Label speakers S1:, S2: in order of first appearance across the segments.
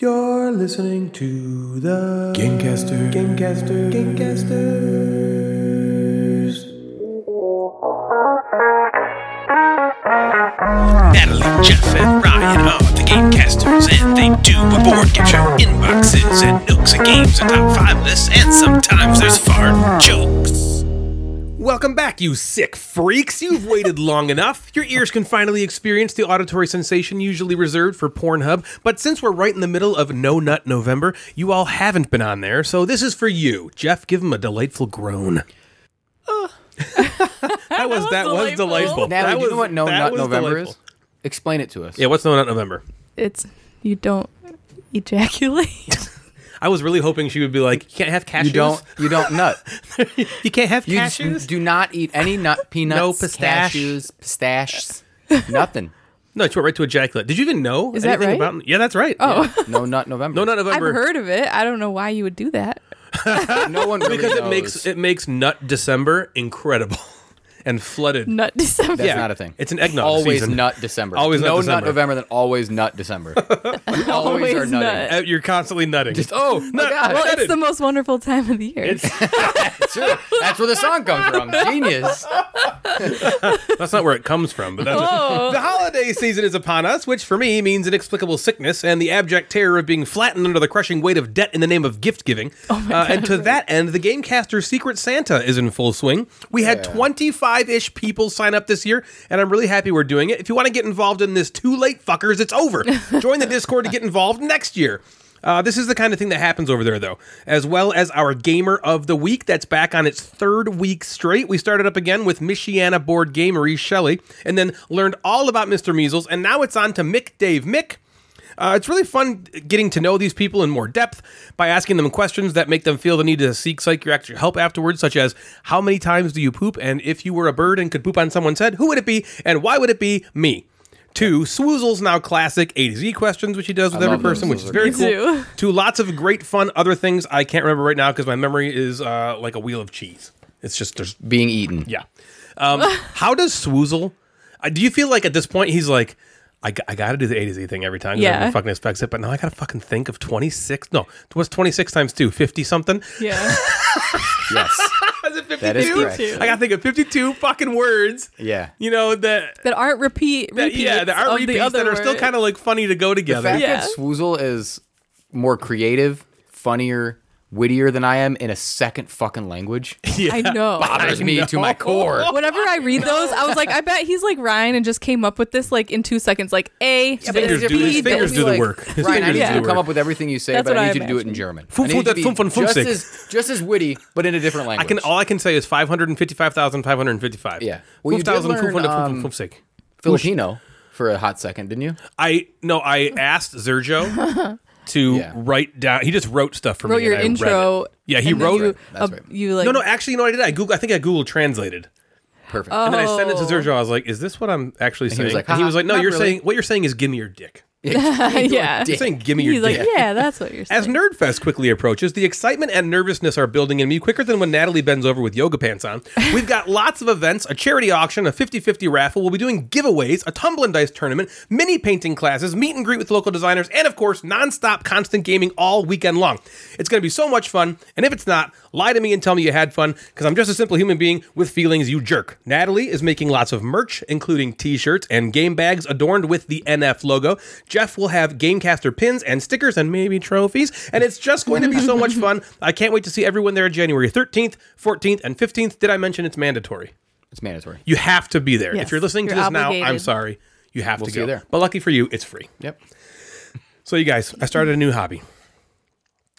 S1: You're listening to the Gamecaster. Gamecaster. Gamecasters.
S2: Natalie, Jeff, and Ryan are the Gamecasters, and they do a board game show inboxes and nooks and games and top five lists, and sometimes there's fart jokes.
S3: Welcome back, you sick freaks. You've waited long enough. Your ears can finally experience the auditory sensation usually reserved for Pornhub. But since we're right in the middle of No Nut November, you all haven't been on there, so this is for you. Jeff, give him a delightful groan. that was that was
S4: delightful.
S3: delightful. that
S5: Natalie, do
S3: was,
S5: you know what No
S3: that
S5: Nut
S3: was
S5: November is?
S3: delightful.
S5: Explain it to us.
S3: Yeah, what's No Nut November?
S4: It's you don't ejaculate.
S3: I was really hoping she would be like, you can't have cashews.
S5: you don't. You don't nut.
S3: you can't have
S5: You
S3: cashews.
S5: just do not eat any nut peanuts,
S3: No pistache.
S5: cashews, pistaches, nothing.
S3: no, she went right to ejaculate. Did you even know?
S4: Is that
S3: anything
S4: right?
S3: About, yeah, that's right. Oh,
S5: No nut November.
S3: No Nut
S4: I've
S3: November.
S4: heard of it. I don't know why you would do that.
S5: No one really
S3: because it
S5: knows.
S3: makes it makes nut December incredible and flooded.
S4: Nut December.
S5: That's not a thing.
S3: It's an eggnog
S5: always
S3: season.
S5: nut December.
S3: Always nut
S5: no nut
S3: December.
S5: November. Then always nut December. You always,
S4: Always
S5: are nutting.
S4: nut.
S3: Uh, You're constantly nutting.
S5: Just oh my God.
S4: Well,
S3: Nutted.
S4: it's the most wonderful time of the year.
S5: That's true. That's where the song comes from. Genius.
S3: that's not where it comes from, but that's
S4: Whoa.
S3: the holiday season is upon us, which for me means inexplicable sickness and the abject terror of being flattened under the crushing weight of debt in the name of gift giving. uh, and to that end, the Gamecaster Secret Santa is in full swing. We had 25 ish people sign up this year, and I'm really happy we're doing it. If you want to get involved in this, too late, fuckers, it's over. Join the Discord to get involved next year. Uh, this is the kind of thing that happens over there, though, as well as our Gamer of the Week that's back on its third week straight. We started up again with Michiana board gamery Shelley, and then learned all about Mr. Measles, and now it's on to Mick Dave Mick. Uh, it's really fun getting to know these people in more depth by asking them questions that make them feel the need to seek psychiatric help afterwards, such as how many times do you poop, and if you were a bird and could poop on someone's head, who would it be, and why would it be me? Two, Swoozle's now classic A to Z questions, which he does with every
S5: love those.
S3: person, which
S5: Those
S3: is
S5: are
S3: very
S4: good.
S3: cool.
S4: Me too.
S3: To lots of great fun other things I can't remember right now because my memory is uh, like a wheel of cheese. It's just there's
S5: Being eaten.
S3: yeah. Um, how does Swoozle? Uh, do you feel like at this point he's like, I, g- I got to do the A to Z thing every time. 'cause
S4: Yeah.
S3: Everyone fucking expects it, but now I got to fucking think of twenty six. No, what's twenty six times two? Fifty something.
S4: Yeah.
S5: Yes.
S3: Is it fifty
S5: That is correct.
S4: too.
S3: I got to think of fifty two fucking words.
S5: Yeah.
S3: You know that.
S4: That aren't repeat.
S3: that- yeah, there
S4: of
S3: are
S4: the
S3: repeats
S4: other
S3: that are still
S4: word.
S3: kind of like funny to go
S5: The
S3: together.
S5: fact
S4: Yeah.
S5: that Swoozle is more creative, funnier, wittier than I am in a second fucking language
S4: I know.
S5: bothers me to my core.
S4: Whenever I read those, I was like, I bet he's like Ryan and just came up with this like in two seconds, like A,
S3: fingers
S4: B,
S3: do- his
S4: B,
S3: fingers
S4: B.
S3: do the
S5: Like,
S3: work. His
S5: Ryan,
S3: fingers
S5: I need
S4: do
S5: you to
S4: the
S5: come
S3: work.
S5: up with everything you say,
S4: That's
S5: but
S4: what
S5: I
S4: I
S5: need you to do it in
S4: imagined.
S5: German.
S3: Fum,
S5: I need
S3: fum,
S5: you to
S3: that
S5: be
S3: fum, fum, fum,
S5: just
S3: sick.
S5: as just as witty, but in a different
S3: I
S5: language.
S3: can all I can say is five hundred and fifty five thousand five hundred and fifty five.
S5: Yeah.
S3: Well,
S5: Well, you did learn, um, Filipino for a hot second, didn't you?
S3: I no, I asked Zerjo to
S5: Yeah.
S3: write down. He just wrote stuff for
S4: Wrote
S3: me.
S4: your
S3: and I read
S4: intro.
S3: it. Yeah, he
S4: and then
S3: wrote.
S4: You,
S5: That's
S4: uh,
S5: right.
S4: you like.
S3: no, no, actually, you know what I did? I Google. I think I Google translated,
S5: Perfect.
S3: and then I sent it to
S4: Oh.
S3: Zerjo. I was like, "Is this what I'm actually saying?"
S5: was like,
S3: and he was
S5: "Haha,
S3: like, "No,
S5: not
S3: you're
S5: really."
S3: saying what you're saying is give me your dick."
S4: yeah.
S3: You're saying give me your
S4: He's
S3: dick.
S4: like, yeah, that's what you're saying.
S3: As Nerdfest quickly approaches, the excitement and nervousness are building in me quicker than when Natalie bends over with yoga pants on. We've got lots of events, a charity auction, a 50-50 raffle. We'll be doing giveaways, a tumble and dice tournament, mini painting classes, meet and greet with local designers, and of course, nonstop constant gaming all weekend long. It's going to be so much fun, and if it's not, lie to me and tell me you had fun, because I'm just a simple human being with feelings, you jerk. Natalie is making lots of merch, including t-shirts and game bags adorned with the NF logo. Jeff will have Gamecaster pins and stickers and maybe trophies, and it's just going to be so much fun. I can't wait to see everyone there January 13th, 14th, and 15th. Did I mention it's mandatory?
S5: It's mandatory.
S3: You have to be there.
S4: Yes,
S3: if you're listening to
S4: you're
S3: this now, I'm
S4: obligated.
S3: sorry. You have to
S5: see
S3: go.
S5: you there.
S3: But lucky for you, it's free.
S5: Yep.
S3: So you guys, I started a new hobby.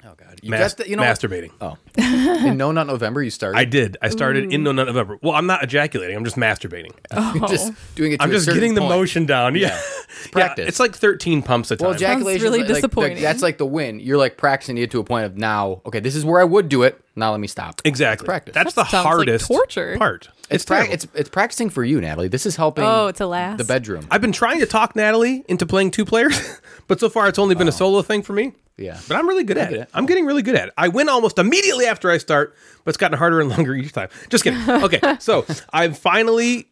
S5: Oh God. You
S3: Mas-
S5: just you know what? Oh.
S3: masturbating.
S5: in No Not November you started.
S3: I did. I started in the nut of November. Well, I'm not ejaculating. I'm just masturbating.
S4: Oh.
S5: just doing it. To
S3: I'm
S5: a
S3: just
S5: certain
S3: getting the
S5: point.
S3: motion down. Yeah. Yeah,
S5: practice.
S3: it's like 13 pumps a time.
S5: Well, ejaculation
S4: really
S5: is like- like, the-
S4: disappointing.
S5: that's like the win. You're like practicing it to a point of now. Okay, this is where I would do it. Now let me stop.
S3: Exactly.
S5: practice.
S3: That's
S4: That
S3: the
S4: sounds like
S3: hardest
S4: torture.
S3: part.
S5: It's pra-
S3: terrible.
S5: it's it's practicing for you, Natalie. This is helping.
S4: Oh, to last.
S5: the bedroom.
S3: I've been trying to talk Natalie into playing two players, but so far it's only been a solo thing for me.
S5: Yeah.
S3: But I'm really good at
S5: get
S3: it.
S5: it.
S3: I'm getting really good at it. I win almost immediately after I start, but it's gotten harder and longer each time. Just kidding. Okay. so I'm finally,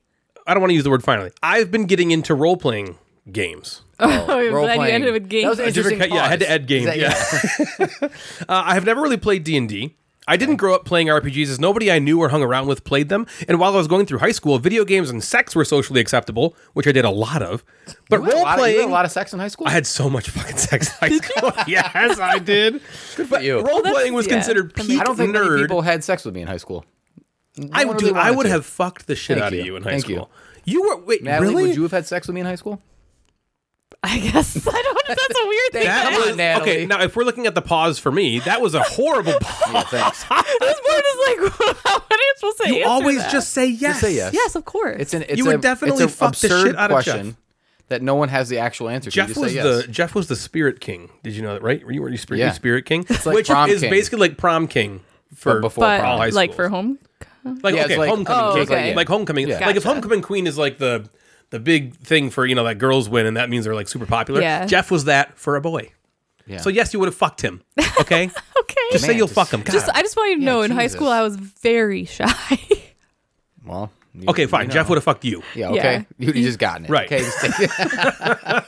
S3: I don't want to use the word finally. I've been getting into role playing games.
S4: Oh, I'm glad you
S5: Role-playing.
S4: ended with
S5: That was
S4: games.
S5: an interesting
S3: different ca- yeah, I had to
S5: pause.
S3: add game,
S5: Is that-
S3: yeah. Uh, I have never really played D and D. I didn't grow up playing RPGs as nobody I knew or hung around with played them. And while I was going through high school, video games and sex were socially acceptable, which I did a lot of. But
S5: You had
S3: role
S5: a lot of- you had
S3: playing,
S5: a lot of sex in high school.
S3: I had so much fucking sex in high school. yes, I did. Good
S5: for you.
S3: Role
S4: that's-
S3: playing was
S4: yeah.
S3: considered
S4: I mean-
S3: peak
S5: I don't think many
S3: nerd.
S5: people had sex with me in high school. No
S3: I,
S5: one
S3: dude,
S5: really
S3: I
S5: wanted
S3: would
S5: to.
S3: have fucked the shit
S5: Thank
S3: out of
S5: you.
S3: you in high
S5: Thank you.
S3: school. You, were wait
S5: Natalie,
S3: really?
S5: would you have had sex with me in high school?
S4: I guess I don't. That's a weird thing.
S5: That
S4: to
S5: Come
S4: ask.
S5: on, Natalie.
S3: Okay, now if we're looking at the pause for me, that was a horrible pause.
S5: Yeah, thanks.
S4: This part is like, what am I supposed to
S3: You
S4: answer
S3: always
S4: that?
S3: just say yes.
S5: say yes.
S4: yes, of course.
S5: It's an it's
S3: would
S5: a,
S3: definitely
S5: it's a
S3: fuck the
S5: absurd
S3: shit out of Jeff.
S5: question that no one has the actual answer. to. You
S3: Jeff
S5: just
S3: was
S5: say yes.
S3: the Jeff was the spirit king. Did you know that? Right? Were you were you spirit,
S5: Yeah.
S3: spirit king?
S5: like
S3: Which
S5: prom
S3: is
S5: king.
S3: basically like prom king for
S5: But before
S3: before
S5: But,
S3: all high
S4: but like
S3: schools.
S4: for home.
S3: like
S5: Yeah, it's
S3: okay,
S5: like-
S3: homecoming
S4: Oh,
S3: king,
S4: okay.
S3: like homecoming.
S5: Yeah.
S3: Like if
S4: Gotcha.
S3: homecoming queen is like the the big thing for you know that girls win and that means they're like super popular.
S4: Yeah.
S3: Jeff was that for a boy.
S5: Yeah.
S3: So yes, you would have fucked him. Okay,
S4: Okay.
S3: just say
S5: Man,
S3: you'll
S5: just-
S3: fuck him.
S4: Just-
S3: God.
S4: I just want you to know, in high
S5: Jesus.
S4: school, I was very shy.
S5: well. you-
S3: okay, fine.
S5: you
S3: Jeff
S5: know.
S3: would have fucked you.
S5: Yeah. Okay.
S4: Yeah.
S5: You would have just gotten it.
S3: Right.
S5: Okay. just take it.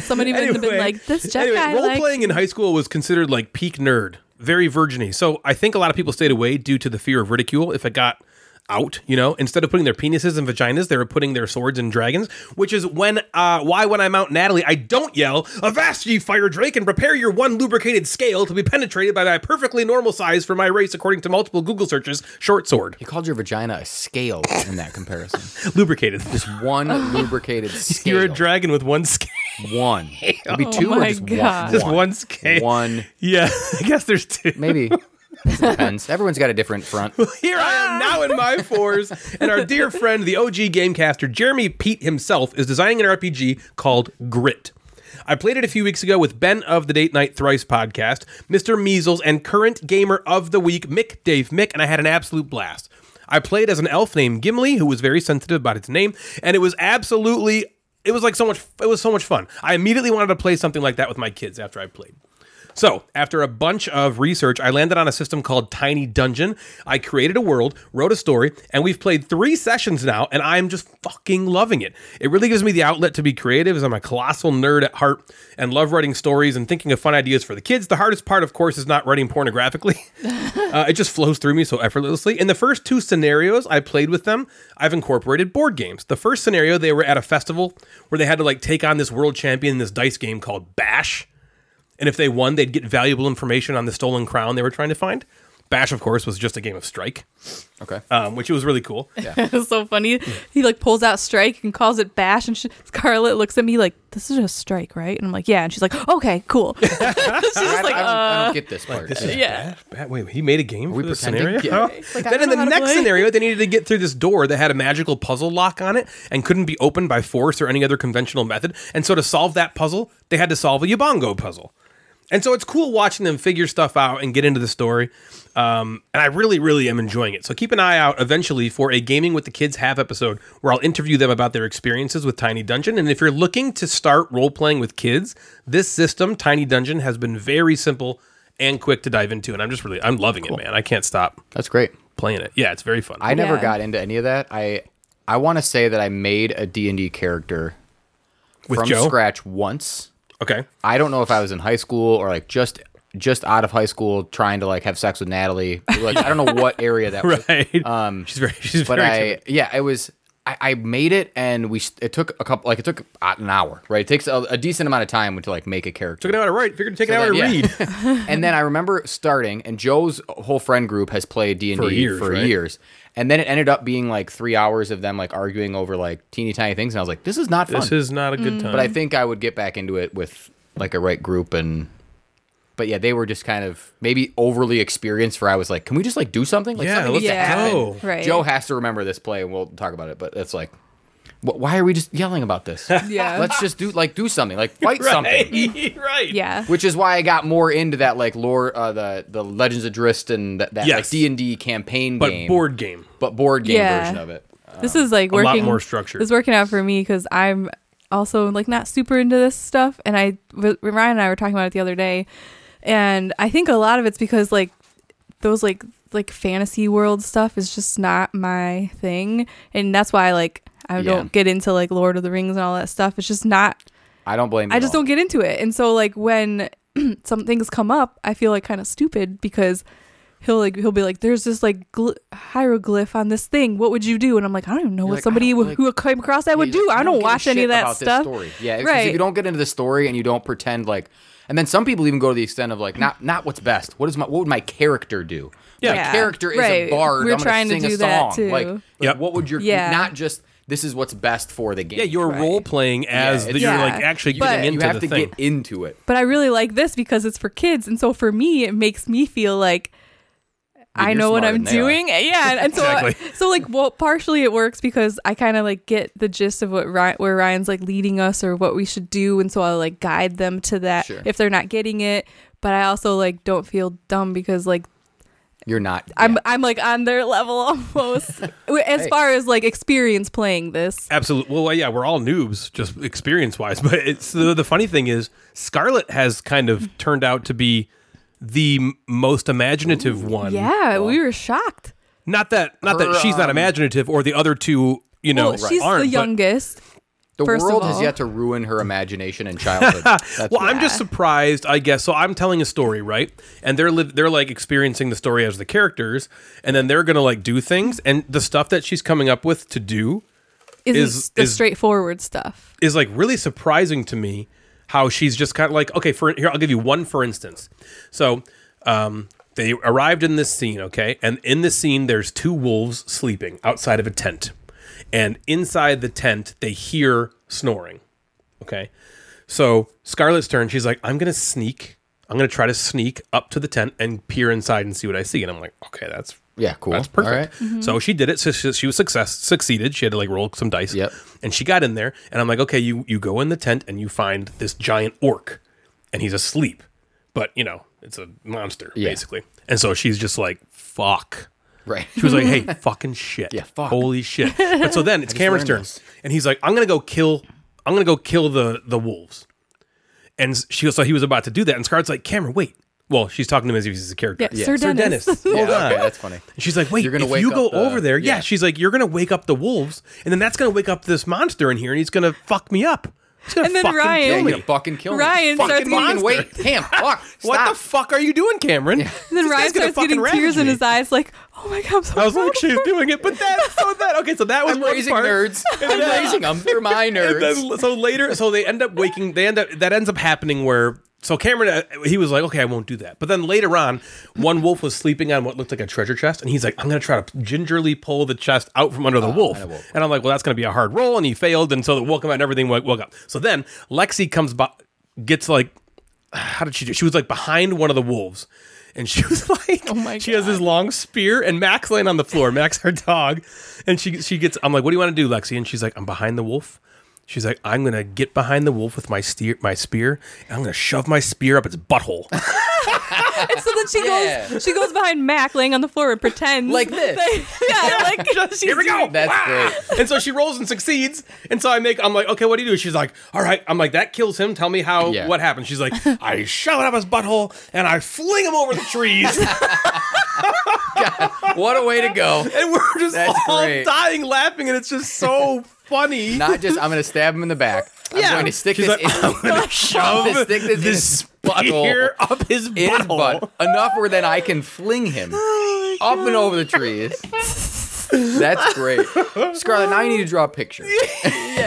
S4: Somebody would have been like, "This Jeff
S3: anyway,
S4: guy,
S3: role
S4: like,
S3: playing in high school was considered like peak nerd, very virginy. So I think a lot of people stayed away due to the fear of ridicule if it got out. You know, instead of putting their penises in vaginas, they were putting their swords in dragons. Which is when, uh, why when I mount Natalie, I don't yell, "Avast ye fire drake, and prepare your one lubricated scale to be penetrated by my perfectly normal size for my race, according to multiple Google searches." Short sword,
S5: You called your vagina a scale in that comparison.
S3: lubricated.
S5: One lubricated scale.
S3: You're a dragon with one scale.
S5: one. It'd be two or
S4: Oh my
S5: just
S4: God.
S5: one.
S3: Just one scale.
S5: One.
S3: Yeah, I guess there's two.
S5: Maybe. It depends. Everyone's got a different front.
S3: Here I am now in my fours, and our dear friend, the OG gamecaster Jeremy Pete himself, is designing an RPG called Grit. I played it a few weeks ago with Ben of the Date Night Thrice podcast, Mr. Measles, and current gamer of the week, Mick Dave Mick, and I had an absolute blast. I played as an elf named Gimli, who was very sensitive about its name, and it was absolutely it was like so much it was so much fun. I immediately wanted to play something like that with my kids after I played. So, after a bunch of research, I landed on a system called Tiny Dungeon. I created a world, wrote a story, and we've played three sessions now, and I'm just fucking loving it. It really gives me the outlet to be creative, as I'm a colossal nerd at heart and love writing stories and thinking of fun ideas for the kids. The hardest part, of course, is not writing pornographically. Uh, it just flows through me so effortlessly. In the first two scenarios I played with them, I've incorporated board games. The first scenario, they were at a festival where they had to like take on this world champion in this dice game called Bash. And if they won, they'd get valuable information on the stolen crown they were trying to find. Bash, of course, was just a game of strike,
S5: Okay.
S3: um, which was really cool. Yeah.
S4: it's so funny." He like pulls out strike and calls it bash, and she, Scarlett looks at me like, "This is a strike, right?" And I'm like, "Yeah," and she's like, "Okay, cool." she's
S5: I,
S4: just like,
S5: I don't,
S4: uh,
S5: I don't get this part. Yeah.
S4: "Yeah."
S3: wait, he made a game for
S5: we
S3: this scenario?
S5: pretending? Yeah.
S4: Like, I
S3: then in
S4: don't know
S3: the
S4: how to
S3: next
S4: play.
S3: scenario, they needed to get through this door that had a magical puzzle lock on it and couldn't be opened by force or any other conventional method. And so to solve that puzzle, they had to solve a Yubongo puzzle. And so it's cool watching them figure stuff out and get into the story. Um, and I really, really am enjoying it. So keep an eye out eventually for a Gaming with the Kids Have episode where I'll interview them about their experiences with Tiny Dungeon. And if you're looking to start role playing with kids, this system, Tiny Dungeon, has been very simple and quick to dive into. And I'm just really, I'm loving it, man. I can't stop
S5: That's great.
S3: playing it. Yeah, it's very fun.
S5: I never
S4: Yeah.
S5: got into any of that. I I want to say that I made a D&D character
S3: With
S5: from
S3: Joe?
S5: scratch once.
S3: okay.
S5: I don't know if I was in high school or like just just out of high school trying to like have sex with Natalie. Like I don't know what area that was.
S3: Right. Um, she's very, she's
S5: But
S3: very.
S5: I
S3: timid.
S5: yeah, I was I, I made it and we s- it took a couple like it took uh, an hour, right? It takes a, a decent amount of time to like make a character.
S3: Took an hour to write. Figured to take an hour to
S5: then, yeah.
S3: read.
S5: and then I remember starting, and Joe's whole friend group has played D and
S3: For
S5: D
S3: years,
S5: for
S3: right?
S5: years, and then it ended up being like three hours of them like arguing over like teeny tiny things, and I was like, this is not fun.
S3: this is not a good time.
S5: but I think I would get back into it with like a right group and. But yeah, they were just kind of maybe overly experienced. Where I was like, "Can we just like do something? Like
S3: Yeah,
S5: something needs to
S4: let's
S5: happen."
S3: go.
S4: Right.
S5: Joe has to remember this play, and we'll talk about it. But it's like, wh- why are we just yelling about this?
S4: Yeah.
S5: let's just do like do something, like fight something.
S3: Right. right.
S4: Yeah.
S5: which is why I got more into that like lore, uh, the the Legends of Drist and that, that
S3: Yes.
S5: D and D campaign
S3: But
S5: game,
S3: board game.
S5: but board game
S4: Yeah.
S5: version of it.
S4: this is like
S3: a lot
S4: working
S3: more structured.
S4: This is working out for me because I'm also like not super into this stuff, and I w- Ryan and I were talking about it the other day, and I think a lot of it's because like those like like fantasy world stuff is just not my thing, and that's why like I
S5: Yeah.
S4: don't get into like Lord of the Rings and all that stuff. It's just not
S5: I don't blame. You
S4: I just
S5: at all.
S4: don't get into it. And so like when some things come up, I feel like kind of stupid because he'll like he'll be like, "There's this like gl- hieroglyph on this thing. What would you do?" And I'm like, "I don't even know what
S5: like,
S4: somebody
S5: I don't,
S4: who- who came across that would
S5: Yeah,
S4: do.
S5: you-
S4: I
S5: you
S4: don't,
S5: give a
S4: watch any
S5: shit
S4: of that
S5: about this
S4: stuff."
S5: story. Yeah, because
S4: right.
S5: if you don't get into the story and you don't pretend like, and then some people even go to the extent of like, not not what's best. What is my what would my character do? Yeah,
S4: Yeah,
S5: character is
S4: right.
S5: a bard.
S4: We're
S5: I'm gonna
S4: trying to
S5: sing
S4: do
S5: a
S4: that,
S5: song.
S4: too.
S5: Like, like,
S3: Yep.
S5: what would your
S4: Yeah.
S5: not just this is what's best for the game.
S3: Yeah, you're role playing as
S5: Yeah,
S3: the,
S5: it's-
S3: you're like
S4: Yeah.
S3: actually
S4: But-
S3: getting
S5: you
S3: into
S5: have
S3: the
S5: to
S3: thing.
S5: get into it.
S4: But I really like this because it's for kids. And so for me, it makes me feel like I
S5: you're
S4: know what
S5: smarter
S4: I'm
S5: than they are.
S4: doing. Yeah. And, and so,
S3: Exactly.
S4: so like, well, partially it works because I kind of like get the gist of what Ryan, where Ryan's like leading us or what we should do. And so I'll like guide them to that
S5: Sure.
S4: if they're not getting it. But I also like don't feel dumb because like
S5: You're not.
S4: I'm
S5: yeah.
S4: I'm like on their level almost as far as like experience playing this.
S3: Absolutely. Well, yeah, we're all noobs, just experience wise. But it's the, the funny thing is, Scarlet has kind of turned out to be the m- most imaginative one.
S4: Yeah, we were shocked.
S3: Not that not
S5: Her,
S3: that she's not
S5: um,
S3: imaginative or the other two, you know,
S4: well, she's
S3: aren't.
S4: the
S3: but-
S4: youngest.
S5: the
S4: first of
S5: world has
S4: all-
S5: yet to ruin her imagination and childhood. That's
S3: well,
S5: what-
S3: I'm just surprised, I guess. So I'm telling a story, right? And they're li- they're like experiencing the story as the characters, and then they're gonna like do things, and the stuff that she's coming up with to do
S4: Isn't
S3: is-
S4: the
S3: is-
S4: straightforward stuff.
S3: is like really surprising to me how she's just kind of like okay for here i'll give you one for instance so um they arrived in this scene okay and in this scene there's two wolves sleeping outside of a tent and inside the tent they hear snoring okay so scarlett's turn she's like i'm gonna sneak i'm gonna try to sneak up to the tent and peer inside and see what i see and i'm like okay that's
S5: Yeah, cool.
S3: that's
S5: All
S3: perfect
S5: right.
S4: Mm-hmm.
S3: so she did it. So she, she was success succeeded. She had to like roll some dice.
S5: Yep.
S3: And she got in there, and I'm like, okay, you you go in the tent and you find this giant orc, and he's asleep, but you know it's a monster
S5: Yeah.
S3: basically. And so she's just like, fuck.
S5: Right.
S3: She was like, hey, fucking shit.
S5: Yeah, fuck.
S3: Holy shit. But so then it's Cameron's
S5: learned
S3: turn,
S5: this.
S3: and he's like, I'm gonna go kill. I'm gonna go kill the the wolves. And she was so he was about to do that, and Scarlett's like, Cameron, wait. Well, she's talking to him as if he's a character.
S4: Yeah, Sir Dennis.
S3: Hold on.
S5: Yeah, okay, that's funny.
S3: And she's like, wait,
S5: You're gonna
S3: if
S5: wake
S3: you go
S5: up the-
S3: over there, yeah.
S5: yeah.
S3: she's like, you're gonna wake up the wolves, and then that's gonna wake up this monster in here, and he's gonna fuck me up. He's gonna
S4: And then
S3: fucking
S4: Ryan-
S5: Yeah,
S3: kill
S5: you're
S3: me.
S5: gonna fucking kill me.
S4: Ryan
S5: fucking
S4: starts getting-
S5: fucking wait. Damn. Fuck.
S3: what
S5: stop.
S3: the fuck are you doing, Cameron?
S4: And then
S3: This guy's
S4: Ryan
S3: gonna
S4: starts getting
S3: fucking
S4: tears
S3: ravage
S4: in
S3: me.
S4: his eyes, like, "Oh my god, I'm so
S3: I was like,
S4: proud of
S3: she's
S4: her."
S3: doing it, but that's so that okay. So that was
S5: I'm
S3: one
S5: raising
S3: part.
S5: nerds. I'm raising them. They're my
S3: And
S5: nerds.
S3: then, so later, so they end up waking. They end up that ends up happening where. So Cameron, uh, he was like, "Okay, I won't do that." But then later on, one wolf was sleeping on what looked like a treasure chest, and he's like, "I'm gonna try to gingerly pull the chest out from under the wolf."
S5: I know wolf.
S3: And I'm like, "Well, that's gonna be a hard roll," and he failed, and so the wolf came out and everything woke, woke up. So then Lexi comes by, gets like, how did she do? She was like behind one of the wolves, and she was like, "Oh
S4: my
S3: She has this long spear, and Max laying on the floor. Max, her dog, and she she gets. I'm like, "What do you want to do, Lexi?" And she's like, "I'm behind the wolf." She's like, "I'm gonna get behind the wolf with my steer, my spear, and I'm gonna shove my spear up its butthole."
S4: And so then she
S5: Yeah.
S4: goes, she goes behind Mac, laying on the floor and pretends
S5: Like this.
S4: that- yeah, like she's
S3: Here we go.
S4: doing-
S5: That's
S3: great. And so she rolls and succeeds. And so I make, I'm like, okay, what do you do? She's like, all right. I'm like, that kills him. Tell me how,
S5: Yeah.
S3: what happened. She's like, I shove it up his butthole and I fling him over the trees.
S5: What a way to go.
S3: and we're just
S5: That's
S3: all
S5: great.
S3: dying laughing. And it's just so funny.
S5: Not just I'm gonna stab him in the back. I'm
S3: Yeah.
S5: going to stick
S3: She's
S5: this
S3: like,
S5: in. I'm gonna stick this, in his butthole.
S3: Spear up his
S5: in his
S3: butthole. Oh
S5: butt enough where then I can fling him up and over the trees. That's great, Scarlett. Now you need to draw a picture.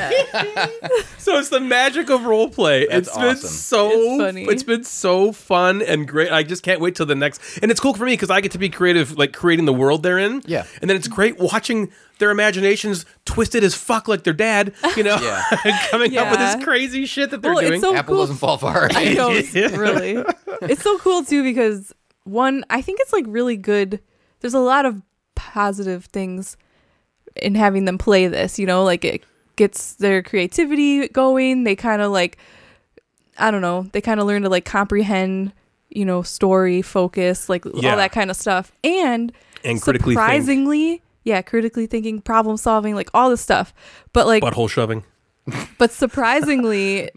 S3: So it's the magic of role play.
S5: That's
S3: it's been
S5: awesome.
S3: so
S4: It's funny.
S3: it's been so fun and great. I just can't wait till the next. And it's cool for me because I get to be creative, like creating the world they're in.
S5: Yeah.
S3: And then it's great watching their imaginations twisted as fuck, like their dad. You know,
S5: Yeah.
S3: coming up with
S4: Yeah.
S3: this crazy shit that they're
S4: Well, it's
S3: doing.
S4: so
S5: Apple
S4: Oh, cool.
S5: doesn't fall far.
S4: I know, it's really. It's so cool too because one, I think it's like really good. There's a lot of positive things in having them play this. You know, like it gets their creativity going. They kind of like, I don't know, they kind of learn to like comprehend. You know, story focus, like
S3: Yeah.
S4: all that kind of stuff, and
S3: And critically think.
S4: surprisingly, yeah, critically thinking, problem solving, like all this stuff. But like,
S3: Butthole shoving.
S4: but surprisingly,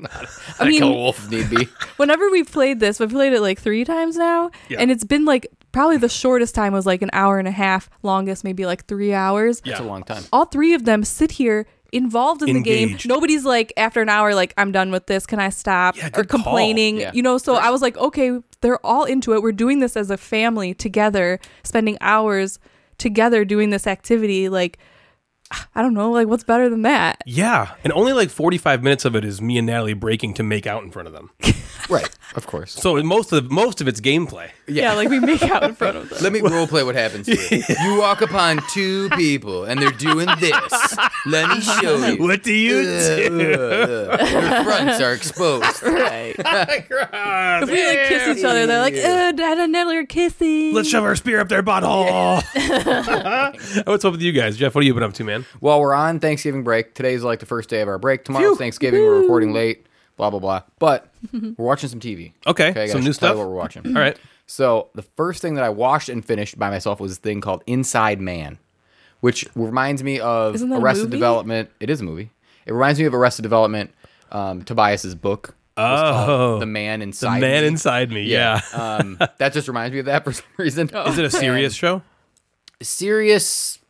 S4: I mean,
S5: Kill a wolf if need be.
S4: whenever we played this, we've played it like three times now,
S3: Yeah.
S4: and it's been like probably the shortest time was like an hour and a half, longest maybe like three hours.
S5: That's a long time.
S4: All three of them sit here involved in the game.
S3: Engaged.
S4: Nobody's like after an hour like I'm done with this. Can I stop?
S3: Yeah,
S4: or
S3: good call.
S4: complaining.
S5: Yeah.
S4: You know, so I was like, okay, they're all into it. We're doing this as a family together, spending hours together doing this activity. Like I don't know, like what's better than that?
S3: Yeah, and only like 45 minutes of it is me and Natalie breaking to make out in front of them.
S5: Right. Of course.
S3: So most of most of it's gameplay.
S4: Yeah, like we make out in front of them.
S5: Let me role play what happens. Here. You walk upon two people and they're doing this. Let me show you.
S3: What do you
S5: Their fronts are exposed.
S4: Right. if we like kiss each other, they're like, uh, Dad and Natalie are kissing.
S3: Let's shove our spear up their butthole. What's up with you guys, Jeff? What have you been up to, man?
S5: Well, we're on Thanksgiving break. Today's like the first day of our break. Tomorrow's Thanksgiving. We're recording late. Blah blah blah. But we're watching some TV.
S3: Okay, some
S5: I gotta
S3: new
S5: tell you
S3: stuff?
S5: What we're watching.
S3: All right.
S5: So the first thing that I watched and finished by myself was this thing called Inside Man, which reminds me of
S4: Isn't that a
S5: Arrested
S4: movie?
S5: Development. It is a movie. It reminds me of Arrested Development. Um, Tobias's book. was called
S3: Oh.
S5: the man inside.
S3: The man
S5: Me.
S3: inside me. Yeah.
S5: um, that just reminds me of that for some reason.
S3: Is it a serious show?
S5: serious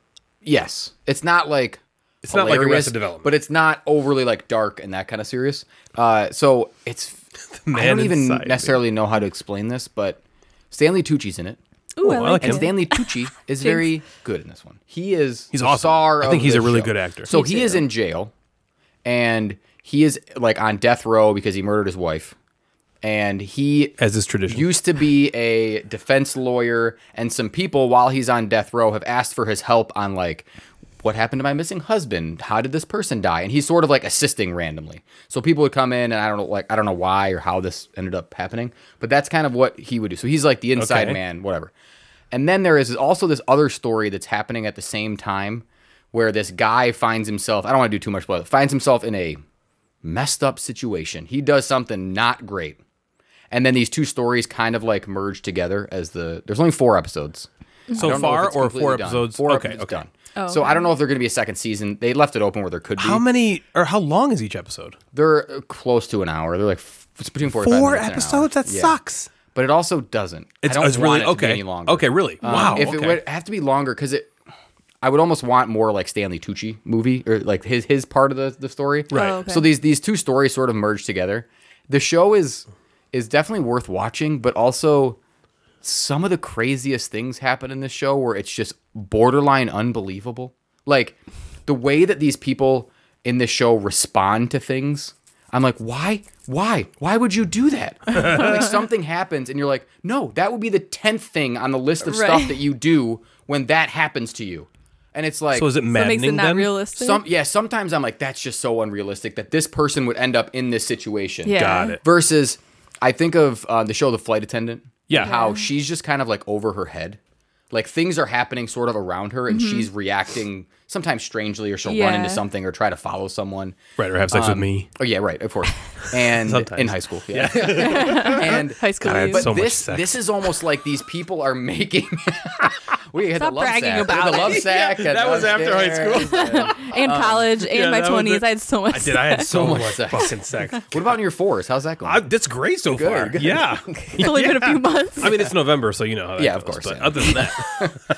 S5: yes it's not like it's
S3: not like Arrested Development.
S5: but it's not overly like dark and that kind of serious uh so it's i
S3: man
S5: don't even
S3: inside me.
S5: necessarily know how to explain this but stanley tucci's in it
S4: Ooh,
S3: I
S4: I
S3: like
S4: like
S3: him.
S5: and
S4: it.
S5: Stanley Tucci is very good in this one. He is
S3: He's
S5: the
S3: awesome.
S5: star
S3: I think
S5: of
S3: he's a
S5: this
S3: really
S5: show.
S3: good actor.
S5: So he is in jail, and he is like on death row because he murdered his wife, and he
S3: As is tradition.
S5: used to be a defense lawyer and some people while he's on death row have asked for his help on like what happened to my missing husband how did this person die and he's sort of like assisting randomly so people would come in and i don't know like i don't know why or how this ended up happening but that's kind of what he would do so he's like the inside
S3: Okay.
S5: man whatever and then there is also this other story that's happening at the same time where this guy finds himself i don't want to do too much but finds himself in a messed up situation he does something not great and then these two stories kind of like merge together as the there's only four episodes I
S3: so
S5: don't know if
S3: far
S5: it's
S3: or
S5: completely
S3: four
S5: done.
S3: episodes?
S5: four
S3: okay,
S5: episodes
S3: okay.
S5: done
S4: Oh,
S5: so i don't know if there's going to be a second season they left it open where there could be
S3: How many or how long is each episode?
S5: they're uh, close to an hour they're like f- it's between four
S3: Four episodes? That
S5: That yeah.
S3: sucks.
S5: but it also doesn't
S3: It's,
S5: I don't
S3: it's
S5: want
S3: really
S5: it to
S3: okay.
S5: be any longer
S3: Okay, really.
S5: Um,
S3: wow.
S5: if
S3: okay.
S5: it would have to be longer because it i would almost want more like stanley tucci movie or like his his part of the, the story
S3: Right.
S4: Oh, okay.
S5: So these these two stories sort of merge together. The show is is definitely worth watching, but also some of the craziest things happen in this show where it's just borderline unbelievable. Like the way that these people in this show respond to things. I'm like, why? Why? Why would you do that? like something happens and you're like, no, that would be the tenth thing on the list of stuff
S4: Right.
S5: that you do when that happens to you. And it's like
S3: so is it
S4: So it makes it
S3: maddening
S4: not
S3: then?
S4: realistic.
S5: some yeah, sometimes I'm like, that's just so unrealistic that this person would end up in this situation.
S4: yeah.
S3: Got it.
S5: Versus, I think of uh, the show The Flight Attendant.
S3: Yeah.
S5: How she's just kind of like over her head. Like things are happening sort of around her and she's reacting sometimes strangely or she'll run
S4: Mm-hmm. Yeah.
S5: into something or try to follow someone.
S3: Right, or have sex with me.
S5: Oh, yeah, right, of course. And
S3: Sometimes.
S5: in high school. Yeah. and
S4: High school.
S3: God,
S4: years.
S5: but
S3: so much
S5: this
S3: sex.
S5: this is almost like these people are making. we had
S4: Stop
S5: the love sack.
S4: bragging
S5: We had
S4: about
S5: the
S4: it.
S5: love sack.
S3: that was after high
S5: school.
S4: and college and
S3: Um, yeah,
S4: my
S3: that was
S4: 20s.
S3: it.
S4: I had so much.
S3: I did. I had so much
S5: sex.
S3: fucking sex.
S5: What about in your fours? How's that going?
S3: I, that's great so far.
S5: good.
S3: Yeah.
S4: It's only been a few months.
S3: I mean, it's November, so you know how that
S5: Yeah, of
S3: goes,
S5: course,
S3: But
S5: yeah.
S3: other than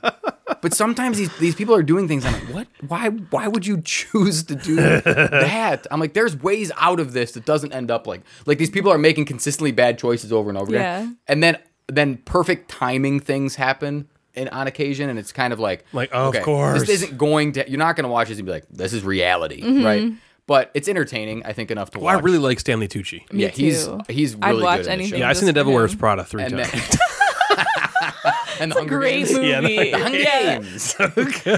S3: that,
S5: But sometimes these, these people are doing things. I'm like, what? Why? Why would you choose to do that? I'm like, there's ways out of this that doesn't end up like like these people are making consistently bad choices over and over
S4: Yeah.
S5: again. And then then perfect timing things happen and on occasion, and it's kind of like
S3: Like, of course.
S5: this isn't going to. You're not going to watch this and be like, this is reality,
S4: Mm-hmm.
S5: right? But it's entertaining, I think, enough to
S3: well,
S5: watch.
S3: Oh, I really like Stanley Tucci.
S4: Me
S5: yeah, he's
S4: too.
S5: he's
S4: I'd
S5: really
S4: watch
S5: good. In this show.
S4: anything.
S3: Yeah, I've seen The
S4: Just
S3: Devil
S4: for
S3: Wears
S4: him.
S3: Prada three
S5: and
S3: times.
S5: then, and the Hunger
S4: Great
S5: Games.
S4: movie.
S3: Yeah,
S4: Yeah.
S5: Hunger Games.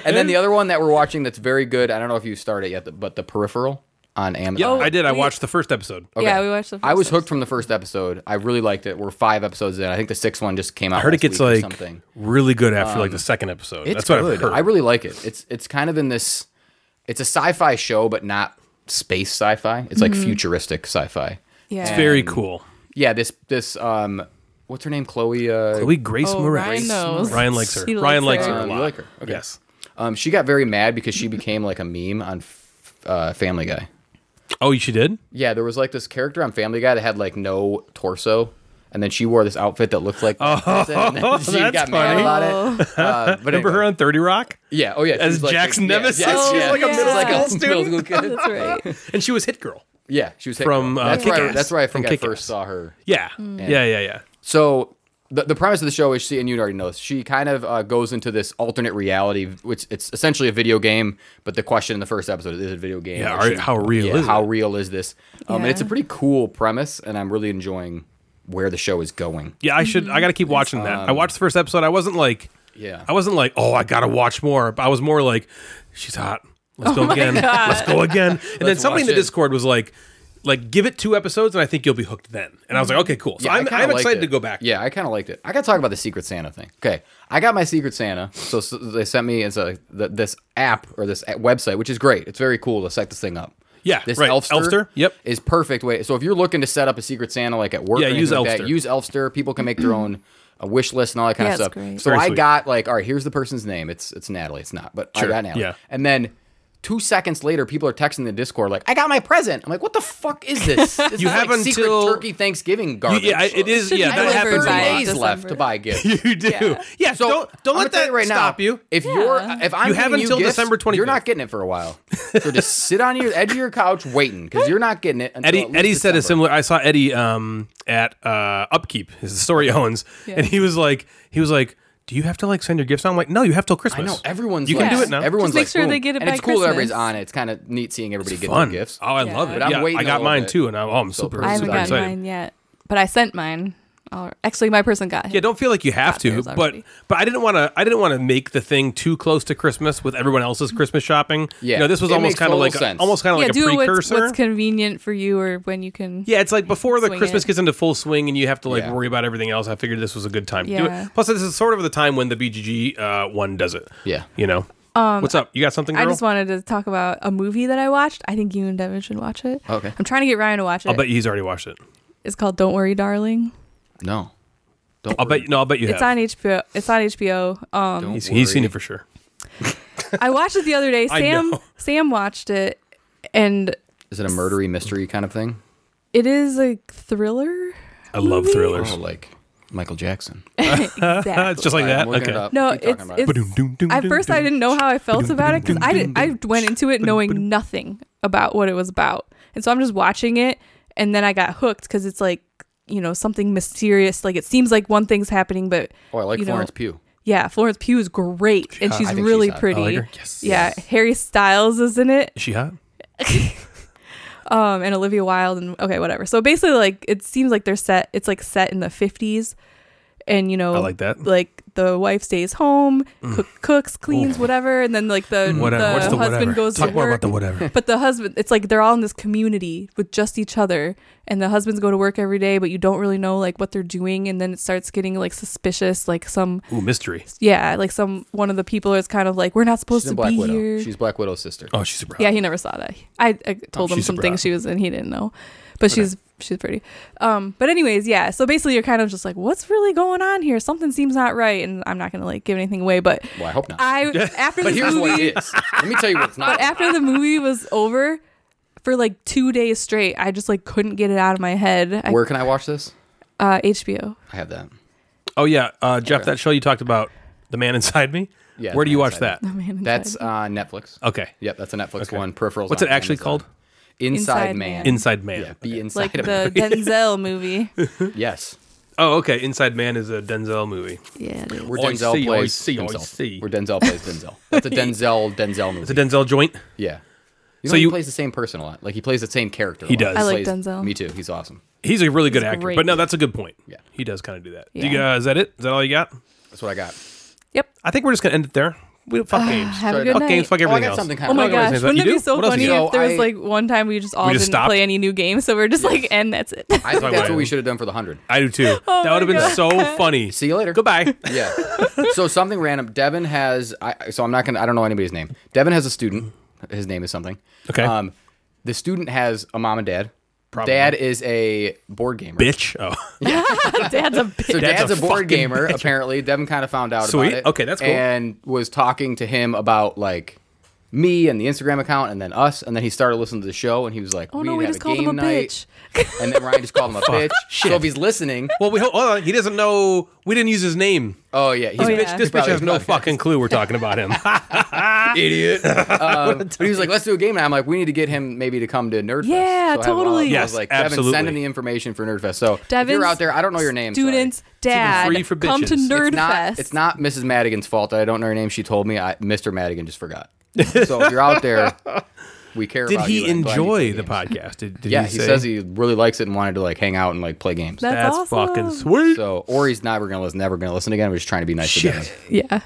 S5: and then the other one that we're watching that's very good. I don't know if you started it yet, but the Peripheral on Amazon.
S3: I did. I
S4: we-
S3: watched the first episode.
S4: Oh, Yeah, we watched the
S5: I
S4: first
S5: was hooked from the first episode. I really liked it. We're five episodes in. I think the sixth one just came out.
S3: I heard it gets
S5: last week or
S3: like
S5: something. Um,
S3: really good after like the second episode.
S5: It's
S3: That's what
S5: good.
S3: I've heard.
S5: I really like it. It's it's kind of in this. It's a sci-fi show, but not space sci-fi. It's
S4: Mm-hmm.
S5: like futuristic sci-fi.
S4: Yeah.
S5: It's
S3: Very
S5: And-
S3: cool.
S5: Yeah. This this um, what's her name? Chloe. Uh,
S3: Chloe Grace
S4: Oh,
S3: Moretz.
S4: Ryan knows.
S3: Ryan likes her.
S4: He likes
S3: Ryan likes her,
S4: her.
S3: a
S5: Um, you
S3: lot.
S5: like her. Okay.
S3: Yes.
S5: Um, she got very mad because she became like a meme on f- uh, Family Guy.
S3: Oh, she did.
S5: Yeah, there was like this character on Family Guy that had like no torso, and then she wore this outfit that looked like Maleficent, and then she
S3: Oh, that's
S5: got mad
S3: funny.
S5: about it.
S4: Oh.
S5: Uh, but
S3: Remember
S5: anyway.
S3: her on 30 Rock?
S5: Yeah. Oh yeah.
S3: As
S5: she's like-
S3: Jack's
S5: yeah,
S3: nemesis?
S5: yeah,
S4: She's
S5: yeah.
S4: like a middle
S5: She's
S4: school
S3: student.
S5: middle school kid.
S4: Oh, That's right.
S3: And she was Hit Girl.
S5: yeah. She was hit
S3: From,
S5: girl.
S3: uh,
S5: that's where I,
S3: Kick-Ass.
S5: that's where I think
S3: From
S5: I
S3: Kick-Ass.
S5: first saw her.
S3: Yeah.
S5: Mm.
S3: Yeah, yeah, yeah.
S5: So the, the premise of the show is she and you already know this. She kind of uh, goes into this alternate reality, which it's essentially a video game. But the question in the first episode is: Is it a video game?
S3: Yeah,
S5: And
S3: are-
S5: she's-
S3: how real
S5: yeah,
S3: is
S5: How
S3: it?
S5: real is this? Um, And it's a
S4: Yeah.
S5: pretty cool premise, and I'm really enjoying where the show is going.
S3: Yeah, I should. I gotta keep watching that. I watched the first episode. I wasn't like,
S5: Mm-hmm. Um, Yeah.
S3: I wasn't like, oh, I gotta watch more. But I was more like, she's hot. Let's
S4: Oh
S3: go again. Let's go again. And then
S5: Let's
S3: somebody in the
S5: watch it.
S3: Discord was like, like, give it two episodes, and I think you'll be hooked then. And I was like, okay, cool. So
S5: Yeah, I
S3: I'm,
S5: kinda
S3: I'm
S5: liked
S3: excited
S5: it.
S3: to go back.
S5: Yeah, I kind of liked it. I got to talk about the Secret Santa thing. Okay, I got my Secret Santa. So, s they sent me as a th- this app or this a- website, which is great. It's very cool to set this thing up.
S3: Yeah,
S5: this
S3: right.
S5: Elfster,
S3: Elfster, yep.
S5: is perfect way. So if you're looking to set up a Secret Santa like at work,
S3: Yeah,
S5: or anything
S3: use
S5: like
S3: Elfster.
S5: That, use Elfster. People can make their own. A wish list and all that kind
S4: Yeah,
S5: of
S4: it's
S5: stuff.
S4: great.
S5: So
S3: Very
S5: I
S3: sweet.
S5: got like, all right, here's the person's name. It's it's Natalie. It's not, but I got Natalie.
S3: yeah.
S5: And then two seconds later, people are texting the Discord like, I got my present. I'm like, what the fuck is this? It's
S3: You
S5: not
S3: have
S5: like secret
S3: until-
S5: turkey Thanksgiving garbage.
S3: yeah, I- it is-
S4: Should
S3: yeah,
S4: be
S3: that happens
S4: delivered
S3: a
S4: by
S3: lot.
S5: days
S4: December.
S5: left to buy gifts.
S3: you do. Yeah.
S4: Yeah.
S3: So don't don't
S5: I'm
S3: let
S5: gonna tell
S3: that
S5: you right
S3: stop
S5: now,
S3: you.
S5: If you're
S4: Yeah.
S5: if I'm
S3: You have
S5: giving
S3: until
S5: gifts,
S3: December 25th.
S5: You're not getting it for a while. So just sit on your edge of your couch waiting because you're not getting it. Until
S3: Eddie
S5: at least
S3: Eddie said a
S5: December.
S3: similar. I saw Eddie um, at uh, Upkeep. Is the story he owns, and he was like, he was like, "Do you have to like send your gifts?" out?" I'm like, "No, you have till
S5: I
S3: Christmas."
S5: know everyone's.
S3: You
S5: like,
S3: can do it now.
S5: Everyone's
S4: Just make
S5: like,
S4: sure they
S5: boom.
S4: get it
S5: and
S4: by
S5: it's cool that everybody's
S4: Christmas.
S5: on it. It's kind of neat seeing everybody get
S3: fun.
S5: their gifts.
S3: Oh, I
S4: Yeah.
S3: love it.
S4: But
S5: I'm
S3: yeah, I
S5: waiting a
S3: got
S5: little
S3: mine
S5: bit.
S3: too, and I'm, oh, I'm
S5: So
S3: super,
S5: I
S4: I
S5: haven't
S3: super
S4: haven't gotten
S3: excited.
S4: mine yet, but I sent mine. Al- Actually, my person got his.
S3: Yeah, don't feel like you have
S4: Got
S3: to,
S4: theirs
S3: but
S4: already.
S3: but I didn't want to. I didn't want to make the thing too close to Christmas with everyone else's Christmas shopping.
S5: Yeah.
S3: you know, this was
S5: It
S3: almost
S5: makes
S3: kind of
S5: total
S3: like a,
S5: sense.
S3: almost kind of
S4: yeah,
S3: like a
S4: do
S3: precursor.
S4: What's, what's convenient for you or when you can.
S3: yeah, it's like before the
S4: Swing
S3: Christmas
S4: it.
S3: gets into full swing and you have to like
S5: Yeah.
S3: worry about everything else. I figured this was a good time to do
S4: Yeah.
S3: it. Plus, this is sort of the time when the BGG uh, one does it.
S5: Yeah.
S3: you know. Um, What's up? You got something, girl?
S4: I just wanted to talk about a movie that I watched. I think you and Devin should watch it.
S5: Okay.
S4: I'm trying to get Ryan to watch it.
S3: I'll bet he's already watched it.
S4: It's called Don't Worry, Darling.
S5: No, don't.
S3: I'll bet no. I'll bet you
S4: It's
S3: have.
S4: on HBO. It's on HBO. Um,
S5: Don't
S3: he's, he's seen
S5: worry.
S3: it for sure.
S4: I watched it the other day.
S3: I
S4: Sam
S3: know.
S4: Sam watched it, and
S5: Is it a murdery mystery kind of thing?
S4: it is a thriller.
S3: I love
S5: Or
S3: thrillers.
S5: Oh, like Michael Jackson?
S3: Uh,
S4: Exactly.
S3: It's just like that.
S5: I'm looking
S3: Okay.
S5: it up.
S4: No,
S5: Keep talking
S4: it's,
S5: about it.
S4: it's at first I didn't know how I felt about it because I did, I went into it knowing nothing about what it was about, and so I'm just watching it, and then I got hooked because it's like you know something mysterious. Like it seems like one thing's happening, but
S5: Oh, I like
S4: you know,
S5: Florence Pugh.
S4: Yeah, Florence Pugh is great, and she's
S5: Uh, I think
S4: really
S5: she's hot. I
S4: pretty.
S3: like her. Yes.
S4: Yeah, Harry Styles is in it,
S3: Is she hot?
S4: um, and Olivia Wilde, and okay, whatever. So basically, like it seems like they're set. It's like set in the 50s, and you know,
S3: I like that. Mm.
S4: Like the wife stays home, cook, cooks, cleans, whatever, and then like the,
S3: Whatever.
S4: the
S3: What's the
S4: husband
S3: whatever?
S4: goes
S3: Talk
S4: to
S3: more
S4: work.
S3: about the whatever.
S4: But the husband, it's like they're all in this community with just each other, and the husbands go to work every day, but you don't really know like what they're doing, and then it starts getting like suspicious, like some
S3: Ooh, mystery.
S4: yeah, like some one of the people is kind of like we're not supposed
S5: She's
S4: to
S5: in Black
S4: be
S5: Widow.
S4: here.
S5: She's Black Widow's sister.
S3: Oh, she's super hot.
S4: Yeah, he never saw that. I, I told
S3: Oh,
S4: him
S3: she's
S4: some
S3: super hot.
S4: things she was in, he didn't know. But she's she's pretty. Um, but anyways, yeah. So basically, you're kind of just like, what's really going on here? Something seems not right, and I'm not gonna like give anything away. But
S5: Well, I hope not.
S4: I after
S5: but
S4: this
S5: here's what
S4: movie,
S5: it is. Let me tell you what it's not.
S4: but after the movie was over, for like two days straight, I just like couldn't get it out of my head. I,
S5: Where can I watch this?
S4: uh, HBO.
S5: I have that.
S3: Oh yeah, uh, Jeff, that show you talked about, The Man Inside Me.
S5: Yeah,
S3: Where
S5: The
S3: do you
S5: Man
S3: watch
S5: Inside
S3: that?
S4: Man, inside.
S5: That's uh, Netflix.
S3: Okay.
S5: Yep, that's a Netflix one. Peripherals.
S3: What's it
S5: on
S3: actually
S5: Amazon.
S3: called?
S5: Inside,
S4: Inside
S5: Man.
S4: Man.
S3: Inside Man.
S5: Yeah, be inside
S4: like
S5: of
S4: the Denzel movie.
S5: Man. Yes.
S3: Oh, okay. Inside Man is a Denzel movie.
S4: Yeah, it is.
S5: Where
S3: Oh, I
S5: Denzel
S3: see, I
S5: plays
S3: see, I
S5: himself.
S3: see.
S5: Where Denzel plays Denzel. That's a Denzel Denzel movie.
S3: It's a Denzel joint.
S5: yeah. You know,
S3: So
S5: he
S3: you-
S5: plays the same person a lot. Like he plays the same character. a
S3: He
S5: lot.
S3: does. I
S4: like
S5: plays-
S4: Denzel.
S5: Me too. He's awesome.
S3: He's a really good actor.
S4: great.
S3: But no, that's a good point.
S5: Yeah.
S3: He does kind of do that.
S4: Yeah.
S3: You, uh, is that it? Is that all you got?
S5: That's what I got.
S4: Yep.
S3: I think we're just gonna end it there. We don't fuck games.
S4: Uh, Have a
S5: Sorry,
S4: good
S5: fuck
S3: Fuck
S4: night.
S3: games. Fuck
S5: Oh, I
S3: everything
S5: got
S3: else.
S5: something kind
S4: Oh
S5: of.
S4: my
S3: Fuck everything
S4: gosh,
S3: else.
S4: wouldn't
S3: You
S4: it be
S3: do?
S4: so
S3: What else
S4: funny
S3: you
S5: got?
S4: if there
S5: So
S4: was
S5: I-
S4: like one time we just all
S3: just
S4: didn't
S3: stopped?
S4: play any new games, so we're just like, and that's it.
S5: I think that's
S3: why-
S5: what we should have done for the hundred.
S3: I do too.
S4: Oh
S3: that would have
S4: my
S3: been
S4: God.
S3: so funny.
S5: See you later.
S3: Goodbye.
S5: Yeah. so something random. Devin has. I, so I'm not gonna. I don't know anybody's name. Devin has a student. His name is something.
S3: Okay.
S5: Um, the student has a mom and dad.
S3: Probably.
S5: Dad is a board gamer.
S3: Bitch. Oh,
S4: Dad's a bitch.
S5: So
S3: Dad's
S5: dad's,
S3: a
S5: a, board
S3: fucking
S5: gamer.
S3: bitch.
S5: Apparently, Devin kind of found out
S3: Sweet.
S5: about it.
S3: Okay, that's cool.
S5: And was talking to him about like me and the Instagram account and then us. And then he started listening to the show and he was like,
S4: Oh
S5: we
S4: no,
S5: need
S4: we
S5: to have
S4: just
S5: a
S4: called him
S5: game
S4: a
S5: night.
S4: bitch.
S5: And then Ryan just called him a bitch. So if he's listening,
S3: Well, we hope hold on, he doesn't know. We didn't use his name.
S5: oh yeah, he's
S4: Oh,
S5: a
S4: yeah.
S3: This
S5: bitch. He
S3: bitch
S5: probably-
S3: has no
S5: probably-
S3: fucking clue we're talking about him.
S5: idiot. Um, but he was like, let's do a game night. I'm like, we need to get him maybe to come to Nerdfest.
S4: Yeah,
S5: So I had Lala,
S4: totally.
S5: I
S3: Yes,
S5: was like, Devin, send
S3: absolutely.
S5: him the information for Nerdfest. So if
S4: Devin's
S5: you're out there, I don't know your name. sorry.
S4: Students, dad,
S3: free for
S4: come to
S3: bitches. It's
S4: Nerdfest.
S5: It's not, it's not Mrs. Madigan's fault that I don't know her name. She told me. I, Mr. Madigan just forgot. So if you're out there, we care
S3: Did
S5: about you.
S3: he
S5: and I'm glad you play
S3: enjoy the
S5: games.
S3: podcast? Did, did
S5: Yeah,
S3: he,
S5: he
S3: say,
S5: says he really likes it and wanted to like hang out and like play games.
S4: That's,
S3: That's
S4: awesome.
S3: fucking sweet.
S5: so, or he's never gonna listen, never gonna listen again. We're just trying to be nice to
S3: Shit.
S5: him.
S4: Yeah.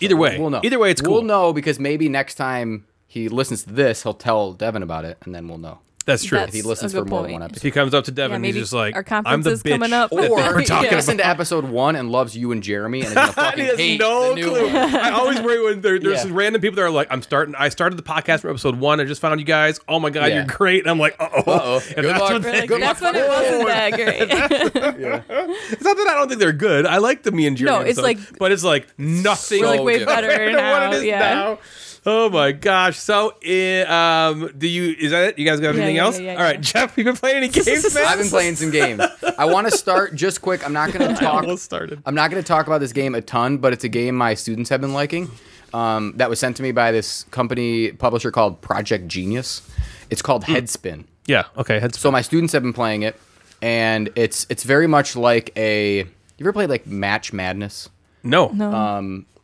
S3: Either way,
S5: We'll know.
S3: either way, it's cool.
S5: We'll know because maybe next time he listens to this, he'll tell Devin about it, and then we'll know.
S3: That's true.
S4: That's-
S5: If he listens
S4: a
S5: for
S4: good
S5: more than
S4: point.
S5: one
S3: if
S5: episode.
S3: he comes up to
S4: Yeah,
S3: Devin, he's
S4: maybe
S3: just like,
S4: our
S3: I'm
S4: conference
S3: the
S4: is
S3: bitch.
S4: coming up.
S3: that
S5: Or
S3: they were
S5: he
S3: talking
S5: listened to episode one and loves you and Jeremy and is gonna
S3: about.
S5: fucking
S3: He has
S5: hate
S3: no
S5: the new
S3: clue.
S5: one.
S3: I always worry when there, there's
S5: Yeah.
S3: some random people that are like, "I'm starting. I started the podcast from episode one. I just found you guys. Oh my god,
S5: Yeah.
S3: you're great." And I'm like, "Uh oh."
S5: Uh-oh. Good luck.
S4: We're
S5: Hey,
S4: like,
S5: good
S4: that's
S5: luck
S4: when it wasn't that great.
S3: It's not that I don't think they're good. I like the me and Jeremy.
S4: No, it's
S3: episodes,
S4: like-
S3: but it's like nothing.
S4: We're like
S5: So
S4: way
S5: different.
S4: better
S3: than
S4: now.
S3: what it is
S4: yeah.
S3: now. Oh my gosh! So, eh, um, do you? Is that it? You guys got
S4: Yeah,
S3: anything
S4: yeah,
S3: else?
S4: yeah, yeah,
S3: All right,
S4: yeah.
S3: Jeff, you been playing any games, man?
S5: I've been playing some games. I want to start just quick. I'm not going to talk.
S3: almost started.
S5: I'm not going to talk about this game a ton, but it's a game my students have been liking. Um, that was sent to me by this company publisher called Project Genius. It's called
S3: Hmm.
S5: Headspin.
S3: Yeah. Okay. Heads.
S5: So my students have been playing it, and it's it's very much like a. You ever played like Match Madness
S3: no.
S4: No.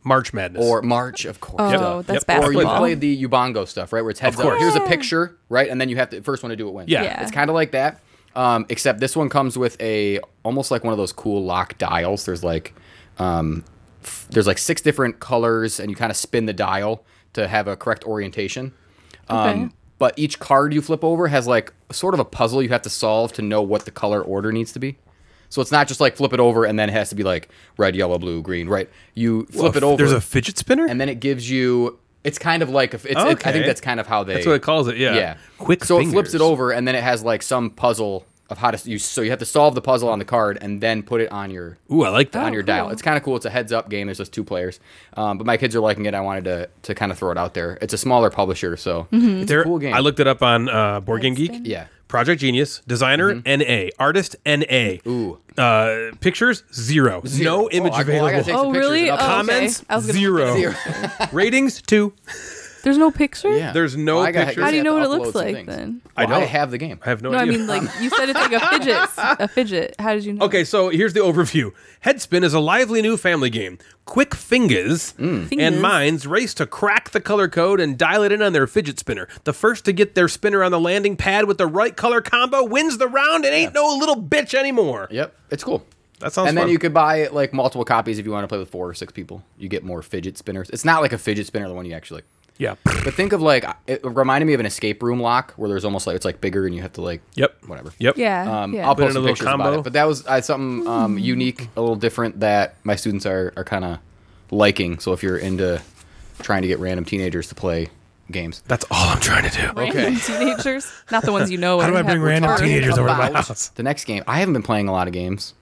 S3: March Madness.
S5: Um, or March? Of course.
S4: oh,
S5: duh.
S4: that's
S3: Yep. Or
S5: Or you
S4: basketball.
S5: played the Ubongo stuff, right? Where it's heads up.
S3: course.
S5: Here's a picture, right? And then you have to first one to do it wins.
S3: Yeah.
S4: Yeah.
S5: It's kind of like that. Um, except this one comes with a almost like one of those cool lock dials. There's like um, f- there's like six different colors and you kind of spin the dial to have a correct orientation. Um,
S4: Okay.
S5: but each card you flip over has like sort of a puzzle you have to solve to know what the color order needs to be. So it's not just like flip it over and then it has to be like red, yellow, blue, green, right? You flip it over
S3: There's a fidget spinner.
S5: and then it gives you. It's kind of like if it's. it- I
S3: Okay.
S5: think that's kind of how they.
S3: That's what it calls it. Yeah.
S5: Yeah.
S3: Quick.
S5: So
S3: fingers.
S5: it flips it over, and then it has like some puzzle of how to. You, so you have to solve the puzzle on the card, and then put it on your
S3: Ooh, I like that.
S5: on
S4: Oh,
S5: your dial. It's kind of cool. It's a heads up game. There's just two players, um, but my kids are liking it. I wanted to to kind of throw it out there. It's a smaller publisher, so
S4: Mm-hmm.
S5: it's a
S3: There-
S5: cool game.
S3: I looked it up on uh, Board Game Geek.
S5: Yeah.
S3: Project Genius, designer NA, artist NA.
S5: Mm-hmm. Ooh.
S3: Uh, pictures zero.
S5: Zero.
S3: No image
S5: oh, I, well, I gotta
S3: available.
S5: take some
S4: Oh,
S5: pictures
S4: really?
S5: and I'll-
S4: Oh.
S3: Comments
S4: okay. I was gonna-
S3: zero.
S5: Zero.
S3: Ratings two.
S4: There's no picture?
S5: Yeah.
S3: There's no
S5: I gotta-
S3: pictures.
S5: I
S4: How do you
S5: have to
S4: know what it
S5: upload
S4: looks
S5: some
S4: like
S5: things.
S4: then?
S5: Well,
S3: I
S5: I
S3: don't.
S5: have the game.
S3: I have no,
S4: No, I
S3: idea.
S4: mean like you said it's like a fidget a fidget. How did you know?
S3: Okay, so here's the overview. Headspin is a lively new family game. Quick fingers,
S5: Mm.
S4: Fingers.
S3: and minds race to crack the color code and dial it in on their fidget spinner. The first to get their spinner on the landing pad with the right color combo wins the round and ain't no little bitch anymore.
S5: Yep, it's cool.
S3: That sounds
S5: And then
S3: fun.
S5: you could buy like multiple copies if you want to play with four or six people. You get more fidget spinners. It's not like a fidget spinner, the one you actually.
S3: Yeah.
S5: But think of like it reminded me of an escape room lock where there's almost like it's like bigger and you have to like
S3: Yep.
S5: whatever.
S3: Yep.
S4: Yeah.
S5: Um,
S4: yeah. Hmm.
S5: I'll
S3: Put in
S5: post
S3: a
S5: some
S3: little
S5: pictures about
S3: combo.
S5: it. But that was uh, something um, unique, a little different that my students are are kind of liking. So if you're into trying to get random teenagers to play games,
S3: That's all I'm trying to do.
S4: Random teenagers, not the ones you know.
S1: How do I
S4: and
S1: bring
S4: have
S1: random
S4: retarded.
S1: teenagers over to my
S5: About
S1: house?
S5: the next game, I haven't been playing a lot of games.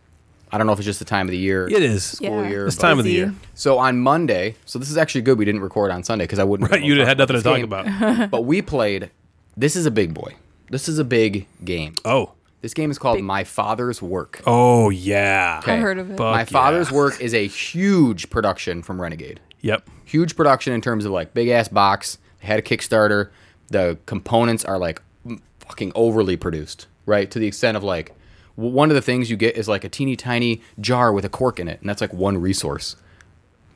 S5: I don't know if it's just the time of the year.
S3: It is.
S4: Yeah.
S5: School year,
S3: This
S5: but-
S3: time of the
S4: Busy.
S3: year.
S5: So on Monday, so this is actually good. We didn't record on Sunday because I wouldn't.
S3: Right,
S5: have been
S3: you'd
S5: able
S3: have had nothing to talk
S5: this game.
S3: about.
S5: but we played. This is a big boy. This is a big game.
S3: Oh.
S5: This game is called My Father's Work.
S3: Oh yeah.
S5: Okay.
S4: I heard of it.
S3: Fuck
S5: My
S3: yeah.
S5: Father's Work is a huge production from Renegade.
S3: Yep.
S5: Huge production in terms of like big ass box. They had a Kickstarter. The components are like m- fucking overly produced, right? To the extent of like w- one of the things you get is like a teeny tiny jar with a cork in it, and that's like one resource.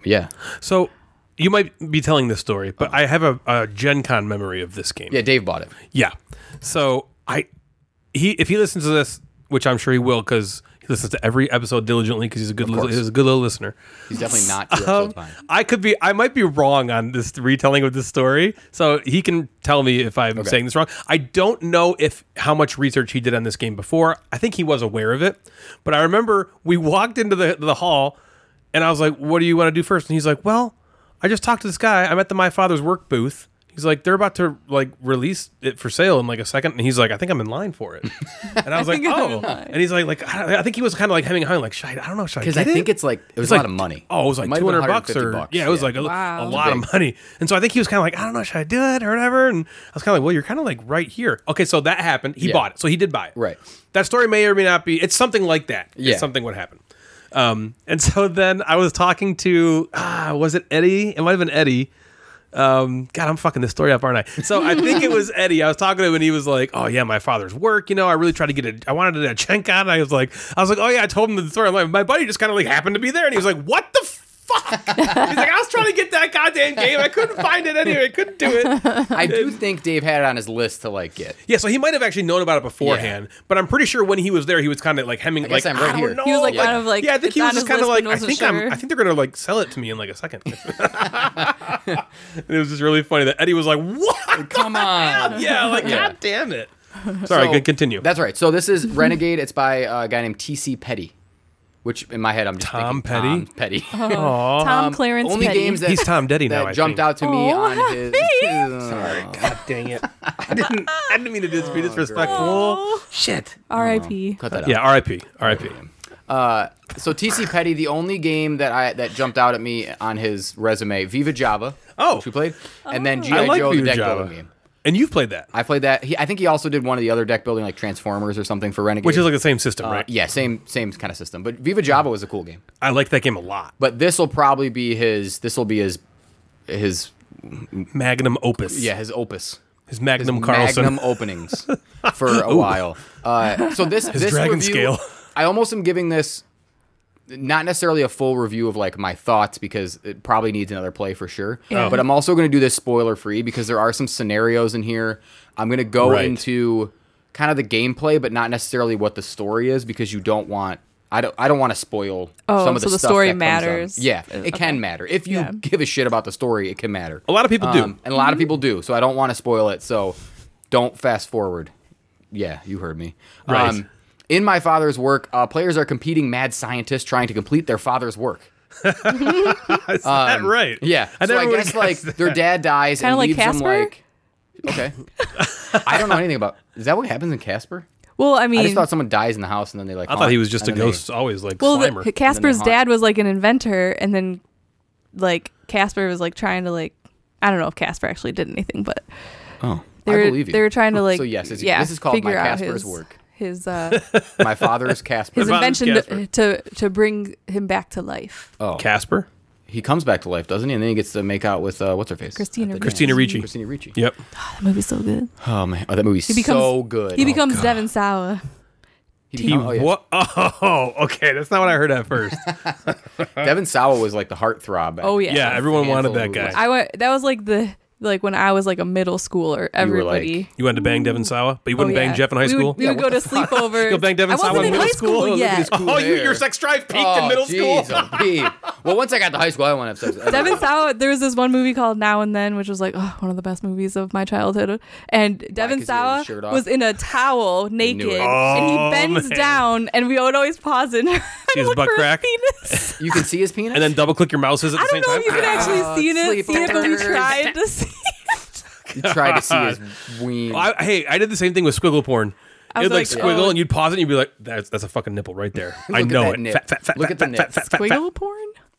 S5: Yeah.
S3: So you might be telling this story, but
S5: Uh-huh.
S3: I have a, a Gen Con memory of this game.
S5: Yeah, Dave bought it.
S3: Yeah. So I he if he listens to this, which I'm sure he will, because he listens to every episode diligently because he's a good li-
S5: course.
S3: he's a good little listener.
S5: He's definitely not two
S3: Um,
S5: episodes behind.
S3: I could be I might be wrong on this retelling of this story, so he can tell me if I'm saying this wrong. I don't know if how much research he did on this game before. I think he was aware of it, but I remember we walked into the the hall, and I was like, "What do you want to do first? And he's like, "Well, I just talked to this guy. I'm at the my father's work booth." He's like, they're about to like release it for sale in like a second, and he's like, I think I'm in line for it. And I was like,
S4: think I'm
S3: oh.
S4: in line.
S3: And he's like, like I, don't- I think he was kind of like hemming and hawing, like, should I, I don't know, should I?
S5: Because
S3: get
S5: I think
S3: it?
S5: it's like it was
S3: It's
S5: a
S3: like-
S5: lot of money.
S3: Oh, it was like
S5: Might have
S3: two
S5: been
S3: hundred bucks
S5: 150
S3: or
S5: bucks,
S3: yeah, it was like a, a
S4: Wow.
S3: lot of money. And so I think he was kind of like, I don't know, should I do it or whatever? And I was kind of like, well, you're kind of like right here. Okay, so that happened. He
S5: Yeah.
S3: bought it, so he did buy it.
S5: Right.
S3: That story may or may not be. It's something like that. It's
S5: Yeah.
S3: something would happen. Um, and so then I was talking to ah, was it Eddie? It might have been Eddie. Um, God, I'm fucking this story up, aren't I? So I think it was Eddie. I was talking to him, and he was like, "Oh yeah, my father's work. You know, I really tried to get a. I wanted a check on." And I was like, "I was like, oh yeah, I told him the story. I'm like, my buddy just kind of like happened to be there, and he was like, what the." Fuck! He's like, I was trying to get that goddamn game. I couldn't find it anyway. I couldn't do it.
S5: I do think Dave had it on his list to like get.
S3: Yeah, so he might have actually known about it beforehand, but I'm pretty sure when he was there, he was kind of like hemming, like
S5: guess I'm right
S3: I don't
S5: here."
S3: know.
S4: He was, like, kind of, like,
S3: yeah, I think
S4: it's
S3: he
S4: on
S3: was just
S4: his
S3: kind of
S4: list,
S3: like,
S4: but
S3: I
S4: wasn't
S3: think
S4: sure.
S3: I'm, I think they're gonna like sell it to me in like a second. and it was just really funny that Eddie was like, what?
S5: Come on.
S3: Yeah, like
S5: Yeah.
S3: god damn it. Sorry,
S5: So-
S3: good continue.
S5: That's right. So this is Renegade. It's by uh, a guy named T.C. Petty, which in my head I'm just
S3: Tom
S5: thinking, Tom Petty.
S4: Tom Clarence
S5: um, Only
S4: Petty.
S5: games that
S3: He's Tom Petty now.
S5: that jumped out to me
S4: Oh,
S5: on his. Oh,
S3: God dang it! I didn't. I didn't mean to dis- be disrespectful.
S4: Oh.
S3: Shit.
S4: R.I.P.
S5: Cut that out.
S3: Yeah, R.I.P. R.I.P.
S5: Uh, so T.C. Petty, the only game that I that jumped out at me on his resume, Viva Java.
S3: Oh.
S5: which we played, and then
S3: I
S5: GI
S3: like
S5: Joe,
S3: Viva
S5: the deck
S3: Java.
S5: building game.
S3: And you've played that,
S5: I played that. He, I think he also did one of the other deck building, like Transformers or something for Renegade. Uh,
S3: which is like the same system, right?
S5: yeah, same same kind of system. But Viva Java was a cool game.
S3: I like that game a lot.
S5: But this will probably be his. This will be his his
S3: Magnum opus.
S5: yeah his opus.
S3: His Magnum Carlson.
S5: Magnum openings for a while. Uh, so this this
S3: dragon
S5: review,
S3: scale.
S5: I almost am giving this not necessarily a full review of like my thoughts because it probably needs another play for sure.
S4: Yeah.
S5: But I'm also going to do this spoiler free because there are some scenarios in here. I'm going to go
S3: Right.
S5: into kind of the gameplay, but not necessarily what the story is because you don't want. I don't. I don't want to spoil
S4: Oh,
S5: some of the
S4: so the
S5: stuff
S4: story
S5: that comes up.
S4: matters.
S5: Yeah, it can matter if you
S4: Yeah.
S5: give a shit about the story. It can matter.
S3: A lot of people do.
S5: Um, and a lot of people do. So I don't want to spoil it. So don't fast forward. Yeah, you heard me. Um,
S3: Right.
S5: in my father's work, uh, players are competing mad scientists trying to complete their father's work.
S3: Is that right?
S5: Yeah,
S3: I
S5: so
S3: never
S5: I
S3: would've
S5: guess like
S3: guessed that.
S5: their dad dies
S4: Kinda
S5: and
S4: like
S5: leaves
S4: Casper?
S5: them like. Okay, I don't know anything about. Is that what happens in Casper?
S4: Well, I
S5: I just
S4: mean,
S5: thought someone dies in the house and then they like.
S3: I thought
S5: haunt-
S3: he was just a
S5: and then they-
S3: ghost, always like
S4: well,
S3: Slimer.
S4: the, Casper's
S5: haunt.
S4: dad was like an inventor, and then like Casper was like trying to like I don't know if Casper actually did anything, but
S5: oh,
S4: they were
S5: I believe you.
S4: they were trying to like
S5: So yes, it's-
S4: yeah,
S5: this is called my
S4: figure out
S5: Casper's
S4: his,
S5: work.
S4: His uh,
S5: my father's Casper.
S4: his
S3: About
S4: invention
S3: Casper.
S4: to, to to bring him back to life.
S5: oh,
S3: Casper.
S5: he comes back to life, doesn't he? And then he gets to make out with uh, what's her face,
S4: Christina
S5: At the
S4: Ricci.
S3: Christina
S5: dance.
S3: Ricci.
S5: Christina Ricci.
S3: Yep.
S4: That movie's so good.
S5: Oh man, oh, that movie's
S4: He becomes
S5: so good.
S4: He
S5: Oh,
S4: becomes Devin Sawa.
S5: He,
S3: He
S5: become- oh, yeah.
S3: what? Oh, okay. That's not what I heard at first.
S5: oh, Devin Sawa was like the heartthrob.
S4: Oh yeah.
S3: yeah, everyone
S5: Handful
S3: wanted that
S5: of
S3: guy.
S5: like-
S4: I went. That was like the like when I was like a middle schooler.
S5: were, like-
S4: Everybody.
S3: you wanted to bang Devin Sawa, but you wouldn't
S4: Oh, yeah.
S3: bang Jeff in high
S4: We would-
S3: school.
S4: We would, go to sleepovers.
S3: You'll bang Devin
S4: I
S3: Sawa in
S4: wasn't in
S3: middle
S4: high
S3: school?
S4: school
S3: Look at
S4: yet.
S5: his cool
S3: oh, you,
S5: hair.
S3: your sex drive peaked in
S5: Oh,
S3: middle
S5: jeez,
S3: school.
S5: oh, Pete. well, once I got to high school, I went upstairs.
S4: Devin Sawa. There was this one movie called Now and Then, which was like oh, one of the best movies of my childhood. And Devin
S5: 'Cause he had
S4: Sawa
S5: his shirt off?
S4: was in a towel naked,
S5: it.
S4: and he
S3: Oh,
S4: bends
S3: man.
S4: down, and we would always pause and and
S3: his
S4: look
S3: butt
S4: for
S3: crack?
S4: his penis.
S5: you can see his penis.
S3: And then double click your mouses at
S4: I
S3: the same
S4: don't know
S3: time. Ah,
S4: if you could actually see it,
S5: sleep
S4: see it, but we
S5: doctors.
S4: tried to see. it.
S5: you try to see his ween.
S3: I, hey, I did the same thing with squiggle porn.
S4: was
S3: It'd like,
S4: like,
S3: squiggle,
S4: oh.
S3: and you'd pause it, and you'd be like, "That's that's a fucking nipple right there. I
S5: Look at
S3: know
S5: that
S3: it.
S5: nip.
S3: Fat, fat, fat,
S5: Look
S3: fat,
S5: at the
S3: fat,
S5: nip.
S3: fat, fat, fat, fat.
S4: Squiggle porn,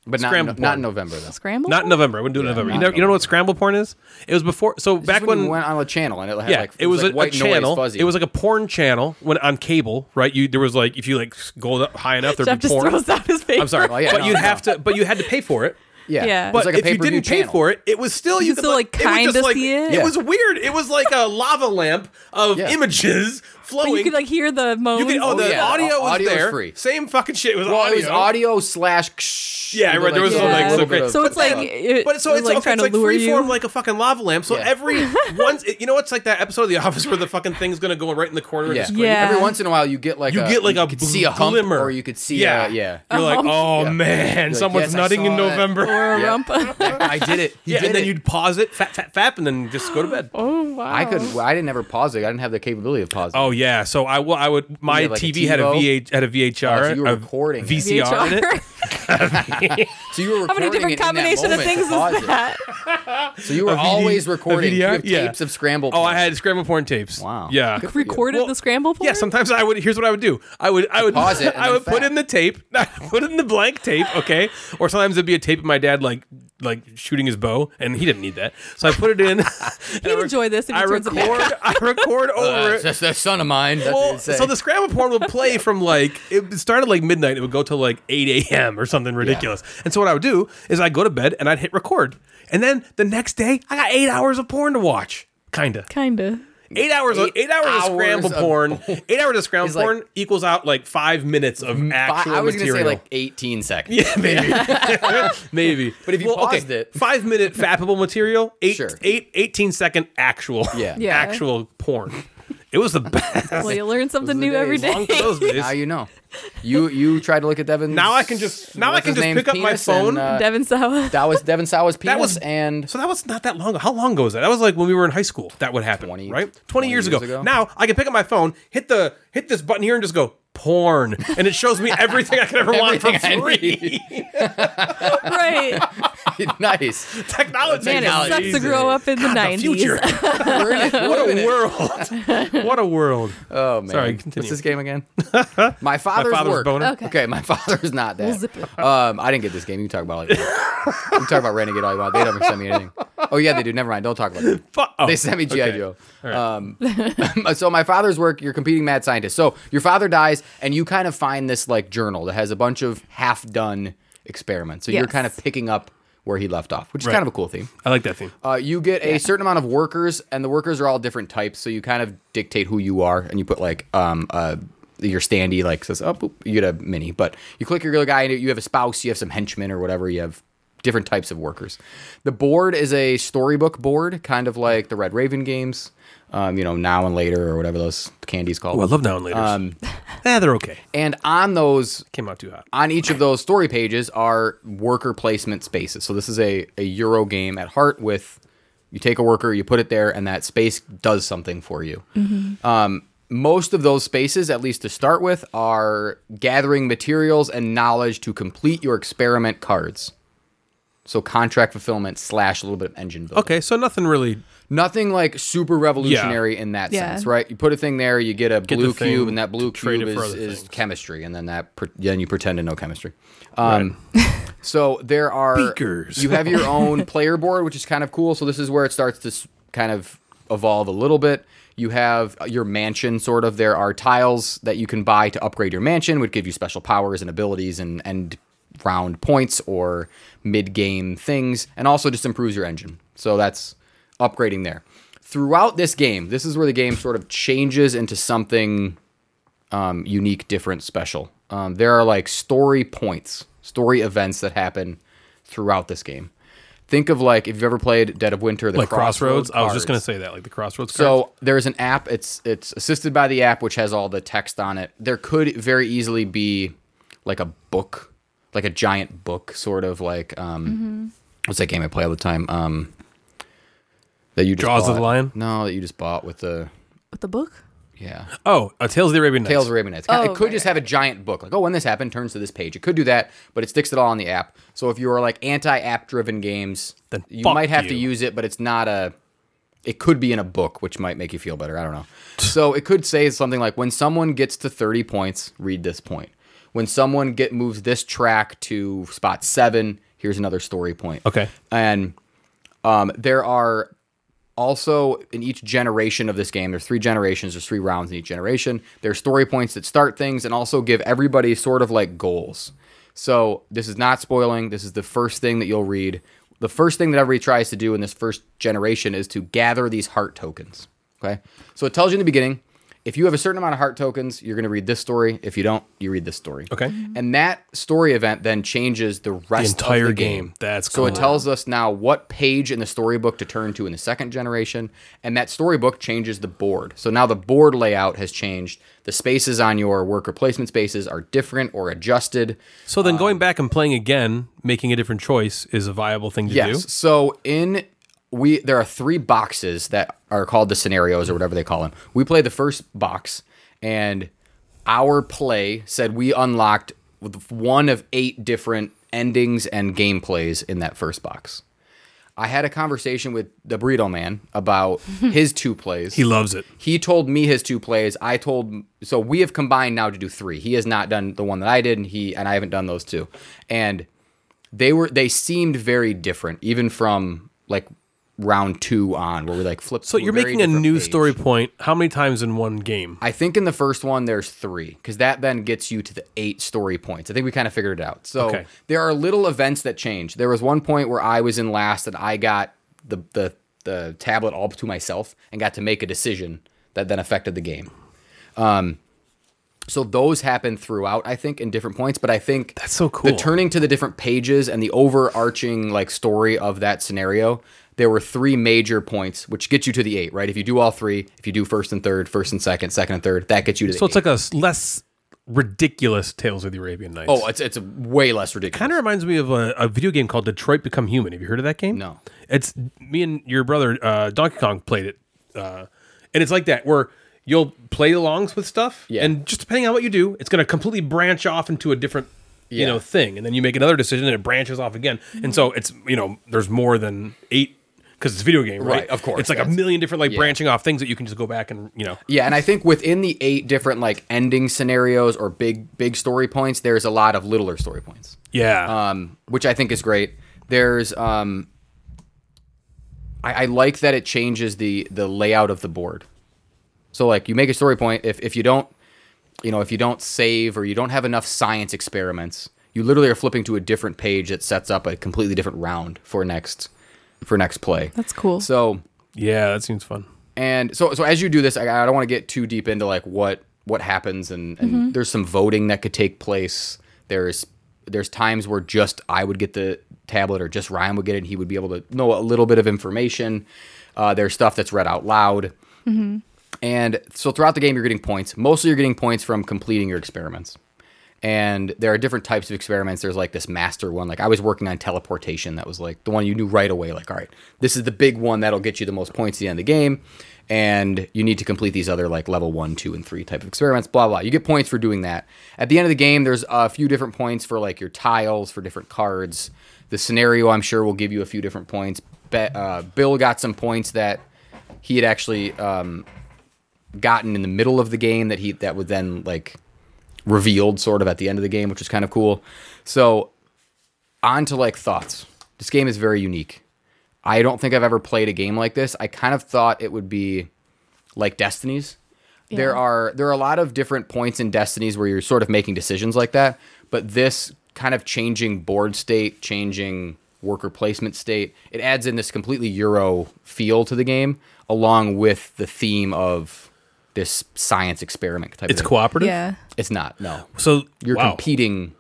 S5: but not in,
S3: Scramble
S5: not
S3: porn.
S5: in November though.
S4: scramble.
S3: Not in
S4: porn?
S3: November. I wouldn't do it in
S5: Yeah,
S3: November. You
S5: not
S3: know, you don't know
S5: November.
S3: what scramble porn is? It was before. So back
S5: Just when,
S3: when
S5: you went on a channel and it had
S3: yeah,
S5: like
S3: it was,
S5: like
S3: a,
S5: white
S3: a channel.
S5: Noise, fuzzy.
S3: it was like a porn channel when on cable, right? You there was like if you like go up high enough, there'd
S4: Jeff
S3: be
S4: just
S3: porn.
S4: throws out his paper.
S3: I'm sorry,
S5: Oh, yeah,
S3: but
S5: no,
S3: you'd
S5: no.
S3: have to, but you had to pay for it.
S5: yeah,
S4: Yeah.
S5: It was
S3: But
S5: like a
S3: if you
S5: pay-per-view
S3: didn't pay
S5: channel.
S3: for it, it was still you,
S4: could still, like,
S3: it was just,
S4: kinda
S3: like-
S4: see
S3: It
S4: it?
S5: Yeah.
S3: was weird. It was like a lava lamp of
S5: Yeah.
S3: images
S4: But
S3: flowing.
S4: you could like hear the moans.
S3: You could- oh, the
S5: yeah.
S3: audio was
S5: Audio was
S3: there.
S5: free.
S3: Same fucking shit. It was
S5: Well,
S3: audio.
S5: it was audio slash. ksh,
S3: Yeah,
S5: and
S3: right, there
S5: then,
S3: was,
S5: a
S3: like,
S5: little
S3: so
S5: bit
S3: great.
S5: of-
S4: So it's like it,
S3: But so
S4: it was,
S3: it's
S4: like
S3: okay,
S4: trying
S3: it's
S4: to
S3: like
S4: lure
S3: free form,
S4: you.
S3: like a fucking lava lamp. So
S5: Yeah.
S3: every once, it- you know, it's like that episode of The Office where the fucking thing's gonna go right in the corner. Of
S5: Yeah.
S3: the screen.
S4: Yeah.
S5: Every once in a while, you get like
S3: You
S5: a,
S3: get like
S5: you
S3: a
S5: could
S3: bl-
S5: see a hump,
S3: glimmer.
S5: or you could see
S3: yeah,
S5: a, uh, yeah.
S3: You're like,
S4: Uh-huh.
S3: oh
S5: Yeah.
S3: man,
S5: You're like,
S3: someone's
S5: yes, I
S3: nutting in
S5: saw that.
S3: November.
S4: or a
S5: Yeah.
S4: rump.
S5: I did it. He
S3: yeah,
S5: did
S3: and then
S5: it.
S3: you'd pause it, fap, fap, fap, and then just go to bed.
S4: oh wow!
S5: I could. well, I didn't ever pause it. I didn't have the capability of pausing.
S3: Oh yeah, so I, wa- I would my
S5: had, like, a
S3: TV had a
S5: TiVo?
S3: VH had a VHR,
S5: Oh, so you were
S3: a
S5: recording it.
S3: VCR in it. Oh.
S5: So you were
S4: How many
S5: recording it
S4: different
S5: in that
S4: combination of
S5: moment to
S4: things is
S5: pause it.
S4: that?
S5: So you were always recording. You
S3: VDR?
S5: have
S3: Yeah.
S5: tapes of scramble.
S3: Oh, I
S5: porn.
S3: had scramble porn tapes.
S5: Wow.
S3: Yeah.
S5: Good for you.
S4: Recorded
S3: Well,
S4: the scramble porn?
S3: Yeah, sometimes I would. Here's what I would do. I would. I would
S5: Pause it and
S3: I would
S5: then
S3: put
S5: fat.
S3: in the tape. I would put in the blank tape. Okay. Or sometimes it'd be a tape of my dad like like shooting his bow, and he didn't need that, so I put it in. He'd
S4: He'd enjoy this if he
S3: I
S4: turns it back.
S3: record. I record
S5: Uh,
S3: over.
S5: that's,
S3: it.
S5: that's that son of mine. That's what
S3: Well,
S5: you'd say.
S3: so the scramble porn would play from like it started like midnight. It would go till like eight a.m. or something ridiculous. And so what I would do is I'd go to bed and I'd hit record, and then the next day I got eight hours of porn to watch. Kinda.
S4: Kinda.
S3: Eight hours, eight,
S5: Eight
S3: hours,
S5: hours
S3: of scramble
S5: of
S3: porn. Eight hours of scramble
S5: Is like- Mm,
S3: porn equals out like five minutes of
S5: Fi-
S3: actual
S5: I was
S3: material.
S5: gonna say like 18 seconds.
S3: yeah, maybe, maybe. But
S5: if you paused it-
S3: five minute fappable material, eight,
S5: Sure.
S3: eight, 18 second actual,
S5: Yeah.
S4: Yeah.
S3: actual porn. It was the best.
S4: Well, you learn something
S5: the
S4: new every
S5: days.
S4: day.
S3: Long for those days.
S5: Now you know. You you tried to look at Devin's.
S3: Now I can just- now I
S5: what's
S3: can
S5: his
S3: just
S5: name's
S3: pick up my
S5: penis and,
S3: phone.
S5: uh,
S4: Devin Sawa.
S5: that was Devin Sawa's penis.
S3: That was-
S5: and
S3: So that was not that long ago. How long ago was that? That was like when we were in high school. That would happen,
S5: 20
S3: right? 20, years,
S5: years
S3: ago.
S5: ago.
S3: Now I can pick up my phone, hit the hit this button here, and just go porn, and it shows me everything I could ever want for
S5: Everything I
S3: free.
S4: right.
S5: nice.
S3: Technology,
S4: Man, it
S5: Technology.
S4: sucks to
S5: Jesus.
S4: grow up in the
S3: The future.
S4: nineties.
S5: We're in it. We're in
S3: what a
S5: it.
S3: world! what a world!
S5: Oh man.
S3: Sorry, continue.
S5: What's this game again? my father's,
S3: father's
S5: work.
S3: boner.
S4: Okay.
S5: Okay, my father's not that.
S4: We'll zip it.
S5: Um, I didn't get this game. You can talk about it. Later. you can talk about Renegade all you want. They haven't sent me anything. Oh yeah, they do. Never mind. Don't talk about it.
S3: Fu- oh,
S5: They sent me GI
S3: okay.
S5: Joe. Um, so my father's work. You're competing mad scientist. So your father dies, and you kind of find this like journal that has a bunch of half done experiments. So you're
S4: Yes.
S5: kind of picking up where he left off, which is
S3: Right.
S5: kind of a cool theme.
S3: I like that theme.
S5: Uh, you get a certain amount of workers, and the workers are all different types. So you kind of dictate who you are, and you put like um uh your standee like says oh boop, you get a mini, but you click your little guy, and you have a spouse, you have some henchmen or whatever, you have different types of workers. The board is a storybook board, kind of like the Red Raven games, um you know now and later or whatever those candies called.
S3: Oh, I love now and later.
S5: Um,
S3: yeah, they're okay.
S5: and on those
S3: Came out too hot.
S5: on each of those story pages are worker placement spaces. So this is a, a Euro game at heart with you take a worker, you put it there, and that space does something for you. Um, most of those spaces, at least to start with, are gathering materials and knowledge to complete your experiment cards. So contract fulfillment slash a little bit of engine building.
S3: Okay, so nothing really.
S5: Nothing like super revolutionary in that
S4: Yeah.
S5: sense, right? You put a thing there, you get a
S3: the
S5: blue
S3: thing,
S5: cube, and that blue
S3: trade
S5: cube
S3: it for
S5: is,
S3: other
S5: is
S3: things.
S5: chemistry, and then that pre- then you pretend to know chemistry. Um, so there are
S3: Beakers.
S5: You have your own player board, which is kind of cool. So this is where it starts to s- kind of evolve a little bit. You have uh, your mansion, sort of. There are tiles that you can buy to upgrade your mansion, which give you special powers and abilities and and round points or mid game things, and also just improves your engine. So that's upgrading there. Throughout this game, this is where the game sort of changes into something um, unique, different, special. Um, there are like story points, story events that happen throughout this game. Think of like if you've ever played Dead of Winter, the
S3: Like Crossroads. I was just going
S5: cards.
S3: to say that, like the Crossroads cards.
S5: So there's an app. It's it's assisted by the app, which has all the text on it. There could very easily be like a book, like a giant book, sort of like um, what's that game I play all the time? Um, that you just
S3: Jaws of the
S5: bought.
S3: Lion?
S5: No, that you just bought with the
S4: With the book?
S5: yeah.
S3: Oh, uh, Tales of the Arabian Nights.
S5: Tales of Arabian Nights.
S4: Oh,
S5: it could
S4: right,
S5: just have a giant book, like oh, when this happened, turns to this page. It could do that, but it sticks it all on the app. So if you are like anti-app driven games,
S3: Then
S5: you
S3: fuck
S5: might have to
S3: you.
S5: use it, but it's not a. It could be in a book, which might make you feel better. I don't know. So it could say something like, "When someone gets to thirty points, read this point. When someone get moves this track to spot seven, here's another story point."
S3: Okay.
S5: and um, there are also in each generation of this game there's three generations there's three rounds in each generation there's story points that start things and also give everybody sort of like goals so this is not spoiling this is the first thing that you'll read the first thing that everybody tries to do in this first generation is to gather these heart tokens okay so it tells you in the beginning if you have a certain amount of heart tokens you're going to read this story if you don't you read this story
S3: Okay.
S5: Mm-hmm. and that story event then changes the rest of
S3: entire
S5: the
S3: game. That's
S5: so it
S3: cool.
S5: tells us now what page in the storybook to turn to in the second generation, and that storybook changes the board. So now the board layout has changed. The spaces on your worker placement spaces are different or adjusted.
S3: So then going back and playing again, making a different choice is a viable thing to
S5: Yes.
S3: do.
S5: So in we there are three boxes that are called the scenarios or whatever they call them. We play the first box, and our play said we unlocked with one of eight different endings and gameplays in that first box. I had a conversation with the Burrito Man about his two plays.
S3: He loves it.
S5: He told me his two plays. I told so we have combined now to do three. He has not done the one that I did, and he and I haven't done those two. And they were they seemed very different, even from like round two on, where we like flipped.
S3: So
S5: to
S3: you're
S5: very
S3: making a
S5: different
S3: new
S5: page.
S3: story point. How many times in one game?
S5: I think in the first one there's three because that then gets you to the eight story points. I think we kind of figured it out. So
S3: Okay.
S5: there are little events that change. There was one point where I was in last and I got the the the tablet all to myself and got to make a decision that then affected the game. Um, so those happen throughout, I think, in different points. But I think
S3: That's so
S5: The
S3: cool.
S5: turning to the different pages and the overarching like story of that scenario. There were three major points, which gets you to the eight, right? If you do all three, if you do first and third, first and second, second and third, that gets you to the
S3: So it's
S5: eight.
S3: like a s- less ridiculous Tales of the Arabian Nights.
S5: oh, it's it's way less ridiculous.
S3: kind of reminds me of a, a video game called Detroit Become Human. Have you heard of that game?
S5: No.
S3: It's me and your brother uh, Donkey Kong played it, uh, and it's like that where you'll play alongs with stuff,
S5: Yeah.
S3: and just depending on what you do, it's going to completely branch off into a different. You
S5: Yeah.
S3: know, thing, and then you make another decision, and it branches off again, and so it's you know, there's more than eight because it's a video game, right?
S5: Right, of course,
S3: it's like a
S5: yes.
S3: million different like
S5: Yeah.
S3: branching off things that you can just go back and you know,
S5: Yeah, and I think within the eight different like ending scenarios or big big story points, there's a lot of littler story points.
S3: yeah,
S5: um, which I think is great. There's, um, I, I like that it changes the the layout of the board. So like you make a story point. If if you don't, you know, if you don't save or you don't have enough science experiments, you literally are flipping to a different page that sets up a completely different round for next for next play.
S4: That's cool.
S5: So
S3: yeah, that seems fun.
S5: and so so as you do this, I, I don't want to get too deep into like what what happens and, and there's some voting that could take place. There's there's times where just I would get the tablet or just Ryan would get it and he would be able to know a little bit of information. Uh, there's stuff that's read out loud. And so throughout the game, you're getting points. Mostly you're getting points from completing your experiments. And there are different types of experiments. There's like this master one. Like I was working on teleportation. That was like the one you knew right away. Like, all right, this is the big one that'll get you the most points at the end of the game. And you need to complete these other like level one, two, and three type of experiments, blah, blah. You get points for doing that. At the end of the game, there's a few different points for like your tiles, for different cards. The scenario, I'm sure, will give you a few different points. Be- uh, Bill got some points that he had actually um, gotten in the middle of the game that he that would then like revealed sort of at the end of the game, which was kind of cool. So on to like thoughts. This game is very unique. I don't think I've ever played a game like this. I kind of thought it would be like Destiny's. There are there are a lot of different points in Destiny's where you're sort of making decisions like that, but this kind of changing board state, changing worker placement state, it adds in this completely Euro feel to the game, along with the theme of this science experiment type.
S3: It's
S5: of thing.
S3: cooperative.
S4: yeah.
S5: It's not no
S3: So
S5: you're
S3: wow.
S5: competing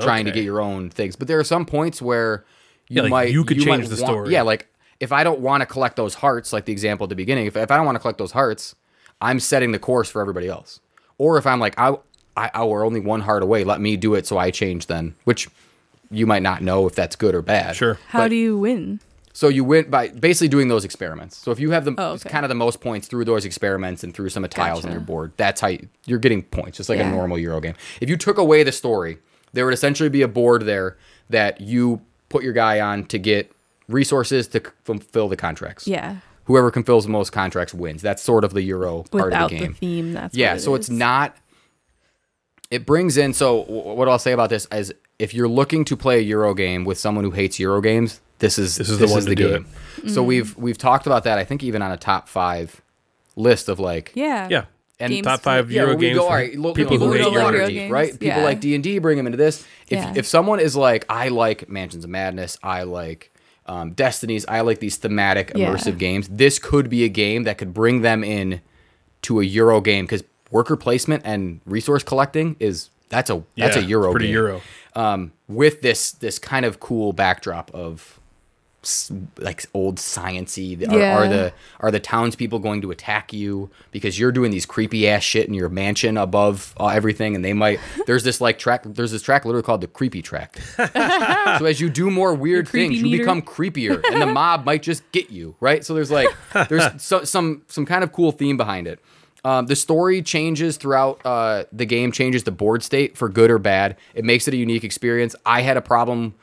S5: trying to
S3: Okay.
S5: get your own things but there are some points where you
S3: Yeah, like,
S5: might
S3: you could
S5: might
S3: change the
S5: want-
S3: story.
S5: yeah like if i don't want to collect those hearts like the example at the beginning if, if i don't want to collect those hearts i'm setting the course for everybody else or if i'm like i i, I were only one heart away let me do it so i change then which you might not know if that's good or bad
S3: Sure.
S4: How do you win?
S5: so you went by basically doing those experiments. So if you have the
S4: Oh,
S5: it's
S4: okay.
S5: kind of the most points through those experiments and through some of the tiles on
S4: Gotcha.
S5: your board, that's how you, you're getting points, just like
S4: Yeah.
S5: a normal Euro game. If you took away the story, there would essentially be a board there that you put your guy on to get resources to c- fulfill the contracts.
S4: Yeah.
S5: Whoever can fulfill the most contracts wins. That's sort of the Euro part
S4: Without
S5: of the
S4: the,
S5: game.
S4: theme, that's
S5: Yeah,
S4: what it
S5: so it's
S4: is.
S5: not. It brings in. So w- what I'll say about this is, if you're looking to play a Euro game with someone who hates Euro games, this is
S3: This is the one to do
S5: game. So we've we've talked about that. I think even on a top five list of like
S4: Yeah.
S3: Yeah.
S5: And
S4: Games
S3: top five
S4: split.
S5: yeah,
S3: Euro
S5: where we
S3: games
S5: go,
S3: for
S5: all right, look,
S3: people who hate
S5: don't
S3: Euro
S5: like
S4: games.
S5: D&D, right? People
S4: Yeah.
S5: like D and D, bring them into this. If
S4: Yeah.
S5: if someone is like, I like Mansions of Madness, I like um, Destinies, I like these thematic
S4: Yeah.
S5: immersive games. This could be a game that could bring them in to a Euro game because worker placement and resource collecting is that's a that's
S3: Yeah,
S5: a Euro
S3: pretty
S5: game.
S3: Euro.
S5: Um, with this this kind of cool backdrop of s- like old sciency the- are, are
S4: Yeah.
S5: the are the townspeople going to attack you because you're doing these creepy ass shit in your mansion above uh, everything and they might there's this like track there's this track literally called the creepy track so as you do more weird
S4: creepy
S5: things you
S4: meter.
S5: become creepier and the mob might just get you right so there's like there's so, some some kind of cool theme behind it Um, the story changes throughout uh, the game, changes the board state for good or bad. It makes it a unique experience. I had a problem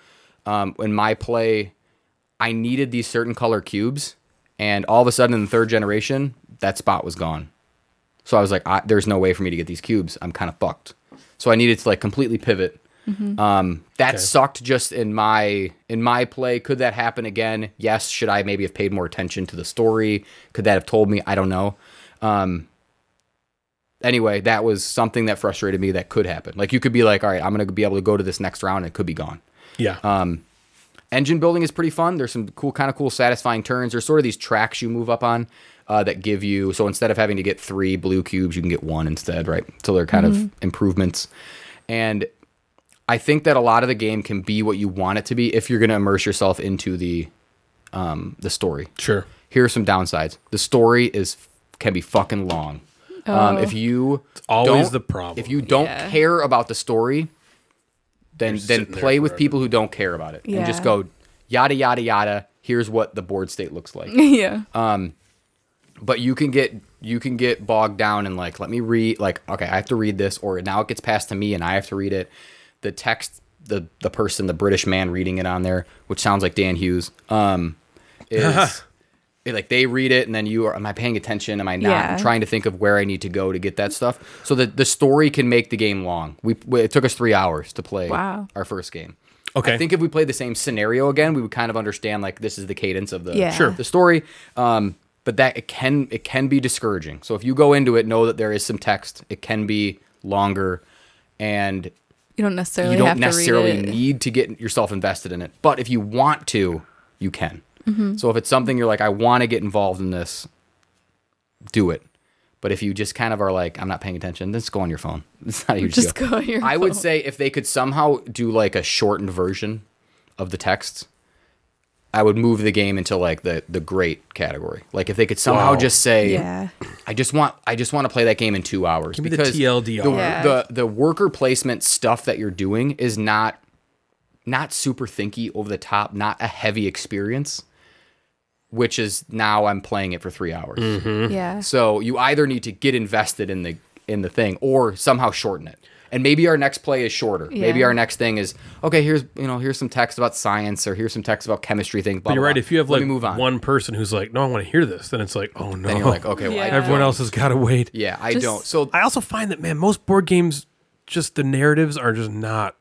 S5: um, in my play. I needed these certain color cubes, and all of a sudden in the third generation, that spot was gone. So I was like, I, there's no way for me to get these cubes. I'm kind of fucked. So I needed to like completely pivot. Um, that sucked just in my in my play. Could that happen again? Yes. Should I maybe have paid more attention to the story? Could that have told me? I don't know. Um, anyway, that was something that frustrated me. That could happen. Like you could be like, all right, I'm gonna be able to go to this next round. and It could be gone
S3: Yeah.
S5: Uh, engine building is pretty fun. There's some cool, kind of cool, satisfying turns. There's sort of these tracks you move up on uh, that give you. So instead of having to get three blue cubes, you can get one instead, right? So they're kind of improvements. And I think that a lot of the game can be what you want it to be if you're going to immerse yourself into the um, the story
S3: sure.
S5: here are some downsides. The story is can be fucking long. Um, if you
S3: always
S5: don't-
S3: the problem.
S5: If you don't
S4: Oh. Yeah.
S5: care about the story, then then
S3: sitting there
S5: play with
S3: forever.
S5: people who don't care about it and just
S4: Yeah.
S5: go yada yada yada. Here's what the board state looks like.
S4: yeah.
S5: Uh, but you can get you can get bogged down in like let me read like okay I have to read this or now it gets passed to me and I have to read it. The text the the person the British man reading it on there, which sounds like Dan Hughes. Um, is it, like they read it and then you are am I paying attention? Am I not?
S4: Yeah.
S5: I'm trying to think of where I need to go to get that stuff. So that the story can make the game long. We we- it took us three hours to play
S4: Wow.
S5: our first game.
S3: Okay.
S5: I think if we played the same scenario again, we would kind of understand like this is the cadence of the
S4: Yeah. Sure.
S5: the story. Um, but that it can it can be discouraging. So if you go into it, know that there is some text. It can be longer, and
S4: You don't necessarily
S5: you don't
S4: have to
S5: necessarily
S4: read it.
S5: need to get yourself invested in it. But if you want to, you can.
S4: Mm-hmm.
S5: So if it's something you're like, I want to get involved in this, do it. But if you just kind of are like, I'm not paying attention, then just go on your phone. It's not a huge
S4: Just
S5: deal.
S4: go on your
S5: I would
S4: phone.
S5: say if they could somehow do like a shortened version of the text, I would move the game into like the the great category. Like if they could somehow
S3: Wow.
S5: just say,
S4: Yeah.
S5: I just want I just want to play that game in two hours.
S3: me the TLDR.
S5: The,
S4: Yeah.
S5: the the worker placement stuff that you're doing is not not super thinky, over the top, not a heavy experience. Which is now I'm playing it for three hours.
S3: Mm-hmm.
S4: Yeah.
S5: So you either need to get invested in the in the thing or somehow shorten it. And maybe our next play is shorter. Maybe
S4: Yeah.
S5: our next thing is okay. Here's you know here's some text about science or here's some text about chemistry things. Blah,
S3: But you're
S5: blah,
S3: right.
S5: blah.
S3: If you have
S5: Let
S3: like
S5: me move on.
S3: one person who's like, "No, I want to hear this," then it's like, "Oh no!"
S5: and you're like okay, well, I,
S4: Yeah.
S3: Everyone else has got to wait.
S5: yeah, I
S4: Just-
S5: don't. So
S3: I also find that man, most board games, just the narratives are just not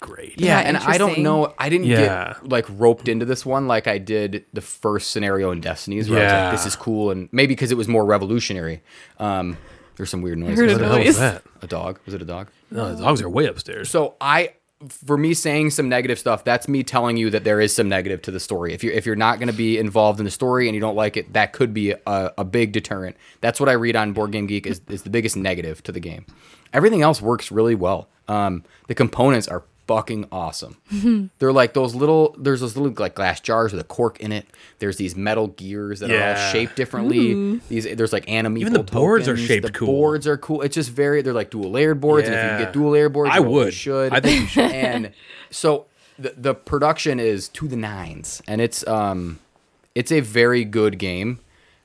S3: great.
S5: Yeah,
S4: Yeah,
S5: and I don't
S4: interesting.
S5: know. I didn't
S3: Yeah.
S5: get like roped into this one like I did the first scenario in Destinies. Where I was
S3: Yeah.
S5: like, this is cool, and maybe because it was more revolutionary. Um, there's some weird noises.
S4: heard
S5: Was
S4: a
S5: it
S3: What the hell
S4: Noise.
S3: was that?
S5: a dog? Was it a dog?
S3: No, the dogs are way upstairs.
S5: So I, for me saying some negative stuff, that's me telling you that there is some negative to the story. If you're if you're not going to be involved in the story and you don't like it, that could be a, a big deterrent. That's what I read on Board Game Geek is is the biggest negative to the game. Everything else works really well. Um, the components are fucking awesome. They're like those little. There's those little like glass jars with a cork in it. There's these metal gears that are all
S3: Yeah.
S5: shaped differently. These there's like anime.
S3: Even the boards are shaped
S5: The
S3: cool.
S5: boards are cool. It's just very. They're like dual layered boards. And if you can
S3: Yeah.
S5: get dual layer boards,
S3: I
S5: you know, you
S3: would.
S5: Should
S3: I think you should.
S5: and so the, the production is to the nines and it's um it's a very good game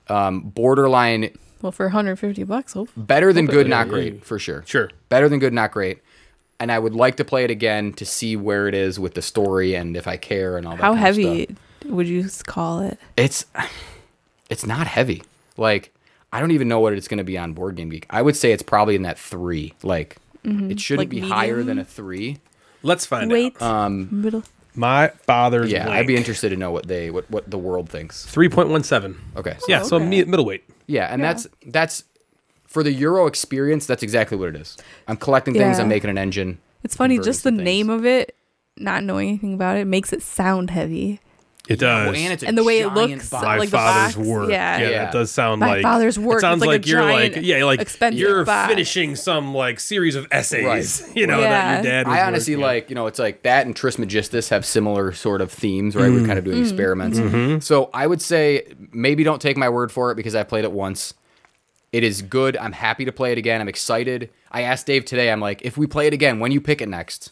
S5: um borderline
S4: Well, for 150 bucks, oh, hopefully.
S5: better than good not great for sure
S3: Sure.
S5: better than good not great and i would like to play it again to see where it is with the story and if i care and all that
S4: How
S5: kind of stuff
S4: heavy would you s- call it?
S5: it's it's not heavy. Like I don't even know what it's going to be on Board Game Geek. I would say it's probably in that three. Like it shouldn't
S4: Mm-hmm. Like
S5: be
S4: medium?
S5: higher than a three.
S3: Let's find
S4: Wait.
S3: out.
S4: Um, middle.
S3: My father's
S5: Yeah, I'd be interested to know what they what what the world thinks.
S3: Three point one seven.
S5: Okay, so
S3: Yeah, so
S4: okay.
S3: me- middleweight.
S5: yeah, and that's that's for the Euro experience. That's exactly what it is. I'm collecting things.
S4: Yeah.
S5: I'm making an engine.
S4: It's funny,
S5: Converting
S4: just the
S5: some things.
S4: name of it, not knowing anything about it, makes it sound heavy.
S3: It does.
S5: and it's a
S4: And the way it
S5: giant
S4: looks,
S5: box.
S3: my
S4: like the
S3: father's
S4: box,
S3: work.
S4: yeah.
S3: Yeah.
S5: Yeah.
S3: that does sound
S4: My
S3: like
S4: father's work,
S3: It sounds
S4: it's like a
S3: like, you're like
S4: giant,
S3: yeah, like
S4: expensive
S3: you're
S4: box.
S3: finishing some like series of essays,
S5: Right.
S3: you know,
S4: Yeah.
S3: that your dad. Was
S5: I honestly
S3: working.
S5: like, you know, it's like that and Trismegistus have similar sort of themes, right? We're kind of doing experiments. So I would say maybe don't take my word for it because I played it once. It is good. I'm happy to play it again. I'm excited. I asked Dave today, I'm like, if we play it again, when you pick it next,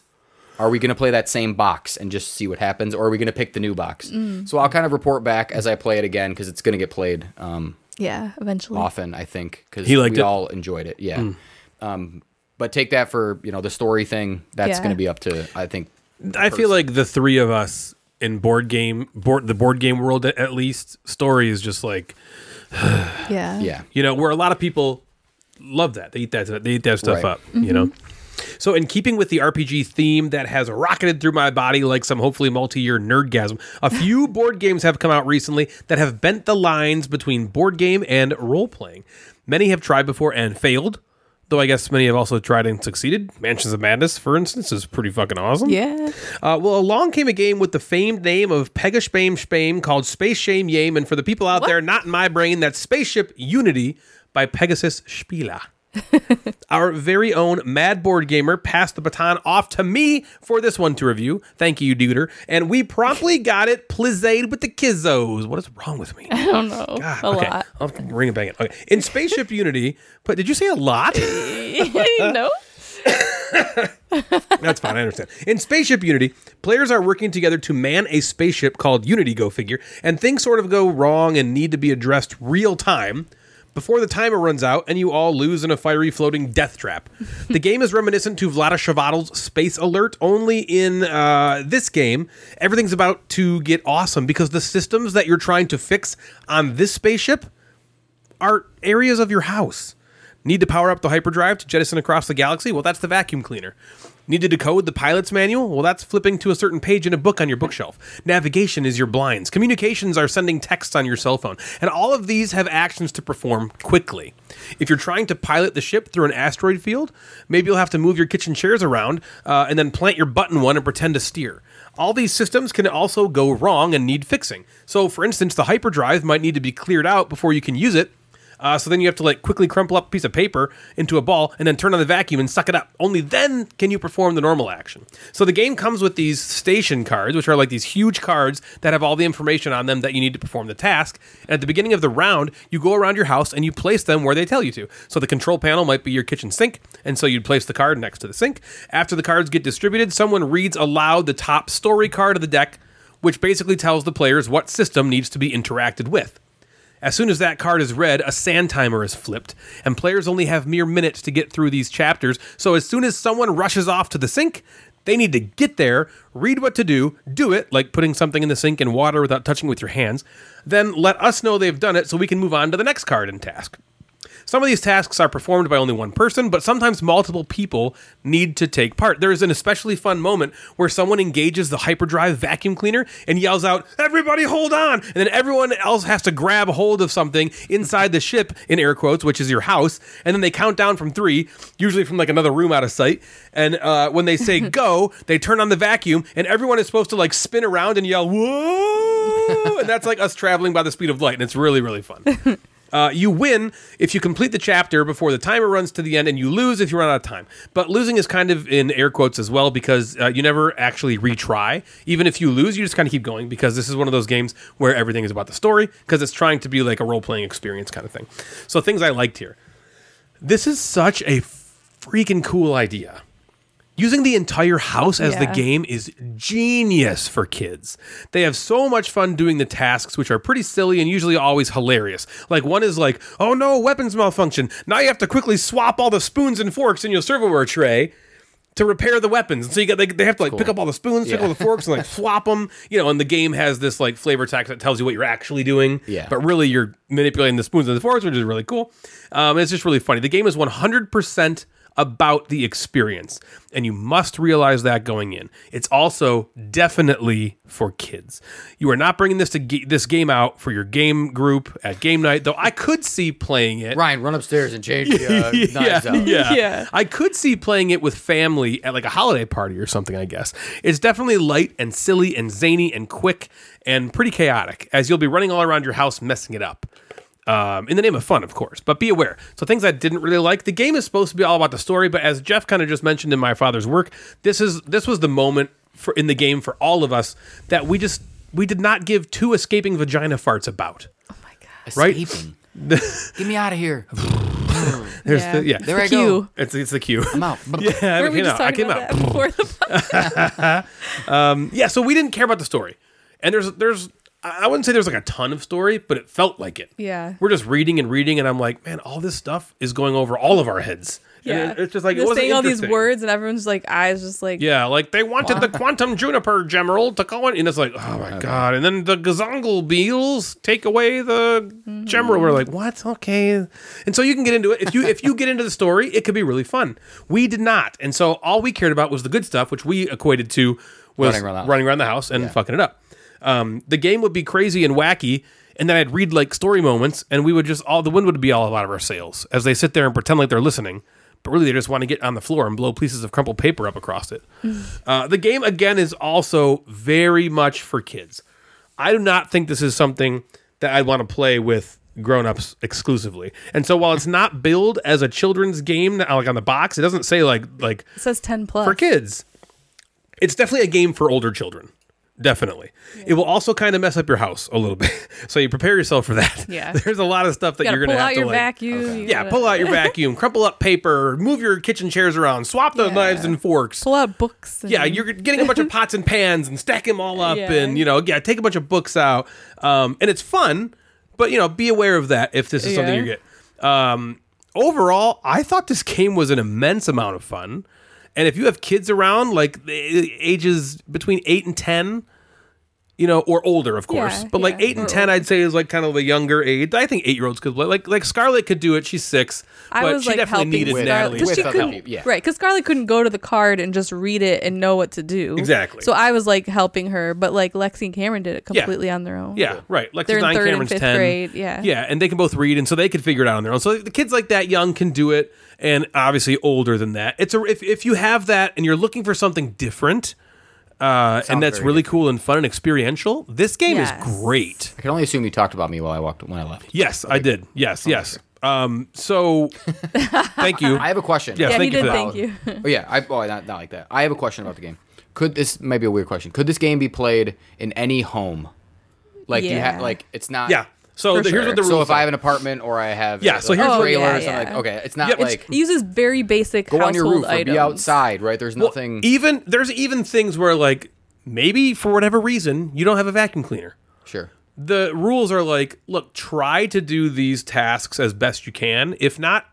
S5: are we going to play that same box and just see what happens? Or are we going to pick the new box? So I'll kind of report back as I play it again because it's going to get played um,
S4: Yeah, eventually.
S5: often. I think because
S3: Mm. He liked
S5: we
S3: it. Mm.
S5: all enjoyed it. Yeah. Um, but take that for you know the story thing. That's
S4: Yeah.
S5: going to be up to I think.
S3: I feel like the three of us in board game board the board game world at- at least story is just like
S4: Yeah.
S5: Yeah.
S3: you know where a lot of people love that they eat that they eat that stuff
S5: Right.
S3: up you know so in keeping with the rpg theme that has rocketed through my body like some hopefully multi-year nerdgasm a few board games have come out recently that have bent the lines between board game and role-playing many have tried before and failed though i guess many have also tried and succeeded mansions of madness for instance is pretty fucking awesome
S4: Yeah.
S3: uh, well, along came a game with the famed name of Pega Spame Spame called Space Shame Yame, and for the people out there not in my brain, that's Spaceship Unity by Pegasus Spila. Our very own Mad Board Gamer passed the baton off to me for this one to review. Thank you, Duder. And we promptly got it plizzed with the kizzos. What is wrong with me? Ah,
S4: I don't know. a
S3: okay.
S4: lot.
S3: I'll ring it back in. Okay. In Spaceship Unity, but did you say a lot?
S4: no?
S3: That's fine. I understand. In Spaceship Unity, players are working together to man a spaceship called Unity, go figure, and things sort of go wrong and need to be addressed real time before the timer runs out and you all lose in a fiery floating death trap. the game is reminiscent to Vlada Shavadel's Space Alert, only in uh, this game, everything's about to get awesome because the systems that you're trying to fix on this spaceship are areas of your house. Need to power up the hyperdrive to jettison across the galaxy? Well, that's the vacuum cleaner. Need to decode the pilot's manual? Well, that's flipping to a certain page in a book on your bookshelf. Navigation is your blinds. Communications are sending texts on your cell phone. And all of these have actions to perform quickly. If you're trying to pilot the ship through an asteroid field, maybe you'll have to move your kitchen chairs around uh, and then plant your button one and pretend to steer. All these systems can also go wrong and need fixing. So, for instance, the hyperdrive might need to be cleared out before you can use it. Uh, so then you have to like quickly crumple up a piece of paper into a ball and then turn on the vacuum and suck it up. Only then can you perform the normal action. So the game comes with these station cards, which are like these huge cards that have all the information on them that you need to perform the task. And at the beginning of the round, you go around your house and you place them where they tell you to. So the control panel might be your kitchen sink, and so you'd place the card next to the sink. After the cards get distributed, someone reads aloud the top story card of the deck, which basically tells the players what system needs to be interacted with. As soon as that card is read, a sand timer is flipped, and players only have mere minutes to get through these chapters. So as soon as someone rushes off to the sink, they need to get there, read what to do, do it, like putting something in the sink in water without touching with your hands, then let us know they've done it so we can move on to the next card and task. Some of these tasks are performed by only one person, but sometimes multiple people need to take part. There is an especially fun moment where someone engages the hyperdrive vacuum cleaner and yells out, Everybody hold on! And then everyone else has to grab hold of something inside the ship, in air quotes, which is your house. And then they count down from three, usually from like another room out of sight. And uh, when they say go, they turn on the vacuum, and everyone is supposed to like spin around and yell, Whoa! And that's like us traveling by the speed of light. And it's really, really fun. Uh, you win if you complete the chapter before the timer runs to the end, and you lose if you run out of time. But losing is kind of in air quotes as well because uh, you never actually retry. Even if you lose, you just kind of keep going because this is one of those games where everything is about the story because it's trying to be like a role playing experience kind of thing. So, things I liked here. This is such a freaking cool idea. Using the entire house as the
S4: Yeah.
S3: game is genius for kids. They have so much fun doing the tasks, which are pretty silly and usually always hilarious. Like, one is like, oh no, weapons malfunction. Now you have to quickly swap all the spoons and forks in your servoware tray to repair the weapons. So you got they, they have to like pick up all the spoons, pick up
S5: Yeah.
S3: all the forks, and like swap them. You know, and the game has this like flavor text that tells you what you're actually doing.
S5: Yeah.
S3: But really, you're manipulating the spoons and the forks, which is really cool. Um, it's just really funny. The game is 100 percent about the experience, and you must realize that going in. It's also definitely for kids. You are not bringing this to ge- this game out for your game group at game night, though. I could see playing it
S5: Ryan, run upstairs and change the uh, knives out.
S3: yeah.
S4: Yeah.
S3: I could see playing it with family at like a holiday party or something, I guess. It's definitely light and silly and zany and quick and pretty chaotic, as you'll be running all around your house messing it up. Um, in the name of fun, of course, but be aware. So, things I didn't really like. The game is supposed to be all about the story, but as Jeff kind of just mentioned in my father's work, this is this was the moment for in the game for all of us that we just we did not give two escaping vagina farts about. Right.
S5: Escaping. Get me out of here.
S3: There's
S4: yeah.
S3: the- yeah.
S5: There I
S4: Cue.
S5: go.
S3: It's it's the cue.
S5: I'm out.
S3: I
S4: Were we
S3: came out.
S4: just
S3: I
S4: talking
S3: came
S4: about
S3: out.
S4: that before the
S3: yeah, so we didn't care about the story. And there's there's I I wouldn't say there's like a ton of story, but it felt like it.
S4: Yeah.
S3: We're just reading and reading, and I'm like, man, all this stuff is going over all of our heads. And
S4: Yeah.
S3: it- it's just like, it
S4: They're
S3: was
S4: saying all these words, and everyone's like eyes just like
S3: Yeah, like they wanted the quantum juniper gemerald to go in, and it's like, oh my god! And then the gazongle beetles take away the gemerald. We're like, what? Okay. And so you can get into it if you if you get into the story, it could be really fun. We did not, and so all we cared about was the good stuff, which we equated to was
S5: Running around the house.
S3: running around the house and fucking it up. Um, the game would be crazy and wacky, and then I'd read like story moments, and we would just all the wind would be all out of our sails as they sit there and pretend like they're listening, but really they just want to get on the floor and blow pieces of crumpled paper up across it.
S5: Mm.
S3: uh, the game again is also very much for kids. I do not think this is something that I'd want to play with grown-ups exclusively. And so while it's not billed as a children's game like on the box, it doesn't say like like
S4: it says ten plus.
S3: for kids. It's definitely a game for older children. Definitely. It will also kind of mess up your house a little bit. so you prepare yourself for that.
S4: Yeah.
S3: There's a lot of stuff that
S4: You gotta
S3: you're going
S4: pull
S3: to
S4: out
S3: have
S4: your
S3: to like
S4: vacuum. you
S3: Yeah,
S4: gotta
S3: pull out your vacuum, crumple up paper, move your kitchen chairs around, swap the
S4: Yeah.
S3: knives and forks.
S4: pull out books. And,
S3: Yeah, you're getting a bunch of pots and pans and stack them all up
S4: Yeah.
S3: and you know, yeah, take a bunch of books out. Um, and it's fun, but you know, be aware of that if this is something
S4: Yeah.
S3: you get. Um, overall, I thought this game was an immense amount of fun. And if you have kids around, like eh, ages between eight and ten, you know, or older, of course.
S4: Yeah,
S3: but like
S4: yeah,
S3: eight and
S4: or
S3: ten, I'd say is like kind of the younger age. I think eight year olds could play. Like like Scarlett could do it. She's six,
S4: I
S3: but
S4: was
S3: she
S4: like helping
S3: definitely needed
S4: Scarlett
S3: Natalie.
S4: because she
S5: With
S4: couldn't,
S5: help, yeah.
S4: right? Because Scarlett couldn't go to the card and just read it and know what to do.
S3: Exactly.
S4: So I was like helping her, but like Lexi and Cameron did it
S3: Yeah.
S4: completely on their own.
S3: Yeah, right. Lexi's
S4: They're in
S3: nine,
S4: third and
S3: Cameron's
S4: fifth
S3: ten.
S4: grade, yeah.
S3: yeah, and they can both read, and so they could figure it out on their own. So the kids like that young can do it, and obviously older than that. It's a if if you have that and you're looking for something different, uh, and
S5: Sounds
S3: that's
S5: very
S3: really cool and fun and experiential. This game
S4: Yes.
S3: is great.
S5: I can only assume you talked about me while I walked when I left.
S3: Yes, I did. Yes, yes. Um, so thank you.
S5: I have a question.
S3: Yes,
S4: Yeah,
S3: thank
S4: he
S3: you for
S4: did.
S3: that.
S4: Thank you.
S5: oh yeah, I oh, not, not like that. I have a question about the game. Could this might be a weird question? Could this game be played in any home? Like do you
S4: Yeah.
S5: have like it's not.
S3: yeah. So
S4: For
S3: the- here's what the rules.
S5: So if
S3: are.
S5: I have an apartment or I have
S3: Yeah, so
S5: like,
S3: here's
S5: a
S3: what-
S5: trailer
S4: Oh, yeah,
S5: or something
S4: yeah.
S5: like okay, it's not
S3: Yep. It's-
S5: like
S4: It uses very basic
S5: go on your
S4: household
S5: roof or
S4: items.
S5: be outside, right? There's
S3: Well,
S5: nothing.
S3: even there's even things where like maybe for whatever reason you don't have a vacuum cleaner.
S5: sure.
S3: the rules are like look try to do these tasks as best you can if not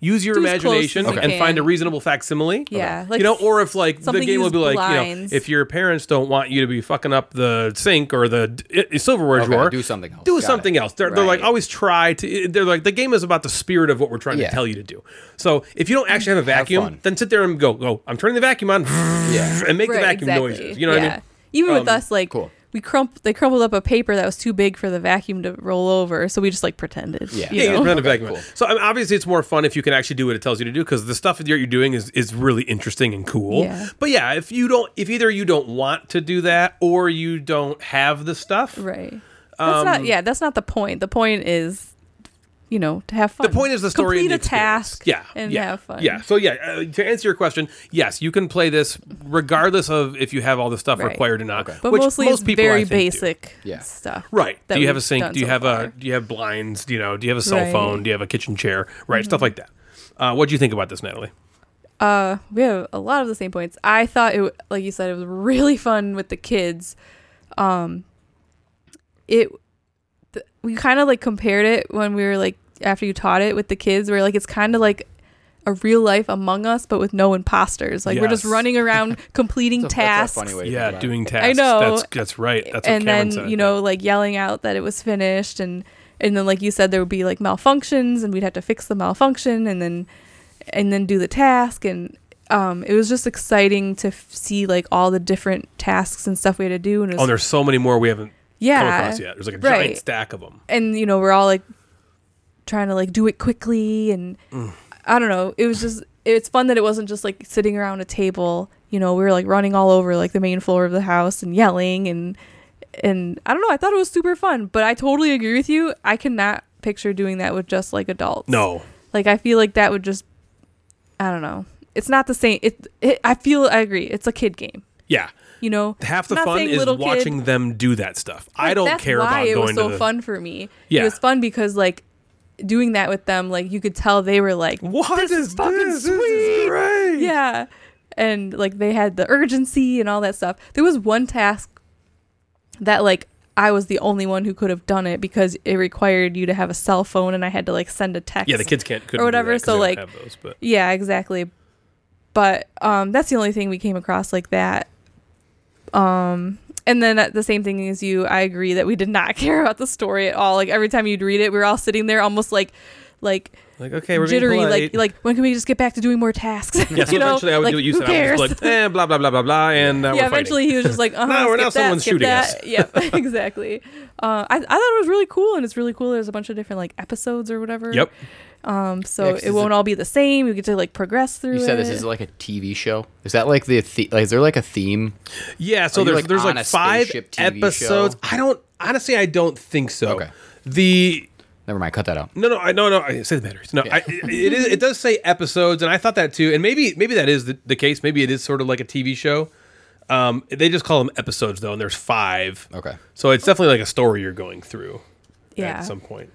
S3: use your
S4: Do as close
S3: imagination
S4: as you
S3: and
S4: can.
S3: find a reasonable facsimile
S4: Yeah,
S3: Okay.
S4: like
S3: you know or if like the
S4: something
S3: game will
S4: use
S3: be like you know
S4: blinds.
S3: if your parents don't want you to be fucking up the sink or the d- i- silverware
S5: Okay,
S3: drawer
S5: do something else.
S3: do
S5: Got
S3: something
S5: it.
S3: else they're, they're like
S5: Right.
S3: always try to they're like the game is about the spirit of what we're trying
S5: Yeah.
S3: to tell you to do so if you don't actually have a vacuum
S5: fun.
S3: then sit there and go go i'm turning the vacuum on and make the
S4: Right,
S3: vacuum
S4: exactly.
S3: noises you know what i
S4: Yeah.
S3: mean Um,
S4: Even with us, like
S5: cool.
S4: we crump, they crumpled up a paper that was too big for the vacuum to roll over, so we just like pretended.
S5: Yeah.
S4: you
S3: Yeah, you
S4: know?
S3: can run a vacuum.
S5: cool.
S3: So I mean, obviously, it's more fun if you can actually do what it tells you to do because the stuff that you're doing is, is really interesting and cool.
S4: Yeah.
S3: But yeah, if you don't, if either you don't want to do that or you don't have the stuff,
S4: right. That's
S3: Um,
S4: not. Yeah, that's not the point. The point is, you know, to have fun.
S3: the point is the story.
S4: Complete
S3: and the
S4: a
S3: experience.
S4: task.
S3: Yeah,
S4: and
S3: yeah,
S4: have fun.
S3: Yeah. So yeah, uh, to answer your question, yes, you can play this regardless of if you have all the stuff
S4: Right.
S3: required or not.
S4: But
S3: which
S4: mostly
S3: most
S4: it's
S3: people, I
S4: very
S3: think, do.
S4: basic
S5: Yeah.
S4: stuff.
S3: Right.
S4: that
S3: Do you have a
S4: we've
S3: sink?
S4: done
S3: Do you
S4: so
S3: have
S4: far.
S3: a do you have blinds? Do you know? Do you have a cell
S4: Right. Mm-hmm.
S3: phone? Do you have a kitchen chair? Right. Stuff like that. Uh, what do you think about this, Natalie?
S4: Uh, we have a lot of the same points. I thought it, w- like you said, it was really fun with the kids. Um, it, th- we kind of like compared it when we were like after you taught it with the kids. Where like it's kind of like a real life Among Us, but with no imposters. Like we're just
S3: Yes.
S4: running around completing
S5: That's a- that's a
S4: tasks.
S5: funny way to think
S3: Yeah,
S5: about it.
S3: doing tasks.
S4: know.
S3: That's that's right. That's
S4: and
S3: what Cameron
S4: then
S3: said. I
S4: you know like yelling out that it was finished and and then like you said there would be like malfunctions and we'd have to fix the malfunction and then and then do the task and um it was just exciting to f- see like all the different tasks and stuff we had to do and
S3: Oh,
S4: it was,
S3: and there's so many more we haven't come
S4: yeah
S3: across yet. There's like a giant
S4: right.
S3: stack of them.
S4: and you know we're all like trying to like do it quickly and
S3: Mm.
S4: i don't know it was just it's fun that it wasn't just like sitting around a table you know we were like running all over like the main floor of the house and yelling and and i don't know i thought it was super fun but i totally agree with you i cannot picture doing that with just like adults
S3: No,
S4: like i feel like that would just i don't know it's not the same it, it i feel i agree it's a kid game
S3: yeah,
S4: you know
S3: half the
S4: Not
S3: fun
S4: saying
S3: is
S4: little kid-
S3: watching them do that stuff. I
S4: like,
S3: don't
S4: that's
S3: care
S4: why
S3: about
S4: it
S3: going
S4: was so
S3: to the,
S4: fun for me.
S3: Yeah.
S4: It was fun because like doing that with them, like you could tell they were like,
S3: What
S4: this is fucking
S3: this? This is
S4: sweet.
S3: great.
S4: yeah, and like they had the urgency and all that stuff. There was one task that like I was the only one who could have done it because it required you to have a cell phone and I had to like send a text.
S3: Yeah, the kids can't couldn't do
S4: whatever,
S3: that 'cause
S4: so,
S3: they don't
S4: like,
S3: have those, but
S4: Yeah, exactly. But um, that's the only thing we came across like that. Um, and then uh, the same thing as you, I agree that we did not care about the story at all. Like every time you'd read it, we were all sitting there almost like, like
S3: like okay, we're
S4: jittery,
S3: being
S4: like
S3: polite.
S4: like when can we just get back to doing more tasks?
S3: yeah. So
S4: you know,
S3: eventually, I would
S4: like,
S3: do what you
S4: who
S3: said. I would
S4: cares?
S3: just be like, eh, blah blah blah blah blah, and now
S4: yeah,
S3: we're fighting.
S4: eventually he was just like, uh-huh,
S3: No, we're
S4: skip
S3: now
S4: that,
S3: someone's
S4: skip
S3: shooting
S4: that.
S3: us.
S4: Yep, exactly. Uh, I, I thought it was really cool, and it's really cool. There's a bunch of different like episodes or whatever.
S3: Yep.
S4: Um,
S5: Yeah,
S4: so
S5: 'cause
S4: it
S5: it's
S4: won't
S5: a-
S4: all be the same. You get to like progress through.
S5: You said this
S4: it.
S5: is like a TV show. Is that like the, the like, is there like a theme?
S3: Yeah, so
S5: you're,
S3: there's
S5: like,
S3: there's
S5: on
S3: like
S5: a
S3: five
S5: spaceship TV
S3: episodes.
S5: show?
S3: I don't honestly, I don't think so.
S5: Okay.
S3: The
S5: Never mind, cut that out.
S3: no, no, I no, no. I say the batteries. No, I, it is. It does say episodes, and I thought that too. And maybe, maybe that is the, the case. Maybe it is sort of like a TV show. Um, they just call them episodes though, and there's five.
S5: Okay.
S3: So it's definitely like a story you're going through
S4: yeah.
S3: at some point.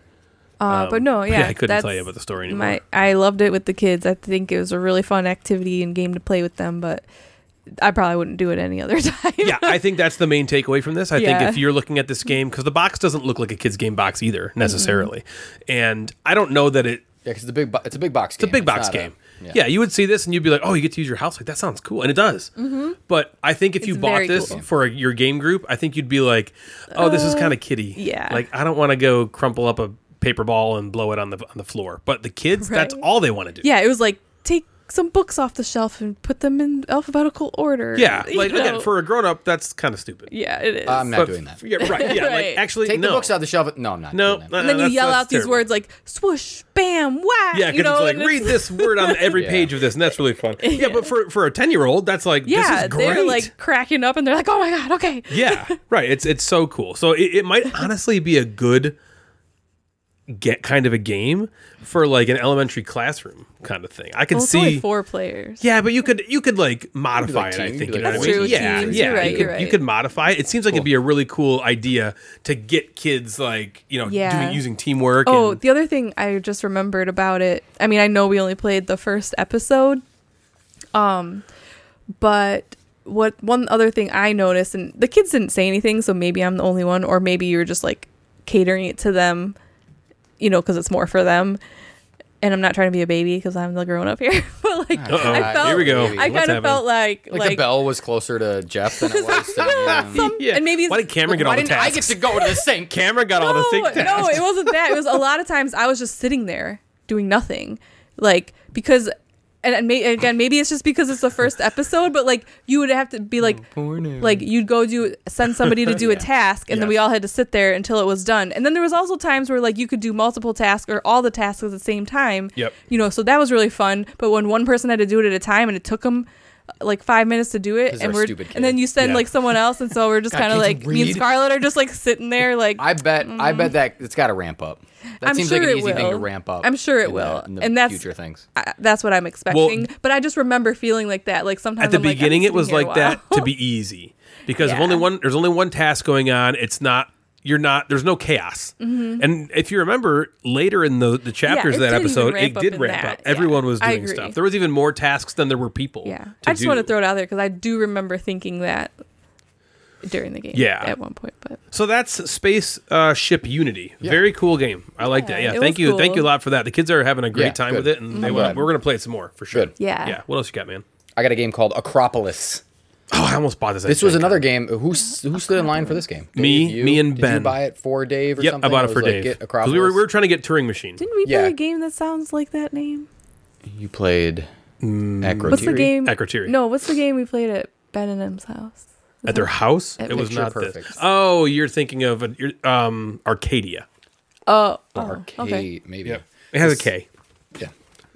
S4: Uh, but no, yeah,
S3: I couldn't tell
S4: that's
S3: you about the story anymore.
S4: My, I loved it with the kids. I think it was a really fun activity and game to play with them, but I probably wouldn't do it any other time.
S3: yeah, I think that's the main takeaway from this. I
S4: Yeah.
S3: think if you're looking at this game, because the box doesn't look like a kid's game box either necessarily, and I don't know that it
S5: Yeah, because it's a big, bo- it's a big box. Game.
S3: It's a big box
S5: not a-
S3: game. yeah.
S5: yeah.
S3: you would see this and you'd be like, "Oh, you get to use your house like that sounds cool," and it does. But I think if you
S4: Mm-hmm. It's
S3: bought
S4: very
S3: this
S4: cool. Uh,
S3: for your game group, I think you'd be like, "Oh, this is kind of kiddie."
S4: yeah.
S3: like I don't want to go crumple up a paper ball and blow it on the on the floor. But the kids, that's
S4: Right.
S3: all they want to do.
S4: yeah, it was like take some books off the shelf and put them in alphabetical order.
S3: yeah.
S4: You
S3: Like again,
S4: know?
S3: for a grown up, that's kind of stupid.
S4: yeah, it is.
S5: I'm not
S3: But-
S5: doing that.
S3: Yeah, right. Yeah, like
S4: Right.
S3: actually,
S5: Take
S3: no.
S5: the books out of the shelf. No, I'm not.
S3: No,
S5: doing that.
S3: no,
S4: and then
S3: no,
S4: you
S3: that's-
S4: yell
S3: that's
S4: out these
S3: terrible.
S4: words like swoosh, bam, whack.
S3: Yeah,
S4: you
S3: because
S4: know,
S3: it's like
S4: and
S3: read this word on every
S5: Yeah.
S3: page of this, and that's really fun. Yeah, but for for a ten year old, that's like this
S4: Yeah,
S3: is great.
S4: they're like cracking up and they're like, oh my god, okay.
S3: yeah, right. It's it's so cool. So it, it might honestly be a good get kind of a game for like an elementary classroom kind of thing. I could
S4: Well, it's only
S3: see.
S4: four players.
S3: Yeah, but you could you could like modify
S5: like
S3: it. I
S5: teams,
S3: think
S5: like
S3: you know what I
S5: That's
S3: mean?
S4: true,
S3: yeah,
S4: teams.
S3: yeah.
S4: You're
S3: you
S4: right,
S3: could
S4: you're
S3: you
S4: right.
S3: could modify it. It seems like it'd be a really cool idea to get kids like you know
S4: Yeah.
S3: doing, using teamwork.
S4: Oh,
S3: and,
S4: the other thing I just remembered about it. I mean, I know we only played the first episode. Um but what one other thing I noticed and the kids didn't say anything, so maybe I'm the only one or maybe you're just like catering it to them, you know, cuz it's more for them. And I'm not trying to be a baby because I'm the grown up here, but like
S5: Uh-oh.
S4: I felt
S3: here we go.
S5: I
S4: I
S3: What's
S4: kind of
S3: happening?
S4: felt like
S5: Like, the bell was closer to Jeff than it was to me.
S4: some-
S3: yeah.
S4: and maybe
S3: why
S4: it's-
S3: did Cameron get all
S5: Why
S3: the
S5: didn't I
S3: tasks?
S5: get to go to the sink?
S3: Cameron got all the
S4: no,
S3: thing tasks.
S4: no, it wasn't that. It was a lot of times I was just sitting there doing nothing, like because, and, and may, again, maybe it's just because it's the first episode, but like you would have to be
S3: Oh,
S4: like, like you'd go do send somebody to do a task, and then we
S3: Yes.
S4: all had to sit there until it was done. And then there was also times where like you could do multiple tasks or all the tasks at the same time.
S3: Yep.
S4: You know, so that was really fun. But when one person had to do it at a time, and it took them. Like five minutes to do it,
S5: 'Cause
S4: and
S5: they're
S4: we're
S5: stupid
S4: and then
S5: kids.
S4: you send
S3: Yeah.
S4: like someone else, and so we're just kind of
S5: can't you
S4: like me and
S5: read?
S4: Scarlett are just like sitting there, like
S5: I bet. I bet that it's got to ramp up. That
S4: Mm-hmm. I'm
S5: seems
S4: sure
S5: like an
S4: it
S5: easy thing to
S4: will.
S5: ramp up.
S4: I'm sure it
S5: in
S4: will.
S5: The, in the
S4: And that's-
S5: future things.
S4: I, that's what I'm expecting. but I just remember feeling like that. Like sometimes
S3: at the
S4: I'm like, I'm
S3: beginning it
S4: sitting
S3: was
S4: here a
S3: like that
S4: while.
S3: to be easy because if
S4: Yeah.
S3: only one there's only one task going on it's not you're not there's no chaos and if you remember later in the, the chapters
S4: Mm-hmm. it
S3: of that
S4: did even
S3: episode
S4: ramp
S3: it
S4: up
S3: did
S4: in
S3: ramp
S4: that.
S3: up everyone
S4: Yeah.
S3: was
S4: I
S3: doing
S4: agree.
S3: stuff there was even more tasks than there were people
S4: yeah.
S3: to
S4: I just want to
S3: do.
S4: throw it out there because I do remember thinking that during the game.
S3: Yeah.
S4: at one point, but
S3: so that's space uh, ship unity very cool game i like that
S4: Yeah,
S3: yeah
S4: it
S3: thank
S4: was
S3: you thank you a
S4: cool.
S3: lot for that the kids are having a great
S5: Yeah,
S3: time
S5: good.
S3: with it and they
S5: I'm
S3: wanna,
S5: glad.
S3: we're gonna play it some more for sure
S5: Good.
S4: Yeah.
S3: yeah what else you got man
S5: I got a game called Acropolis.
S3: oh i almost bought this I
S5: This was
S3: think.
S5: another game. Who s- who stood in line for this game?
S3: Me,
S5: Dave, you?
S3: me and
S5: Did you
S3: Ben.
S5: buy it for Dave or
S3: yep
S5: something?
S3: i bought it
S5: was
S3: for
S5: like,
S3: dave
S5: Get
S3: 'Cause
S5: Acropolis.
S3: we were, we were trying to get turing machine
S4: didn't we play
S5: Yeah.
S4: a game that sounds like that name?
S5: you played.
S3: Mm.
S5: Acro
S4: What's the
S5: Theory.
S4: game?
S3: Akrotiri.
S4: No, what's the game we played at Ben and M's house?
S3: At their house,
S4: At
S3: it was
S5: Picture
S3: not
S5: Perfect.
S3: this. Oh, you're thinking of a, you're, um Arcadia.
S4: Oh, oh,
S5: Arcade,
S4: okay.
S5: maybe.
S3: it has a K.
S5: Yeah.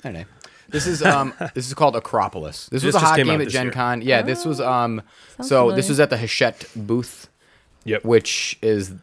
S5: I don't know. This is um this is called Acropolis. This,
S3: This
S5: was a
S3: just
S5: hot
S3: came
S5: game
S3: out
S5: at
S3: this
S5: Gen
S3: year.
S5: Con. Yeah, this was um so this
S4: Oh, familiar.
S5: was at the Hachette booth,
S3: Yep.
S5: which is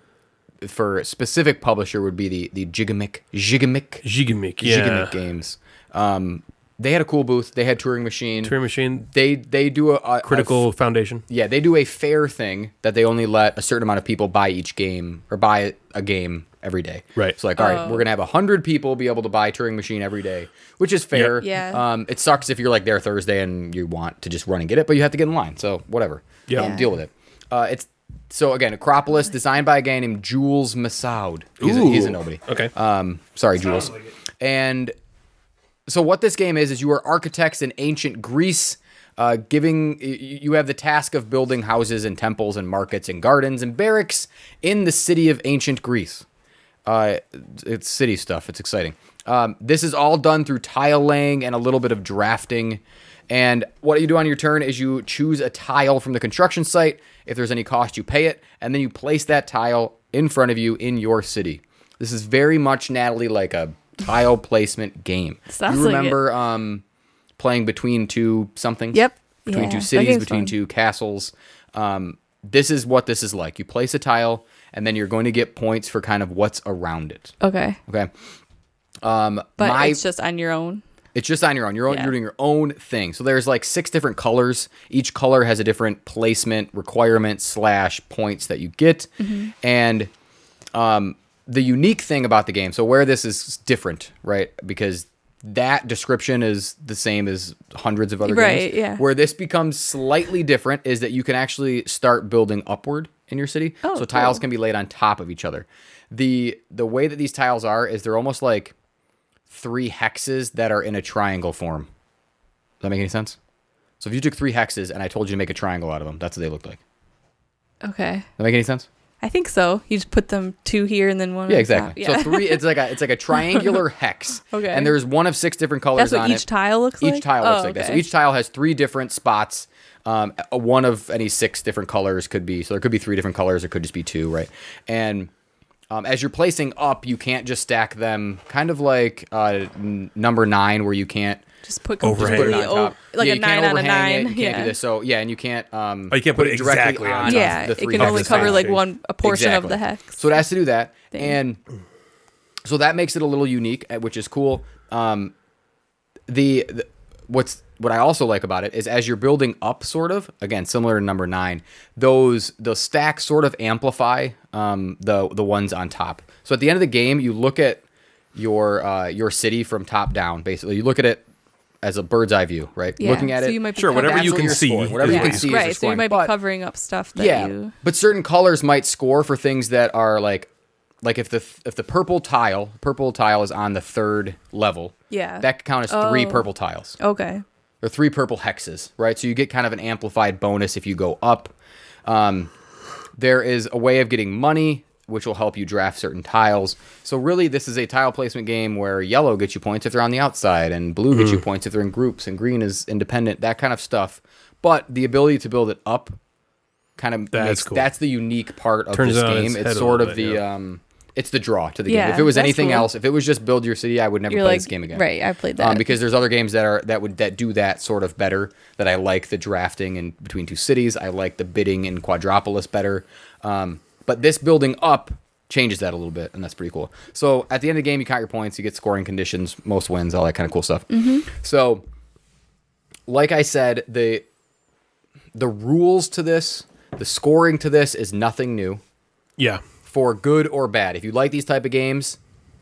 S5: for a specific publisher would be the the Gigamic Gigamic
S3: Gigamic. Yeah.
S5: Gigamic games. Um they had a cool booth. They had Turing Machine.
S3: Turing machine.
S5: They they do a, a- a
S3: Critical foundation.
S5: yeah, they do a fair thing that they only let a certain amount of people buy each game or buy a game every day.
S3: Right.
S5: So like, all
S4: Oh.
S5: right, we're gonna have hundred people be able to buy Turing Machine every day, which is fair.
S4: Yeah.
S5: Um, it sucks if you're like there Thursday and you want to just run and get it, but you have to get in line. So whatever.
S3: Yeah.
S5: Um, deal with it. Uh, it's So again, Acropolis, designed by a guy named Jules Massoud. He's, a, he's a
S3: Ooh.
S5: nobody.
S3: Okay.
S5: Um, sorry, Jules. and so what this game is is you are architects in ancient Greece, uh, giving y- you have the task of building houses and temples and markets and gardens and barracks in the city of ancient Greece. Uh, it's city stuff. It's exciting. Um, this is all done through tile laying and a little bit of drafting. And what you do on your turn is you choose a tile from the construction site. If there's any cost, you pay it, and then you place that tile in front of you in your city. This is very much Natalie like a tile placement game.
S4: Sounds
S5: you
S4: like it.
S5: remember um, playing between two somethings?
S4: Yep.
S5: Between
S4: Yeah,
S5: two
S4: that
S5: cities,
S4: game's
S5: between
S4: fun.
S5: two castles. Um, this is what this is like. You place a tile, and then you're going to get points for kind of what's around it.
S4: Okay.
S5: Okay. Um,
S6: But
S5: my,
S6: it's just on your own.
S5: it's just on your own. You're, own
S6: Yeah.
S5: you're doing your own thing. So there's like six different colors. Each color has a different placement requirement slash points that you get,
S4: Mm-hmm.
S5: and um, the unique thing about the game. So where this is different, right? Because that description is the same as hundreds of other
S4: Right,
S5: games.
S4: yeah.
S5: Where this becomes slightly different is that you can actually start building upward in your city.
S4: Oh,
S5: so tiles
S4: cool.
S5: can be laid on top of each other. The the way that these tiles are is they're almost like three hexes that are in a triangle form. Does that make any sense? So if you took three hexes and I told you to make a triangle out of them, that's what they look like. Does
S4: Okay.
S5: that make any sense?
S4: I think so. You just put them two here and then one.
S5: Yeah,
S4: on top.
S5: exactly.
S4: Yeah.
S5: So three, it's like a it's like a triangular hex.
S4: Okay.
S5: And there's one of six different colors
S4: That's what
S5: on
S4: each
S5: it.
S4: tile looks
S5: each
S4: like.
S5: tile looks
S4: Oh,
S5: like that. So
S4: okay.
S5: each tile has three different spots. Um, a- one of any six different colors could be. So there could be three different colors. There could just be two, right? And um, as you're placing up, you can't just stack them. Kind of like uh, n- number nine, where you can't.
S4: Just put
S3: Overhang.
S4: completely
S3: Put it
S5: on
S4: over,
S5: top.
S4: Oh, like
S5: Yeah,
S4: a
S5: you can't
S4: nine on a
S5: overhang it,
S4: nine.
S5: you can't do
S4: yeah.
S5: this. So yeah, and you can't. Um,
S3: Oh, you can't put it
S5: directly
S3: exactly on top.
S4: Yeah,
S5: the
S4: it
S5: three
S4: can only
S5: hexes.
S4: cover like
S3: Exactly.
S4: one a portion of the hex.
S5: So it has to do that, and so that makes it a little unique, uh, which is cool. Um, the, the what's what I also like about it is as you're building up, sort of again similar to number nine, those the stacks sort of amplify um, the the ones on top. So at the end of the game, you look at your uh, your city from top down. Basically, you look at it as a bird's eye view, right?
S4: Yeah,
S5: Looking at
S4: so
S5: it,
S4: you might be
S3: Sure, whatever
S4: covering-
S5: that's
S3: you
S5: what
S3: can
S5: you're
S3: see
S5: scoring. whatever
S3: is
S5: you
S3: what
S5: can
S3: you're
S5: see, is
S4: right.
S5: your
S4: So you
S5: scoring.
S4: might be
S5: But-
S4: covering up stuff that
S5: yeah,
S4: you.
S5: but certain colors might score for things that are like, like if the th- if the purple tile, purple tile is on the third level.
S4: Yeah.
S5: that could count as three
S4: Oh.
S5: purple tiles
S4: Okay.
S5: or three purple hexes, right? So you get kind of an amplified bonus if you go up. Um, there is a way of getting money, which will help you draft certain tiles. So really, this is a tile placement game where yellow gets you points if they're on the outside, and blue gets you
S3: Mm.
S5: points if they're in groups, and green is independent, that kind of stuff. But the ability to build it up, kind of
S3: That's
S5: makes,
S3: cool.
S5: that's the unique part of
S3: Turns
S5: this
S3: it on its
S5: game.
S3: head
S5: It's
S3: a
S5: sort
S3: little
S5: of the
S3: bit,
S5: um, it's the draw to the game.
S4: Yeah,
S5: If it was
S4: that's
S5: anything
S4: cool.
S5: else, if it was just build your city, I would never
S4: You're
S5: play
S4: like,
S5: this game again
S4: right, I played
S5: um,
S4: that.
S5: because there's other games that are that would that do that sort of better that I like the drafting in between two cities. I like the bidding in Quadropolis better. Um, but this building up changes that a little bit, and that's pretty cool. So at the end of the game, you count your points, you get scoring conditions, most wins, all that kind of cool stuff.
S4: Mm-hmm.
S5: So, like I said, the the rules to this, the scoring to this is nothing new
S3: Yeah.
S5: for good or bad. If you like these type of games,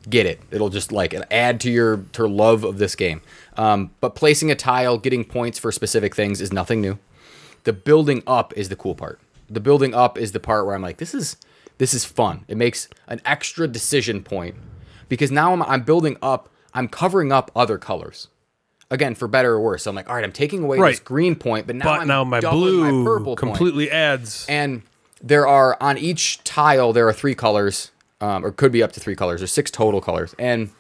S5: get it. It'll just like add to your to your love of this game. Um, but placing a tile, getting points for specific things is nothing new. The building up is the cool part. The building up is the part where I'm like, this is this is fun. It makes an extra decision point because now I'm I'm building up. I'm covering up other colors. Again, for better or worse, I'm like, all right, I'm taking away this
S3: Right.
S5: green point, but now
S3: But
S5: I'm
S3: now my
S5: doubling
S3: blue
S5: my purple point
S3: completely adds.
S5: and there are on each tile there are three colors um, or could be up to three colors or six total colors and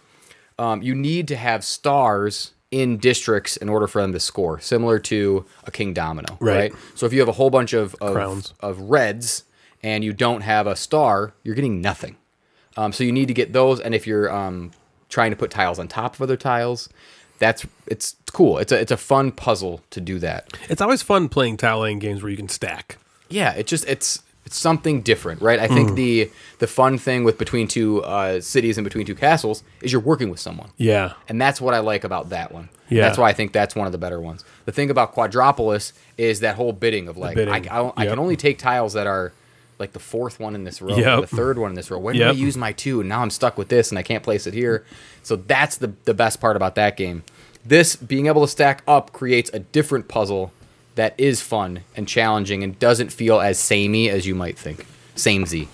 S5: um, you need to have stars in districts in order for them to score similar to a king domino
S3: Right.
S5: right, so if you have a whole bunch of, of
S3: Crowns.
S5: of reds and you don't have a star you're getting nothing um, so you need to get those and if you're um, trying to put tiles on top of other tiles that's it's cool it's a it's a fun puzzle to do that
S3: It's always fun playing tile laying games where you can stack.
S5: yeah it just it's it's something different right i think the the fun thing with between two uh, cities and between two castles is you're working with someone
S3: Yeah.
S5: and that's what i like about that one
S3: Yeah.
S5: that's why i think that's one of the better ones the thing about quadropolis is that whole bidding of like
S3: bidding,
S5: I, I, don't- I
S3: yep.
S5: can only take tiles that are like the fourth one in this row
S3: Yep.
S5: the third one in this row when
S3: Yep.
S5: do i use my two and now i'm stuck with this and i can't place it here so that's the, the best part about that game this being able to stack up creates a different puzzle that is fun and challenging and doesn't feel as samey as you might think. Samey.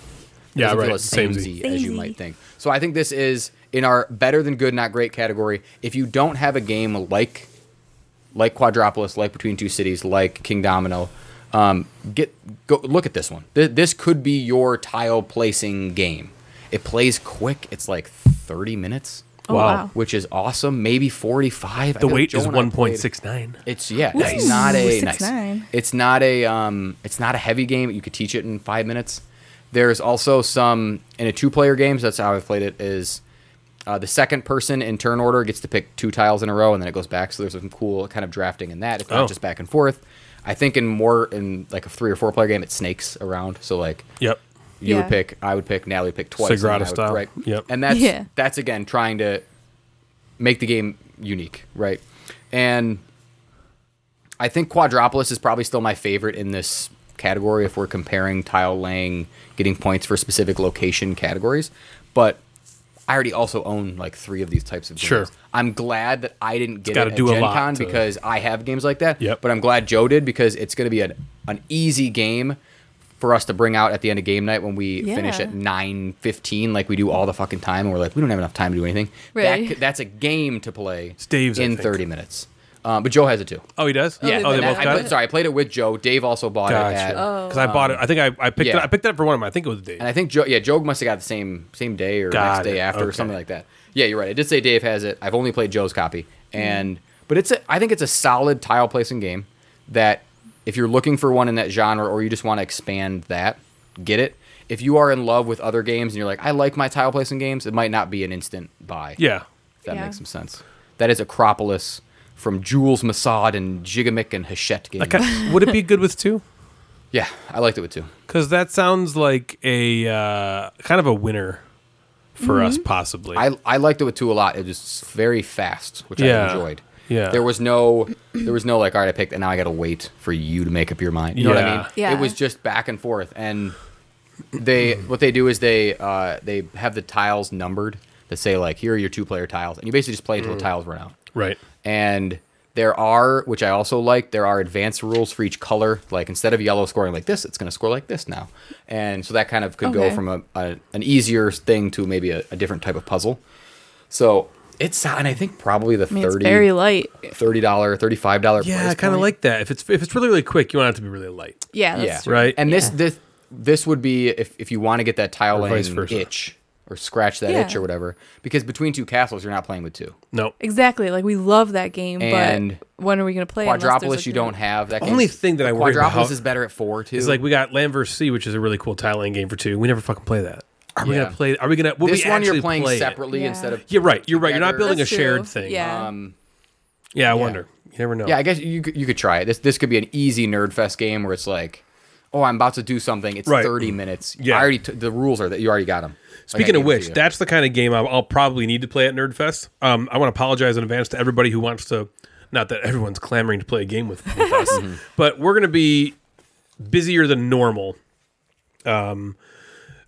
S3: Yeah,
S5: Doesn't
S3: right.
S5: Feel as samey
S3: Samey.
S5: as you
S4: Samey.
S5: might think. So I think this is in our better than good, not great category. If you don't have a game like like Quadropolis, like Between Two Cities, like King Domino, um, get go look at this one. Th- this could be your tile placing game. It plays quick. It's like thirty minutes.
S4: Oh, Wow. wow.
S5: Which is awesome. Maybe forty-five. I
S3: The
S5: feel like
S3: weight
S5: Joe
S3: is
S5: and I played-
S3: one point six nine.
S5: it's yeah, it's
S4: Ooh,
S5: not a nice.
S4: six, nine.
S5: It's not a um, it's not a heavy game. You could teach it in five minutes. There's also some in a two-player game. So that's how I've played it. Is uh, the second person in turn order gets to pick two tiles in a row, and then it goes back. So there's some cool kind of drafting in that. It's not
S3: Oh.
S5: just back and forth. I think in more in like a three or four-player game, it snakes around. So like
S3: Yep.
S5: you
S4: Yeah.
S5: would pick, I would pick, Natalie would pick twice. and then
S3: Sagrada
S5: I would-
S3: style.
S5: Right.
S3: Yep.
S5: And that's
S4: Yeah.
S5: that's again trying to make the game unique, right? And I think Quadropolis is probably still my favorite in this category if we're comparing tile laying, getting points for specific location categories. But I already also own like three of these types of games.
S3: Sure.
S5: I'm glad that I didn't get
S3: gotta
S5: it at
S3: do a
S5: Gen
S3: lot
S5: Con
S3: to-
S5: because I have games like that.
S3: Yep.
S5: But I'm glad Joe did because it's going to be an, an easy game for us to bring out at the end of game night when we finish
S4: Yeah.
S5: at 9.15 like we do all the fucking time and we're like, we don't have enough time to do anything. That
S4: Right.
S5: c- that's a game to play
S3: Dave's, I
S5: in
S3: think.
S5: 30 minutes. Um, but Joe has it too.
S3: Oh, he does.
S4: Yeah.
S3: Oh, they
S5: And I-
S3: both
S5: I
S3: got
S5: pla-
S3: it.
S5: Sorry, I played it with Joe. Dave also bought it
S3: Gotcha.
S5: at,
S3: Because I bought it. I think I, I picked it.
S5: yeah.
S3: I picked it up for one of them. I think it was Dave.
S5: and I think Joe, yeah, Joe must have got the same same day or
S3: Got
S5: next day
S3: it.
S5: after or
S3: Okay.
S5: something like that. Yeah, you're right. It did say Dave has it. I've only played Joe's copy, and but it's a, I think it's a solid tile placing game that if you're looking for one in that genre or you just want to expand that, get it. If you are in love with other games and you're like, I like my tile placing games, it might not be an instant buy.
S3: yeah.
S5: if that
S4: Yeah.
S5: makes some sense. That is Acropolis from Jules Masad and Jigamic and Hachette games.
S3: Okay. Would it be good with two?
S5: Yeah, I liked it with two.
S3: Because that sounds like a uh, kind of a winner for us, possibly.
S5: Mm-hmm. I, I liked it with two a lot. It was very fast, which I
S3: Yeah.
S5: enjoyed.
S3: Yeah.
S5: There was no there was no like, all right, I picked and now I gotta wait for you to make up your mind. You know what I
S3: Yeah.
S5: mean?
S4: Yeah.
S5: It was just back and forth. And they what they do is they uh, they have the tiles numbered that say like here are your two player tiles and you basically just play
S3: Mm.
S5: until the tiles run out.
S3: right.
S5: And there are, which I also like, there are advanced rules for each color. Like instead of yellow scoring like this, it's going to score like this now. And so that kind of could go
S4: Okay.
S5: from a, a an easier thing to maybe a, a different type of puzzle. So it's, and I think probably the
S4: I mean, it's
S5: 30,
S4: very light.
S5: $30, $35
S3: Yeah,
S5: price
S3: I kind of
S5: point.
S3: like that. If it's if it's really really quick, you want it to be really light.
S4: Yeah, that's
S5: yeah.
S4: true.
S3: Right.
S5: And this this this would be if, if you want to get that tile
S3: Or vice
S5: laying
S3: versa.
S5: itch or scratch that
S4: Yeah.
S5: itch or whatever, because between two castles, you're not playing with two.
S3: No.
S4: Exactly. Like we love that game,
S5: And
S4: but when are we gonna play? unless there's
S5: Quadropolis,
S4: a
S5: you
S4: good-
S5: don't have that.
S3: Only
S5: game's-
S3: thing that I worry about-
S5: Quadropolis is better at four too.
S3: It's like we got Land vs. Sea, which is a really cool tile laying game for two. We never fucking play that. Are we
S5: Yeah.
S3: gonna play? Are we gonna? Will
S5: this
S3: we
S5: one you're
S3: actually
S5: playing
S3: play it?
S5: separately
S4: Yeah.
S5: instead of
S3: Yeah, right. You're right. You're not
S5: Together.
S3: building
S4: That's
S3: a shared
S4: true.
S3: thing.
S4: Yeah.
S5: um
S3: Yeah, I wonder. You never know.
S5: yeah i guess you could- you could try it this this could be an easy nerd fest game where it's like oh i'm about to do something it's
S3: Right.
S5: 30 minutes
S3: Yeah.
S5: i already t- the rules are that you already got them
S3: Speaking of which, that's the kind of game I'll, I'll probably need to play at Nerdfest. Um, I want to apologize in advance to everybody who wants to. Not that everyone's clamoring to play a game with, with us,
S5: Mm-hmm.
S3: but we're going to be busier than normal. Um,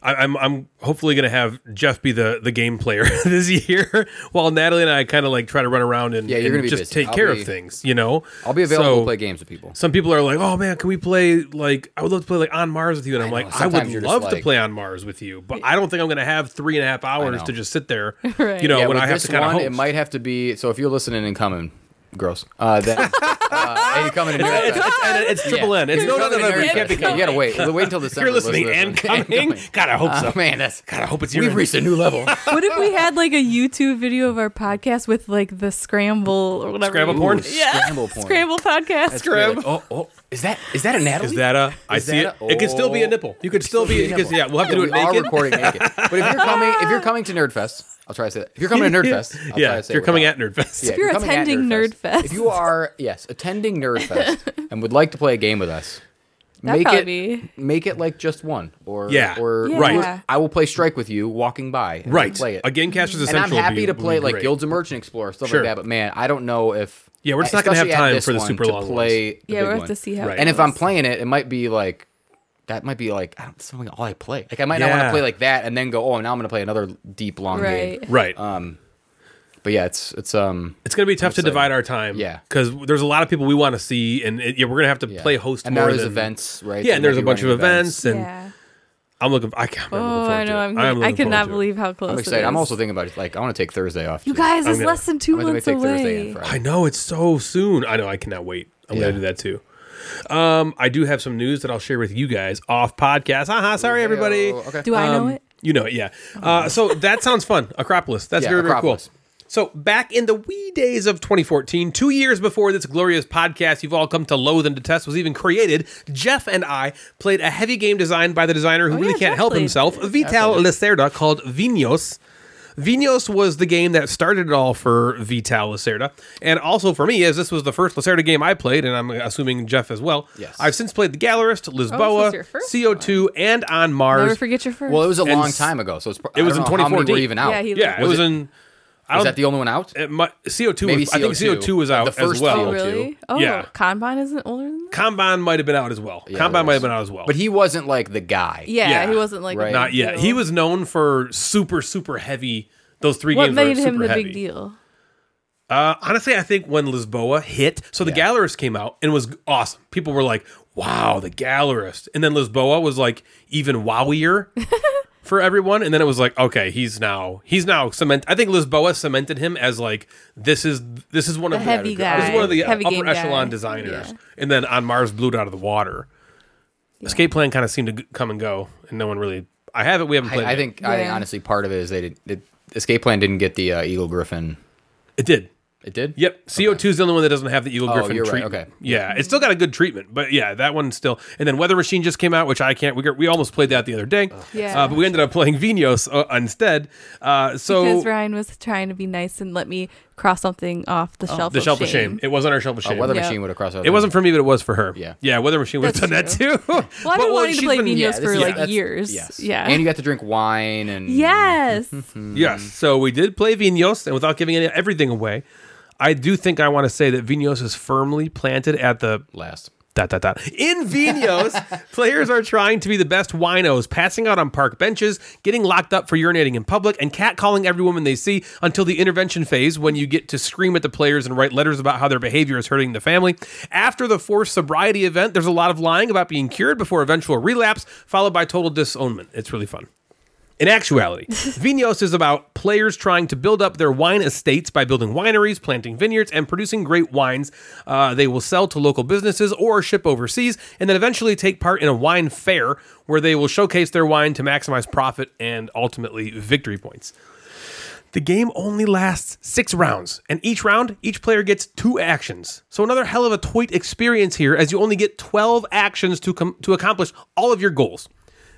S3: I, I'm I'm hopefully going to have Jeff be the the game player this year, while Natalie and I kind of like try to run around and,
S5: Yeah, you're
S3: and
S5: gonna be
S3: just
S5: busy.
S3: take
S5: I'll
S3: care
S5: be-
S3: of things. You know,
S5: i'll be available
S3: So-
S5: to play games with people
S3: some people are like, "Oh man, can we play like I would love to play like on Mars with you?" And I'm
S5: know,
S3: like, "I
S5: sometimes
S3: would
S5: you're just
S3: love to
S5: like-
S3: play on Mars with you, but I don't think I'm going to have three and a half hours
S5: know.
S3: to just sit there,
S4: Right.
S3: you know,
S5: yeah
S3: when
S5: with
S3: I have
S5: this
S3: to kind of
S5: one
S3: host."
S5: it might have to be so if you're listening and coming gross uh then uh, and you're coming in
S3: it's, it's, it's- it's triple N. It's
S5: You're
S3: no, no,
S5: coming
S3: no,
S5: to
S3: no, no,
S5: Nerd
S3: you can't be
S5: Fest. you gotta wait wait until
S3: If
S5: december
S3: you're listening and
S5: listen to this.
S3: coming. God, I hope so.
S5: Oh, man that's
S3: God, I hope it's
S5: we've
S3: your
S5: reached a new level
S4: What if we had like a YouTube video of our podcast with like the scramble or whatever?
S3: Scramble porn?
S4: Yeah.
S5: Scramble porn.
S4: Scramble podcast.
S5: You're like, oh oh is that is that a natalie
S3: Is that a? I
S5: Is
S3: see it.
S5: that a-
S3: It could still be a
S5: oh.
S3: nipple. You could still be. you
S5: a
S3: could-
S5: nipple.
S3: Yeah, we'll have to do
S5: we
S3: it
S5: are
S3: naked.
S5: recording naked. But if you're coming, if you're coming to Nerdfest, I'll try to say that. If you're coming to Nerdfest, I'll try
S3: Yeah,
S5: to
S3: if
S5: say
S3: you're
S5: we're
S3: coming at
S5: not.
S3: Nerdfest.
S5: Yeah,
S4: If you're
S5: coming at
S4: attending Nerdfest.
S5: if you are yes attending Nerdfest and would like to play a game with us,
S4: That'd
S5: make it
S4: probably be-
S5: make it like just one or
S3: Yeah,
S5: or
S4: Yeah.
S3: right.
S5: I will play Strike with you walking by. and we'll
S3: Right.
S5: play it
S3: A gamecaster's
S5: And I'm
S3: essential. would
S5: happy
S3: be-
S5: to
S3: would be
S5: play like
S3: great.
S5: Guilds of Merchant Explorer stuff
S3: Sure.
S5: like that, but man, I don't know if
S3: Yeah, we're just not gonna have
S5: especially at
S3: time
S5: this
S3: for the
S5: one,
S3: super
S5: to
S3: long ones.
S5: play. the
S4: Yeah, we'll
S5: big
S4: have
S5: one.
S4: to see how.
S3: Right.
S4: it
S5: And if I'm
S4: goes.
S5: playing it, it might be like that might be like I don't, something all I play. Like I might not want to
S3: Yeah.
S5: play like that and then go, oh, now I'm gonna play another deep long game.
S3: right.
S4: right?
S5: But But yeah, it's it's um
S3: It's going to be tough to divide our time.
S5: Yeah.
S3: Because there's a lot of people we want to see, and it, yeah, we're going to have to
S5: yeah.
S3: play host
S5: And
S3: more
S5: now there's
S3: than-
S5: events,
S3: Yeah,
S5: right? They
S3: and there's
S5: might
S3: a
S5: be
S3: bunch of
S5: running
S3: events, and
S4: yeah.
S3: I'm looking. I can't. I'm
S4: Oh,
S3: looking forward
S4: I know.
S3: To it.
S4: I'm.
S3: I am
S4: I
S3: looking
S4: could
S3: forward
S4: not
S3: to it.
S4: believe how close.
S5: I'm
S4: it
S5: excited. I'm
S4: is.
S5: also thinking about like I want to take Thursday off.
S4: You
S5: too.
S4: guys,
S3: I'm
S4: it's
S3: gonna-
S4: less than two
S5: I'm gonna
S4: months
S5: take Thursday
S4: away.
S5: and Friday.
S3: I know it's so soon. I know I cannot wait. I'm
S5: Yeah.
S3: gonna do that too. Um, I do have some news that I'll share with you guys off podcast. Haha, sorry everybody.
S5: Hey-o. Okay.
S4: Do I know it?
S3: You know it, yeah. Uh, so that sounds fun. Acropolis. That's
S5: Yeah,
S3: very, very
S5: Acropolis.
S3: cool. So back in the wee days of 2014, two years before this glorious podcast you've all come to loathe and detest was even created, Jeff and I played a heavy game designed by the designer who
S4: Oh,
S3: really
S4: yeah,
S3: can't
S4: Jeff
S3: help
S4: played.
S3: himself, Vital Lacerda, called Vinos. Vinos was the game that started it all for Vital Lacerda, and also for me, as this was the first Lacerda game I played, and I'm assuming Jeff as well.
S5: Yes.
S3: I've since played The Gallerist,
S4: was
S3: Lisboa,
S4: Oh, your first
S3: CO2, and On Mars.
S4: Never forget your first.
S5: Well, it was a
S3: And
S5: long
S3: s-
S5: time ago, so it's pro-
S3: it
S5: I
S3: was
S5: don't
S3: in
S5: know how many were
S3: 2014.
S5: even out.
S4: Yeah, he-
S3: Yeah, it
S4: Was
S3: was
S5: it-
S3: in. I
S5: was
S3: don't-
S5: that the only one out?
S3: it might, CO2
S5: Maybe
S3: was, I think
S5: CO2
S3: CO2 was out
S5: the first
S3: as well.
S4: oh,
S5: CO2.
S4: really? Oh,
S3: Yeah.
S4: Kanban isn't older than that.
S3: Combine might have been out as well.
S5: Yeah,
S3: Combine
S5: it
S3: might
S5: was.
S3: have been out as well.
S5: But he wasn't like the guy.
S4: Yeah,
S3: Yeah.
S4: he wasn't like a
S5: Right.
S4: big
S3: not yet.
S4: deal.
S3: He was known for super super heavy. Those three
S4: What
S3: games
S4: made
S3: were
S4: him
S3: super
S4: the
S3: heavy.
S4: big deal?
S3: Uh, honestly, I think when Lisboa hit, so the
S5: Yeah.
S3: Gallerist came out and was awesome. People were like, "Wow, the Gallerist!" And then Lisboa was like even wowier for everyone. And then it was like, "Okay, he's now he's now cement." I think Lisboa cemented him as like this is this is one of
S4: The
S3: the
S4: heavy
S3: This is
S4: guy.
S3: one of the
S4: Heavy
S3: upper
S4: game
S3: echelon
S4: guy.
S3: designers.
S4: Yeah.
S3: And then on Mars blew it out of the water. Escape Plan kind of seemed to g- come and go, and no one really. I have it. We haven't played.
S5: I, I
S3: it.
S5: think. I think
S4: Yeah.
S5: honestly, part of it is they did. It, Escape Plan didn't get the uh, Eagle Griffin.
S3: it did.
S5: It did.
S3: Yep, CO two is the only one that doesn't have the Eagle
S5: Oh,
S3: Griffin
S5: you're right,
S3: treatment.
S5: okay.
S3: Yeah, it's still got a good treatment, but yeah, that one still. And then Weather Machine just came out, which I can't. We got, we almost played that the other day,
S4: Oh. Yeah.
S3: uh, but we ended up playing Vinos uh, instead. Uh, so
S4: Because Ryan was trying to be nice and let me cross something off the shelf.
S3: Oh, the
S4: of
S3: shelf
S4: shame.
S3: of shame. It was on our shelf of
S5: A
S3: shame.
S5: Oh, weather
S4: Yeah.
S5: machine would have crossed out.
S3: it wasn't for me, but it was for her.
S5: Yeah.
S3: yeah. Weather Machine would have done
S4: That's
S3: that too. well,
S4: I've been wanting to play Vinos
S5: Yeah,
S4: for,
S5: this is-
S4: like,
S5: that's-
S4: years.
S5: Yes.
S4: Yeah.
S5: And you got to drink wine and
S4: Yes.
S3: Yes. So we did play Vinos, and without giving any, everything away, I do think I want to say that Vinos is firmly planted at the
S5: last.
S3: dot dot dot. In Vinos, players are trying to be the best winos, passing out on park benches, getting locked up for urinating in public, and catcalling every woman they see until the intervention phase when you get to scream at the players and write letters about how their behavior is hurting the family. After the forced sobriety event, there's a lot of lying about being cured before eventual relapse, followed by total disownment. It's really fun. In actuality, Vinos is about players trying to build up their wine estates by building wineries, planting vineyards, and producing great wines uh, they will sell to local businesses or ship overseas, and then eventually take part in a wine fair where they will showcase their wine to maximize profit and ultimately victory points. The game only lasts six rounds, and each round, each player gets two actions. So another hell of a toit experience here, as you only get 12 actions to com- to accomplish all of your goals.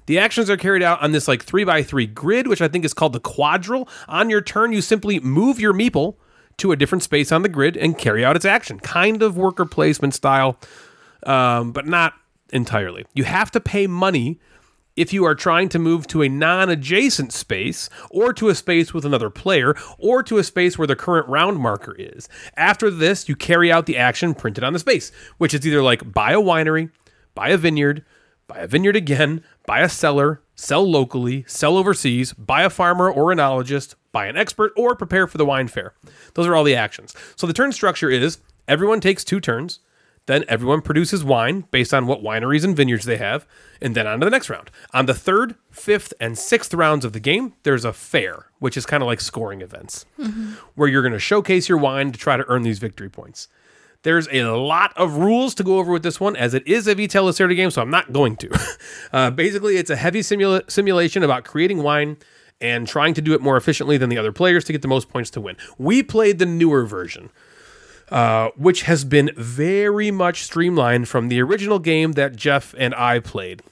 S3: The actions are carried out on this like three by three grid, which I think is called the quadril. On your turn, you simply move your meeple to a different space on the grid and carry out its action, kind of worker placement style um, but not entirely. You have to pay money if you are trying to move to a non adjacent space, or to a space with another player, or to a space where the current round marker is. After this, you carry out the action printed on the space, which is either like buy a winery, buy a vineyard, buy a vineyard again, buy a seller, sell locally, sell overseas, buy a farmer or enologist, buy an expert, or prepare for the wine fair. Those are all the actions. So the turn structure is everyone takes two turns. Then everyone produces wine based on what wineries and vineyards they have, and then on to the next round. On the third, fifth, and sixth rounds of the game, there's a fair, which is kind of like scoring events, where you're going to showcase your wine to try to earn these victory points. There's a lot of rules to go over with this one, as it is a Vitel Lacerda game, so I'm not going to. Uh, basically, it's a heavy simula- simulation about creating wine and trying to do it more efficiently than the other players to get the most points to win. We played the newer version which has been very much streamlined from the original game that Jeff and I played.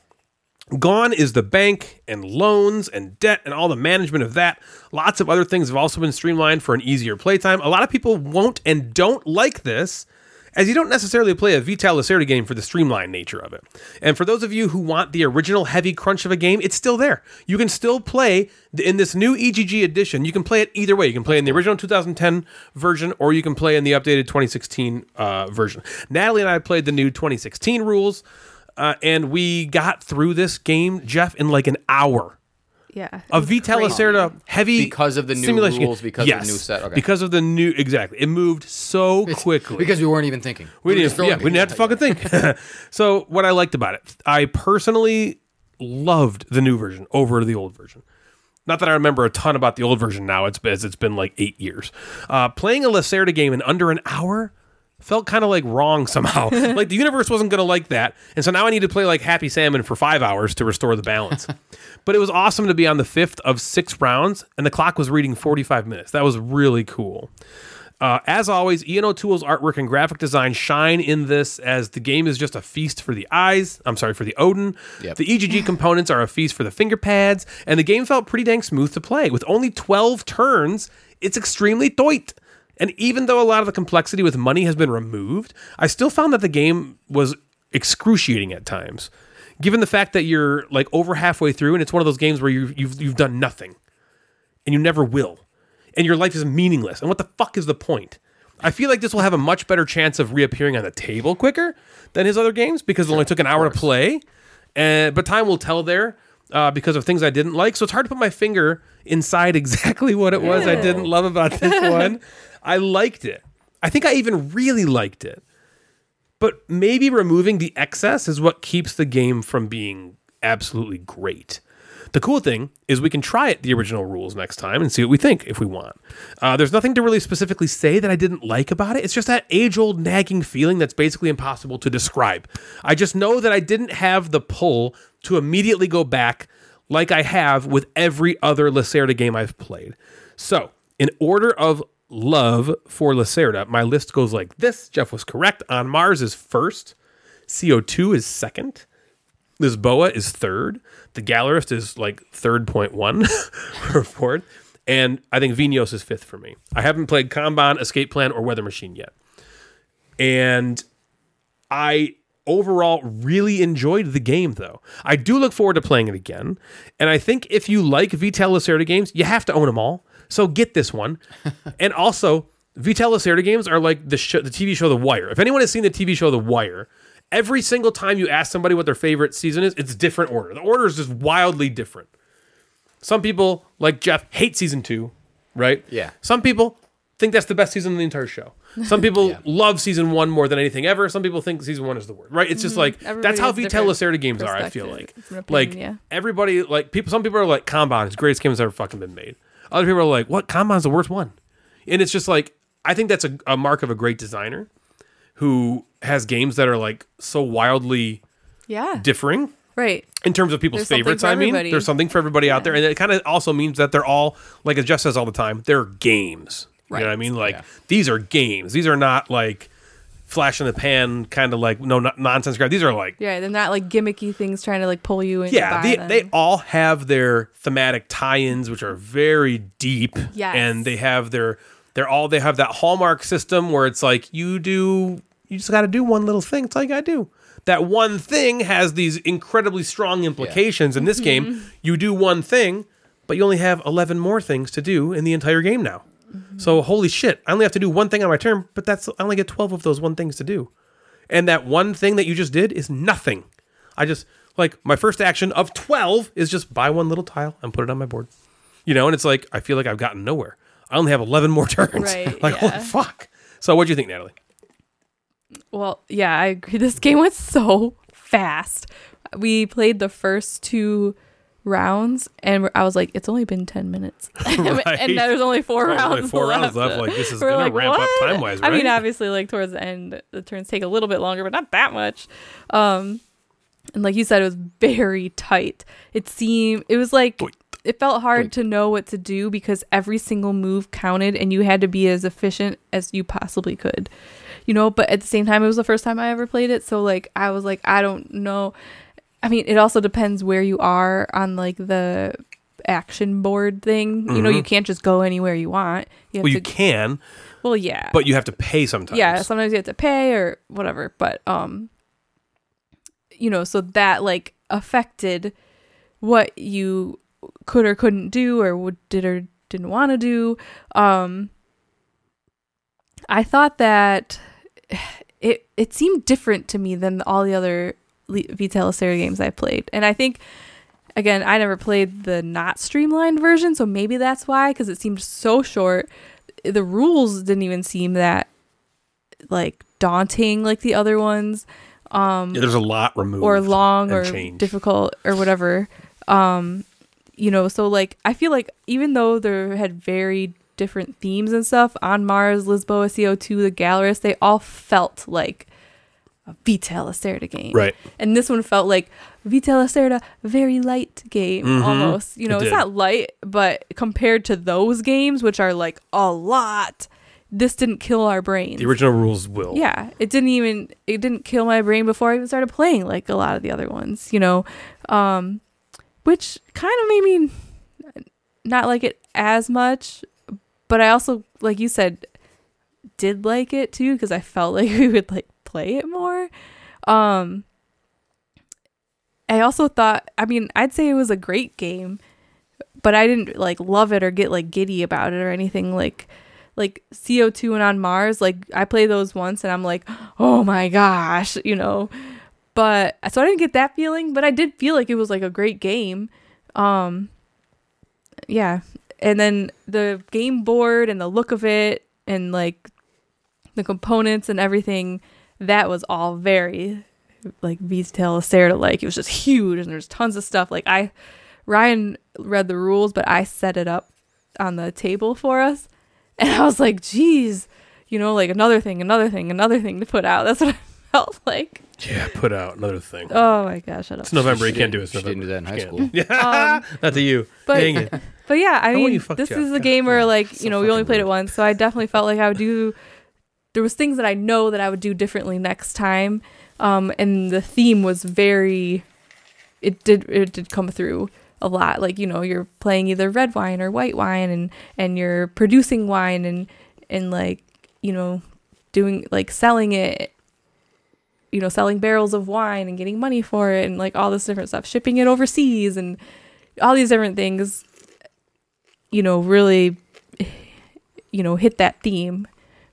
S3: Gone is the bank and loans and debt and all the management of that. Lots of other things have also been streamlined for an easier playtime. A lot of people won't and don't like this, as you don't necessarily play a Vital Lacerda game for the streamlined nature of it. And for those of you who want the original heavy crunch of a game, it's still there. You can still play th- in this new EGG edition. You can play it either way. You can play in the original 2010 version, or you can play in the updated 2016 uh, version. Natalie and I played the new 2016 rules uh, and we got through this game, Jeff, in like an hour.
S4: yeah.
S3: A Vitalicerda heavy
S5: Because of the new
S3: simulation
S5: rules,
S3: game.
S5: because of the
S3: yes,
S5: new set, okay.
S3: Because of the new exactly, it moved so quickly
S5: because we weren't even thinking.
S3: We
S5: were
S3: didn't,
S5: just throwing
S3: yeah, we didn't have to
S5: people
S3: fucking
S5: at
S3: think. so what I liked about it, I personally loved the new version over the old version. Not that I remember a ton about the old version now. It's as it's been like eight years. Uh, playing a Lacerda game in under an hour felt kind of like wrong somehow. like the universe wasn't going to like that, and so now I need to play like Happy Salmon for five hours to restore the balance. but it was awesome to be on the fifth of six rounds, and the clock was reading forty-five minutes. That was really cool. Uh, as always, Ian O'Toole's artwork and graphic design shine in this as the game is just a feast for the eyes. I'm sorry, for the Odin.
S5: Yep.
S3: The EGG components are a feast for the finger pads, and the game felt pretty dang smooth to play. With only 12 turns, it's extremely doit. And even though a lot of the complexity with money has been removed, I still found that the game was excruciating at times. Given the fact that you're like over halfway through, and it's one of those games where you've, you've, you've done nothing and you never will. And your life is meaningless. And what the fuck is the point? I feel like this will have a much better chance of reappearing on the table quicker than his other games because it only took an hour to play. And but time will tell there uh, because of things I didn't like. So it's hard to put my finger inside exactly what it was I didn't love about this one. I liked it. I think I even really liked it. But maybe removing the excess is what keeps the game from being absolutely great. The cool thing is we can try it the original rules next time and see what we think if we want. Uh, there's nothing to really specifically say that I didn't like about it. It's just that age-old nagging feeling that's basically impossible to describe. I just know that I didn't have the pull to immediately go back like I have with every other Lacerda game I've played. So, in order of love for Lacerda, my list goes like this. Jeff was correct. On Mars is first. CO2 is second. This boa is third. The gallerist is like third point one or fourth. And I think Vinos is fifth for me. I haven't played Kanban, Escape Plan, or Weather Machine yet. And I overall really enjoyed the game though. I do look forward to playing it again. And I think if you like Vital Lacerda games, you have to own them all. So get this one. and also, Vital Lacerda games are like the show, the TV show The Wire. If anyone has seen the TV show The Wire, every single time you ask somebody what their favorite season is, it's different order. The order is just wildly different. Some people, like Jeff, hate season two, right?
S5: Yeah.
S3: Some people think that's the best season of the entire show. Some people love season one more than anything ever. Some people think season one is the worst, right? It's just like that's
S4: Mm-hmm. Everybody
S3: how
S4: has
S3: Vitel
S4: different
S3: Lacerda games are. I feel like,
S4: perspective. It's an
S3: like
S4: opinion, yeah.
S3: everybody, like people. Some people are like Kanban is the greatest game that's ever fucking been made. Other people are like, what Kanban's the worst one, and it's just like I think that's a, a mark of a great designer who has games that are like so wildly
S4: Yeah.
S3: differing
S4: right.
S3: in terms of people's
S4: There's something
S3: favorites,
S4: for
S3: I mean,
S4: everybody.
S3: there's something for everybody out there, and it kind of also means that they're all like as Jeff says all the time, they're games. You know what I
S5: Right.
S3: mean? Like
S5: Yeah.
S3: these are games. These are not like flash in the pan kind of like no not nonsense crap. These are like
S4: Yeah. They're not like gimmicky things trying to like pull you in.
S3: yeah,
S4: by
S3: they,
S4: them.
S3: they all have their thematic tie-ins, which are very deep.
S4: Yes.
S3: and they have their they're all they have that hallmark system where it's like you do you just got to do one little thing. It's all you got to do. That one thing has these incredibly strong implications. In this game, you do one thing, but you only have eleven more things to do in the entire game now. So holy shit, I only have to do one thing on my turn, but that's I only get twelve of those one things to do and that one thing that you just did is nothing. I just like my first action of 12 is just buy one little tile and put it on my board. You know, and it's like I feel like I've gotten nowhere. I only have 11 more turns.
S4: Right,
S3: like holy
S4: yeah.
S3: fuck. So what do you think, Natalie?
S4: Well, yeah, I agree. This game was so fast. We played the first two rounds, and we're- I was like, "It's only been ten minutes,"
S3: Right.
S4: and there's only four
S3: Right,
S4: rounds.
S3: only four
S4: left.
S3: rounds left. Like, this is
S4: We're
S3: gonna ramp up time-wise,
S4: I mean,
S3: right?
S4: obviously, like towards the end, the turns take a little bit longer, but not that much. Um, and like you said, it was very tight. It seemed it was like. It felt hard to know what to do because every single move counted and you had to be as efficient as you possibly could. You know, but at the same time it was the first time I ever played it, so like I was like I don't know. I mean, it also depends where you are on like the action board thing. You know, you can't just go anywhere you want. You
S3: Mm-hmm.
S4: have
S3: Well, you
S4: to
S3: can,
S4: Well, yeah.
S3: but you have to pay sometimes.
S4: yeah, sometimes you have to pay or whatever, but um you know, so that like affected what you could or couldn't do or would, did or didn't want to do. Um I thought that it it seemed different to me than all the other Le- Vitalicera games I played. And I think Again, I never played the not streamlined version, so maybe that's why because it seemed so short. The rules didn't even seem that like daunting like the other ones
S3: Yeah, there's a lot removed
S4: or long
S3: and
S4: or
S3: changed.
S4: difficult or whatever. Um, you know, so like I feel like even though there had very different themes and stuff on Mars, Lisboa, CO2, the Galaris, they all felt like a Vita Lacerda game.
S3: Right.
S4: And this one felt like Vita Lacerda, very light game
S3: Mm-hmm.
S4: almost. You know, it's
S3: did.
S4: not light, but compared to those games, which are like a lot, this didn't kill our brains.
S3: The original rules will.
S4: Yeah, it didn't even it didn't kill my brain before I even started playing like a lot of the other ones, you know. Um which kind of made me not like it as much, but I also like you said did like it too because I felt like we would like play it more. Um I also thought, I mean, I'd say it was a great game, but I didn't like love it or get like giddy about it or anything like like CO2 and on Mars, like I play those once and I'm like, "Oh my gosh," you know. But so I didn't get that feeling, but I did feel like it was like a great game. Um yeah. And then the game board and the look of it and like the components and everything that was all very like Viztel Lacerda like it was just huge and there's tons of stuff like I Ryan read the rules but I set it up on the table for us and I was like geez you know like another thing another thing another thing to put out that's what I felt like
S3: Yeah, put out another thing.
S4: oh my gosh shut up
S3: it's November. You
S5: She
S3: can't
S5: didn't-
S3: do it. It's
S5: she didn't
S3: November.
S5: do that in
S3: You can't.
S5: high school.
S3: Yeah, not to you.
S4: Um, but-
S3: Dang it.
S4: But yeah, I
S3: How will you
S4: mean,
S3: fuck
S4: this
S3: Jeff?
S4: is a
S3: God,
S4: game where like you
S3: so
S4: know we only
S3: fucking
S4: played it
S3: rude.
S4: once, so I definitely felt like I would do. There was things that I know that I would do differently next time, um, and the theme was very. It did it did come through a lot. Like you know you're playing either red wine or white wine, and and you're producing wine and and like you know doing like selling it you know selling barrels of wine and getting money for it and like all this different stuff shipping it overseas and all these different things you know really you know hit that theme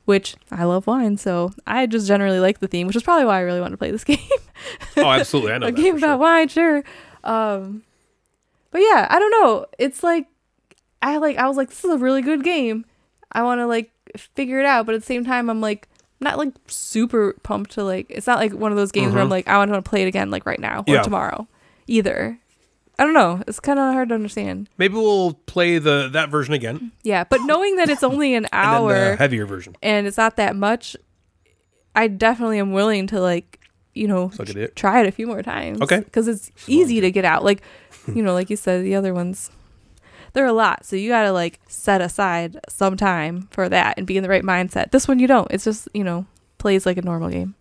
S4: which i love wine so i just generally like the theme which is probably why i really want to play this game
S3: Oh, absolutely. I know
S4: a
S3: that.
S4: game
S3: for sure.
S4: about wine sure um but yeah i don't know it's like i like i was like this is a really good game i want to like figure it out but at the same time i'm like not like super pumped to like it's not like one of those games where i'm like i want to play it again like right now or
S3: Mm-hmm. Yeah.
S4: tomorrow either i don't know it's kind of hard to understand
S3: Maybe we'll play the that version again,
S4: yeah but knowing that it's only an
S3: and
S4: hour
S3: then the heavier version.
S4: and it's not that much, I definitely am willing to like, you know,
S3: Suck it up.
S4: try it a few more times.
S3: Okay. Hmm.
S4: Because it's easy to get out. Like, you know, like you said, the other ones, they're a lot. So you got to like set aside some time for that and be in the right mindset. This one you don't. It's just, you know, plays like a normal game.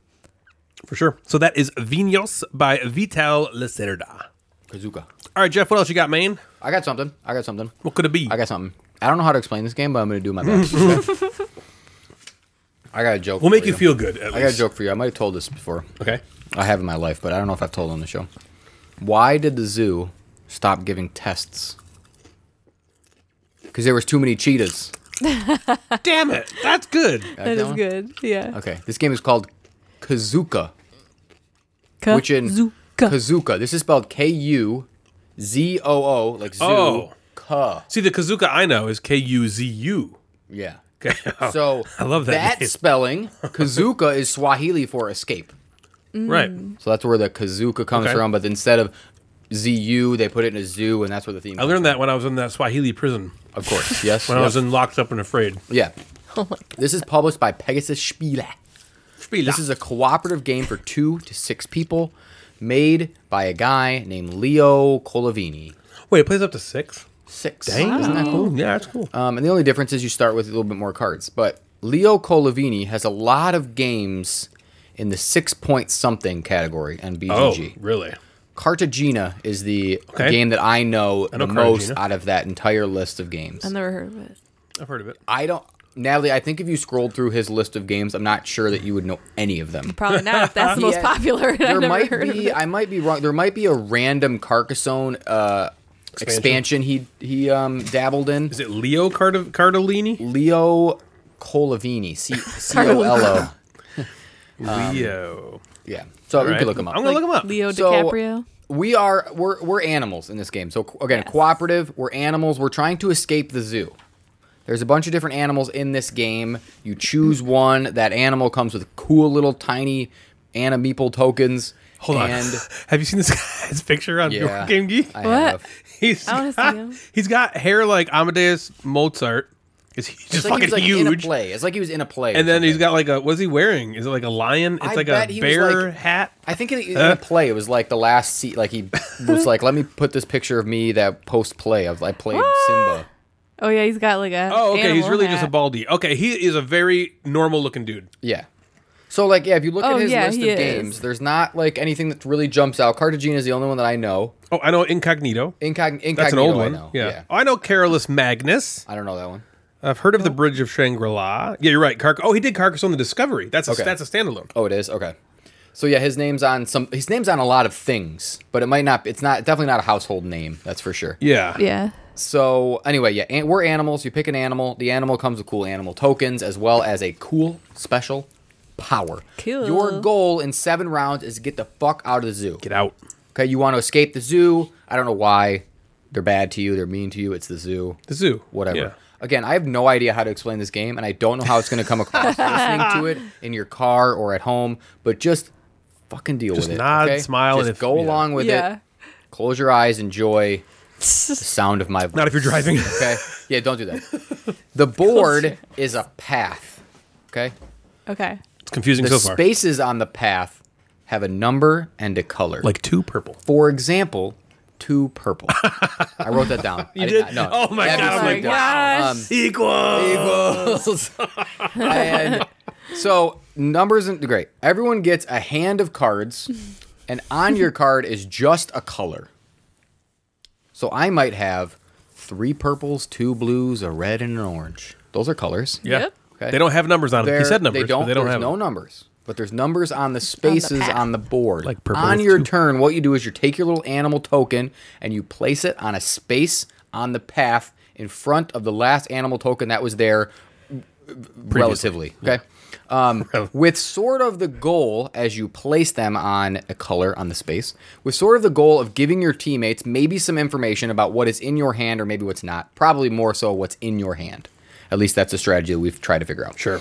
S3: For sure. So that is Vinos by Vital Lacerda.
S5: Kazuka.
S3: All right, Jeff, what else you got, man?
S5: I got something. I got something.
S3: What could it be?
S5: I got something. I don't know how to explain this game, but I'm gonna do my best. I got a joke.
S3: we'll
S5: for
S3: make you feel good. At
S5: I got a
S3: least.
S5: joke for you. I might have told this before.
S3: Okay.
S5: I have in my life, but I don't know if I've told on the show. Why did the zoo stop giving tests? Because there was too many cheetahs.
S3: Damn it. That's good.
S5: Like
S4: That is
S5: one?
S4: good. Yeah.
S5: Okay, this game is called Kazuka, which in
S4: Kazuka.
S5: Kazuka. This is spelled K U Z O O, like zoo.
S3: Oh.
S5: Ka.
S3: See, the Kazuka I know is K U Z U.
S5: Yeah.
S3: Okay.
S5: So
S3: oh, I love that name.
S5: spelling, Kazuka is Swahili for escape.
S3: Right.
S5: So that's where the Kazuka comes
S3: Okay.
S5: from. But instead of Z U, they put it in a zoo, and that's where the theme.
S3: I learned that when I was in that Swahili prison.
S5: of course. Yes.
S3: When I
S5: yep.
S3: was in Locked Up and Afraid.
S5: Yeah. This is published by Pegasus Spiele. This is a cooperative game for two to six people, made by a guy named Leo Colavini.
S3: Wait, it plays up to six?
S5: Six. Isn't that cool?
S3: Ooh, yeah, that's cool.
S5: Um, and the only difference is you start with a little bit more cards. But Leo Colavini has a lot of games in the six point something category on
S3: oh,
S5: BGG.
S3: really?
S5: Cartagena is the
S3: Okay.
S5: game that I know
S3: know
S5: the most
S3: Cartagena.
S5: out of that entire list of games.
S4: I've never heard of it.
S3: I've heard of it.
S5: I don't. Natalie, I think if you scrolled through his list of games, I'm not sure that you would know any of them.
S4: Probably not. If that's the most
S5: Yeah.
S4: popular. and I've
S5: there
S4: never
S5: might
S4: heard of
S5: be
S4: it.
S5: I might be wrong. There might be a random Carcassonne uh,
S3: Expansion.
S5: expansion. he he um, dabbled in.
S3: Is it Leo Card- Cardellini?
S5: Leo Colavini, C O L O.
S3: Leo.
S5: Yeah, so you
S3: Right.
S5: can look him up.
S3: I'm going to look him up.
S4: Leo
S5: So-
S4: DiCaprio.
S5: we are we're we're animals in this game. So co- again, cooperative. We're animals. We're trying to escape the zoo. There's a bunch of different animals in this game. You choose one. That animal comes with cool little tiny animeeple tokens.
S3: Hold on.
S5: And
S3: Have you seen this guy's picture on
S5: yeah,
S3: Game Geek?
S5: I
S4: What?
S5: have.
S3: He's
S4: I wanna see
S3: got,
S4: him.
S3: he's got hair like Amadeus Mozart. Is he just
S5: It's like he
S3: fucking
S5: was like in a
S3: huge?
S5: play. It's like he was in a play. or
S3: And then he's
S5: something.
S3: got like a what is he wearing? Is it like a lion? It's
S5: I
S3: like
S5: bet
S3: a
S5: he was,
S3: bear
S5: like-
S3: hat.
S5: I think in, in a play it was like the last seat. Like he was like, "Let me put this picture of me that post play of I played Simba."
S4: Oh yeah, he's got like a.
S3: Oh, okay. He's
S4: animal
S3: really just a
S4: hat.
S3: baldy. Okay, he is a very normal looking dude.
S5: Yeah. So like, yeah, if you look
S4: Oh,
S5: at his
S4: yeah,
S5: list of
S4: he is.
S5: games, there's not like anything that really jumps out. Cartagena is the only one that I know.
S3: Oh, I know Incognito.
S5: Incogn- Incognito,
S3: That's an old one.
S5: I know.
S3: Yeah. Oh, I know Carolus Magnus.
S5: I don't know that one.
S3: I've heard of the Bridge of Shangri La. Yeah, you're right. Carc- oh, he did Carcassonne the Discovery. That's a
S5: Okay.
S3: that's a standalone.
S5: Oh, it is. Okay. So yeah, his name's on some. His name's on a lot of things, but it might not. It's not definitely not a household name. That's for sure.
S3: Yeah.
S4: Yeah.
S5: So anyway, yeah, an- we're animals. You pick an animal. The animal comes with cool animal tokens as well as a cool special power.
S4: Cool.
S5: Your goal in seven rounds is to get the fuck out of the zoo.
S3: Get out.
S5: Okay, you want to escape the zoo. I don't know why. They're bad to you. They're mean to you. It's the zoo.
S3: The zoo.
S5: Whatever.
S3: Yeah.
S5: Again, I have no idea how to explain this game, and I don't know how it's going to come across listening to it in your car or at home. But just fucking deal
S3: Just
S5: with it.
S3: nod,
S5: okay?
S3: smile, and
S5: Just
S3: if-
S5: go
S3: yeah.
S5: along with
S4: Yeah.
S5: it. Close your eyes. Enjoy the sound of my voice.
S3: Not if you're driving.
S5: Okay. Yeah, don't do that. The board is a path. Okay.
S4: Okay.
S3: It's confusing so
S5: The
S3: far.
S5: spaces on the path have a number and a color.
S3: Like two purple.
S5: for example, two purple. I wrote that down. you I
S3: did?
S5: not-
S3: Oh my
S5: That'd be
S3: God, I'm
S5: so
S3: like,
S5: dumb.
S4: wow.
S5: Um,
S3: Equal.
S5: equals. and so numbers and great. Everyone gets a hand of cards, and on your card is just a color. So I might have three purples, two blues, a red, and an orange. Those are colors.
S3: Yeah.
S4: Yep.
S5: Okay.
S3: They don't have numbers on them. He
S5: There-
S3: said numbers.
S5: They don't.
S3: But they don't
S5: there's
S3: have
S5: no
S3: them.
S5: numbers, but there's numbers on the spaces on the,
S4: path.
S5: board.
S3: Like purple
S5: on
S3: with
S5: your
S3: two.
S5: turn, what you do is you take your little animal token and you place it on a space on the path in front of the last animal token that was there, relatively. Okay. Um, with sort of the goal, as you place them on a color on the space, with sort of the goal of giving your teammates maybe some information about what is in your hand or maybe what's not, probably more so what's in your hand. At least that's a strategy that we've tried to figure out.
S3: Sure.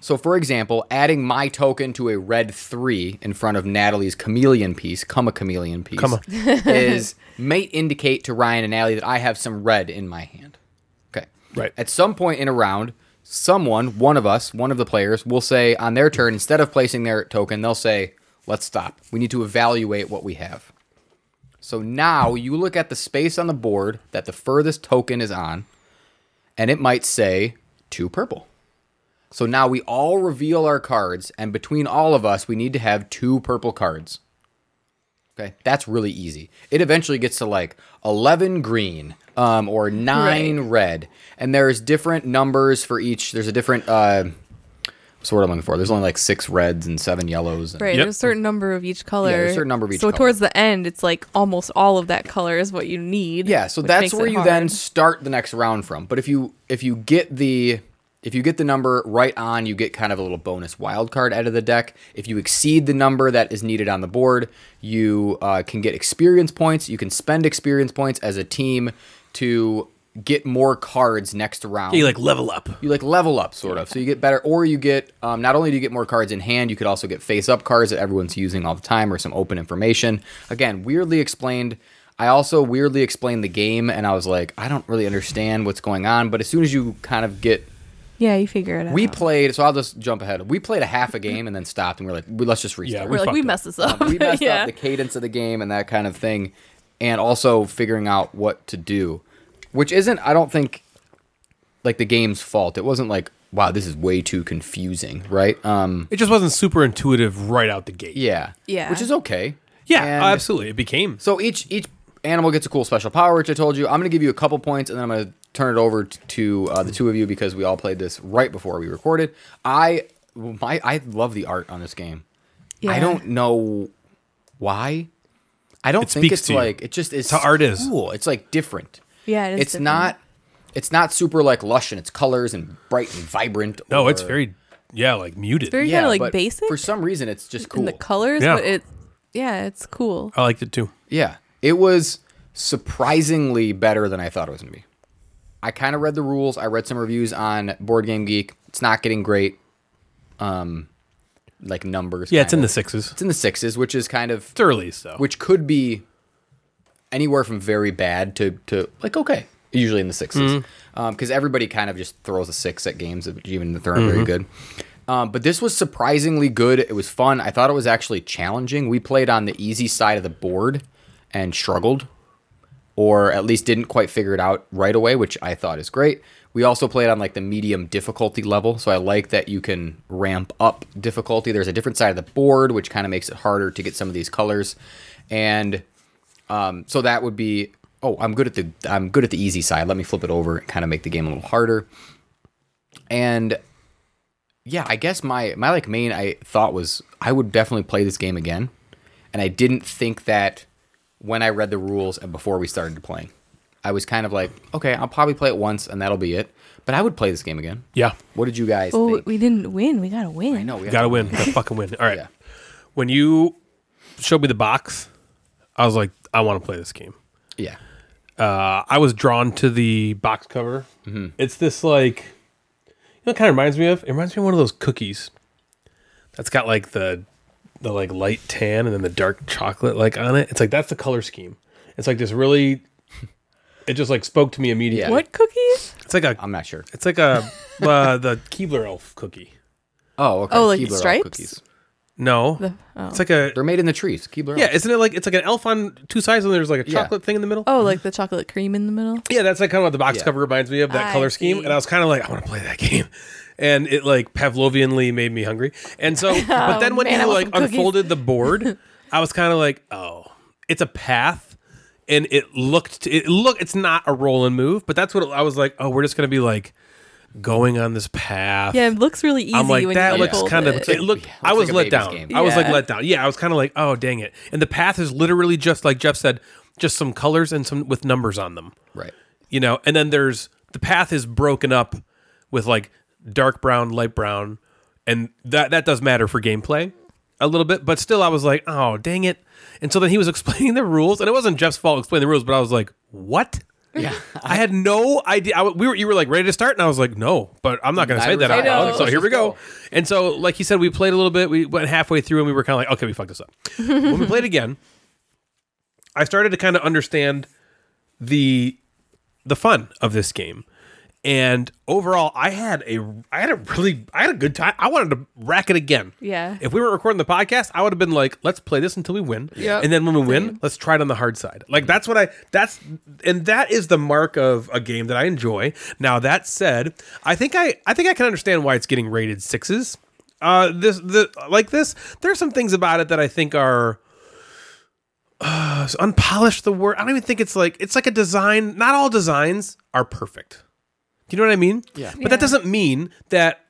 S5: So, for example, adding my token to a red three in front of Natalie's chameleon piece, come a chameleon piece,
S3: Comma.
S5: is may indicate to Ryan and Natalie that I have some red in my hand. Okay.
S3: Right.
S5: At some point in a round, someone, one of us, one of the players, will say on their turn, instead of placing their token, they'll say, let's stop. We need to evaluate what we have. So now you look at the space on the board that the furthest token is on, and it might say two purple. So now we all reveal our cards, and between all of us, we need to have two purple cards. Okay, that's really easy. It eventually gets to like 11 green um, or 9 red, and there's different numbers for each. There's a different, uh, what's the word I'm looking for? There's only like six reds and seven yellows. and-
S4: Right.
S3: Yep.
S4: There's a certain number of each color.
S5: there's a certain number of each
S4: So
S5: color.
S4: towards the end, it's like almost all of that color is what you need.
S5: Yeah, so
S4: which
S5: that's
S4: makes
S5: where
S4: it
S5: you then
S4: hard.
S5: start the next round from. But if you if you get the if you get the number right on, you get kind of a little bonus wild card out of the deck. If you exceed the number that is needed on the board, you uh, can get experience points. You can spend experience points as a team to get more cards next round
S3: you like level up.
S5: you like level up sort of so you get better or you get um, not only do you get more cards in hand you could also get face up cards that everyone's using all the time or some open information again weirdly explained i also weirdly explained the game and i was like i don't really understand what's going on but as soon as you kind of get
S4: Yeah, you figure it out.
S5: we played so i'll just jump ahead we played a half a game and then stopped and we are like "We- let's just restart
S3: Yeah,
S4: We're
S3: We
S4: like, we
S3: fucked up.
S4: messed this up.
S5: we messed
S4: yeah.
S5: up the cadence of the game and that kind of thing, and also figuring out what to do, which isn't, I don't think, like the game's fault. It wasn't like, wow, this is way too confusing, right? Um,
S3: It just wasn't super intuitive right out the gate.
S5: yeah,
S4: Yeah.
S5: which is okay.
S3: Yeah,
S5: And
S3: absolutely. It became.
S5: So each each animal gets a cool special power, which I told you. I'm going to give you a couple points, and then I'm going to turn it over t- to uh, the two of you because we all played this right before we recorded. I my I love the art on this game.
S4: yeah.
S5: I don't know why. I don't
S3: It
S5: think
S3: speaks
S5: it's
S3: to you.
S5: like it just is.
S3: how art is.
S5: cool. It's like different.
S4: Yeah, it is
S5: it's
S4: different.
S5: not. It's not super like lush in its colors and bright and vibrant.
S3: No, it's
S5: or-
S3: very yeah, like muted.
S4: Very kind of like
S5: but
S4: basic
S5: For some reason, it's just cool.
S4: in the colors,
S3: Yeah.
S4: but it yeah, it's
S5: Oh,
S4: cool.
S3: I liked it too.
S5: Yeah. It was surprisingly better than I thought it was going to be. I kind of read the rules. I read some reviews on Board Game Geek. It's not getting great um like numbers.
S3: Yeah, it's in
S5: kinda.
S3: the sixes.
S5: It's in the 6s, which is kind of
S3: It's early, so
S5: which could be anywhere from very bad to to like okay, usually in the 6s. because everybody kind of just throws a six at games, even if they're not very good. Um, but this was surprisingly good. It was fun. I thought it was actually challenging. We played on the easy side of the board and struggled, or at least didn't quite figure it out right away, which I thought is great. We also played on like the medium difficulty level, so I like that you can ramp up difficulty. There's a different side of the board, which kind of makes it harder to get some of these colors, and um, so that would be oh, I'm good at the I'm good at the easy side. Let me flip it over and kind of make the game a little harder. And yeah, I guess my my like main I thought was I would definitely play this game again, and I didn't think that when I read the rules and before we started playing, I was kind of like, okay, I'll probably play it once and that'll be it. But I would play this game again.
S3: yeah,
S5: What did you guys
S4: Oh,
S5: think?
S4: we didn't win. We gotta win.
S5: I know we
S3: gotta win, gotta fucking win. All right,
S5: Yeah.
S3: when you showed me the box, I was like, I want to play this game.
S5: Yeah,
S3: uh, I was drawn to the box cover.
S5: Mm-hmm.
S3: It's this like, you know, kind of reminds me of. It reminds me of one of those cookies that's got like the the like light tan and then the dark chocolate like on it. It's like that's the color scheme. It's like this really. It just like spoke to me immediately.
S5: Yeah.
S4: What cookies?
S3: It's like a.
S5: I'm not sure.
S3: It's like a uh, the Keebler elf cookie.
S5: Oh, okay.
S4: Oh, like
S5: Elf
S4: stripes?
S5: cookies.
S3: No,
S4: The- oh.
S3: it's like a.
S5: They're made in the trees. Keebler.
S3: Yeah,
S5: Elf.
S3: isn't it like it's like an elf on two sides and there's like a
S5: Yeah.
S3: chocolate thing in the middle?
S4: Oh, like the chocolate cream in the middle.
S3: Yeah, that's like kind of what the box
S5: Yeah.
S3: cover reminds me of that
S4: I
S3: color scheme.
S4: see.
S3: And I was kind of like, I want to play that game. And it like Pavlovianly made me hungry. And so, but then when
S4: Oh, man, I
S3: you
S4: want
S3: like
S4: some cookies.
S3: unfolded the board, I was kind of like, oh, it's a path. And it looked, it look, it's not a roll and move, but that's what I was like, oh, we're just going to be like going on this path.
S4: Yeah, it looks really easy.
S3: I'm like
S4: when
S3: that
S4: you
S3: looks
S4: unfold
S3: kind of.
S4: it.
S3: It looked.
S5: Yeah,
S3: I
S5: looks
S3: was
S5: like a
S3: let
S5: baby's
S3: down.
S5: game.
S3: I was like
S4: Yeah.
S3: let down. Yeah, I was kind of like, oh dang it! And the path is literally just like Jeff said, just some colors and some with numbers on them
S5: Right.
S3: you know and then there's the path is broken up with like dark brown light brown and that that does matter for gameplay a little bit but still i was like oh dang it and so then he was explaining the rules and it wasn't jeff's fault explaining the rules but i was like what
S5: Yeah.
S3: I had no idea. I, we were you were like ready to start, and I was like, no, but I'm not going to say
S5: Neither
S3: that out
S5: was I.
S3: loud.
S4: know.
S3: So here we
S5: Let's
S3: go.
S5: go.
S3: And so, like he said, we played a little bit. We went halfway through, and we were kind of like, okay, we fucked this up. when we played again, I started to kind of understand the the fun of this game. And overall, I had a I had a really I had a good time. I wanted to rack it again.
S4: Yeah.
S3: If we were recording the podcast, I would have been like, let's play this until we win.
S4: Yep.
S3: And then when we win, let's try it on the hard side. Like that's what I that's and that is the mark of a game that I enjoy. Now that said, I think I I think I can understand why it's getting rated sixes. Uh this the like this, there are some things about it that I think are uh, unpolished the word. I don't even think it's like it's like a design. Not all designs are perfect. Do you know what I mean? Yeah. But that doesn't mean that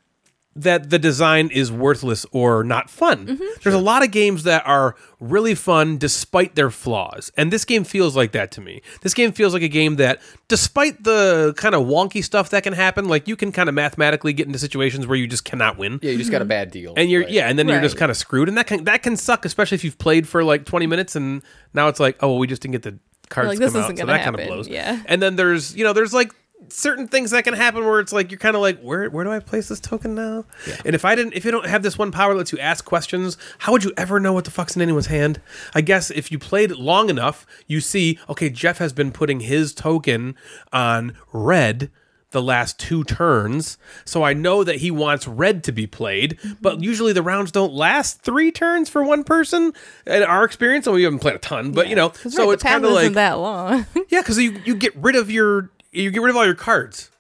S3: that the design is worthless or not fun.
S4: Mm-hmm.
S3: There's a lot of games that are really fun despite their flaws. And this game feels like that to me. This game feels like a game that despite the kind of wonky stuff that can happen, like you can kind of mathematically get into situations where you just cannot win.
S5: Yeah. You just got a
S4: Mm-hmm.
S5: bad deal.
S3: And you're
S5: right?
S3: yeah, and then you're
S4: Right.
S3: just kind of screwed and that can that can suck especially if you've played for like 20 minutes and now it's like, oh, well, we just didn't get the cards
S4: like,
S3: to
S4: this
S3: come out.
S4: isn't
S3: So
S4: gonna
S3: that kind of
S4: happen.
S3: blows.
S4: Yeah.
S3: And then there's, you know, there's like certain things that can happen where it's like you're kind of like, where where do I place this token now? And if I didn't, if you don't have this one power that lets you ask questions, how would you ever know what the fuck's in anyone's hand? I guess if you played long enough, you see, okay, Jeff has been putting his token on red the last two turns so i know that he wants red to be played
S4: Mm-hmm.
S3: but usually the rounds don't last three turns for one person in our experience and we haven't played a ton but you know
S4: 'Cause,
S3: so
S4: right,
S3: it's
S4: the path
S3: kind of like
S4: isn't that long.
S3: yeah, because you, you get rid of your you get rid of all your cards.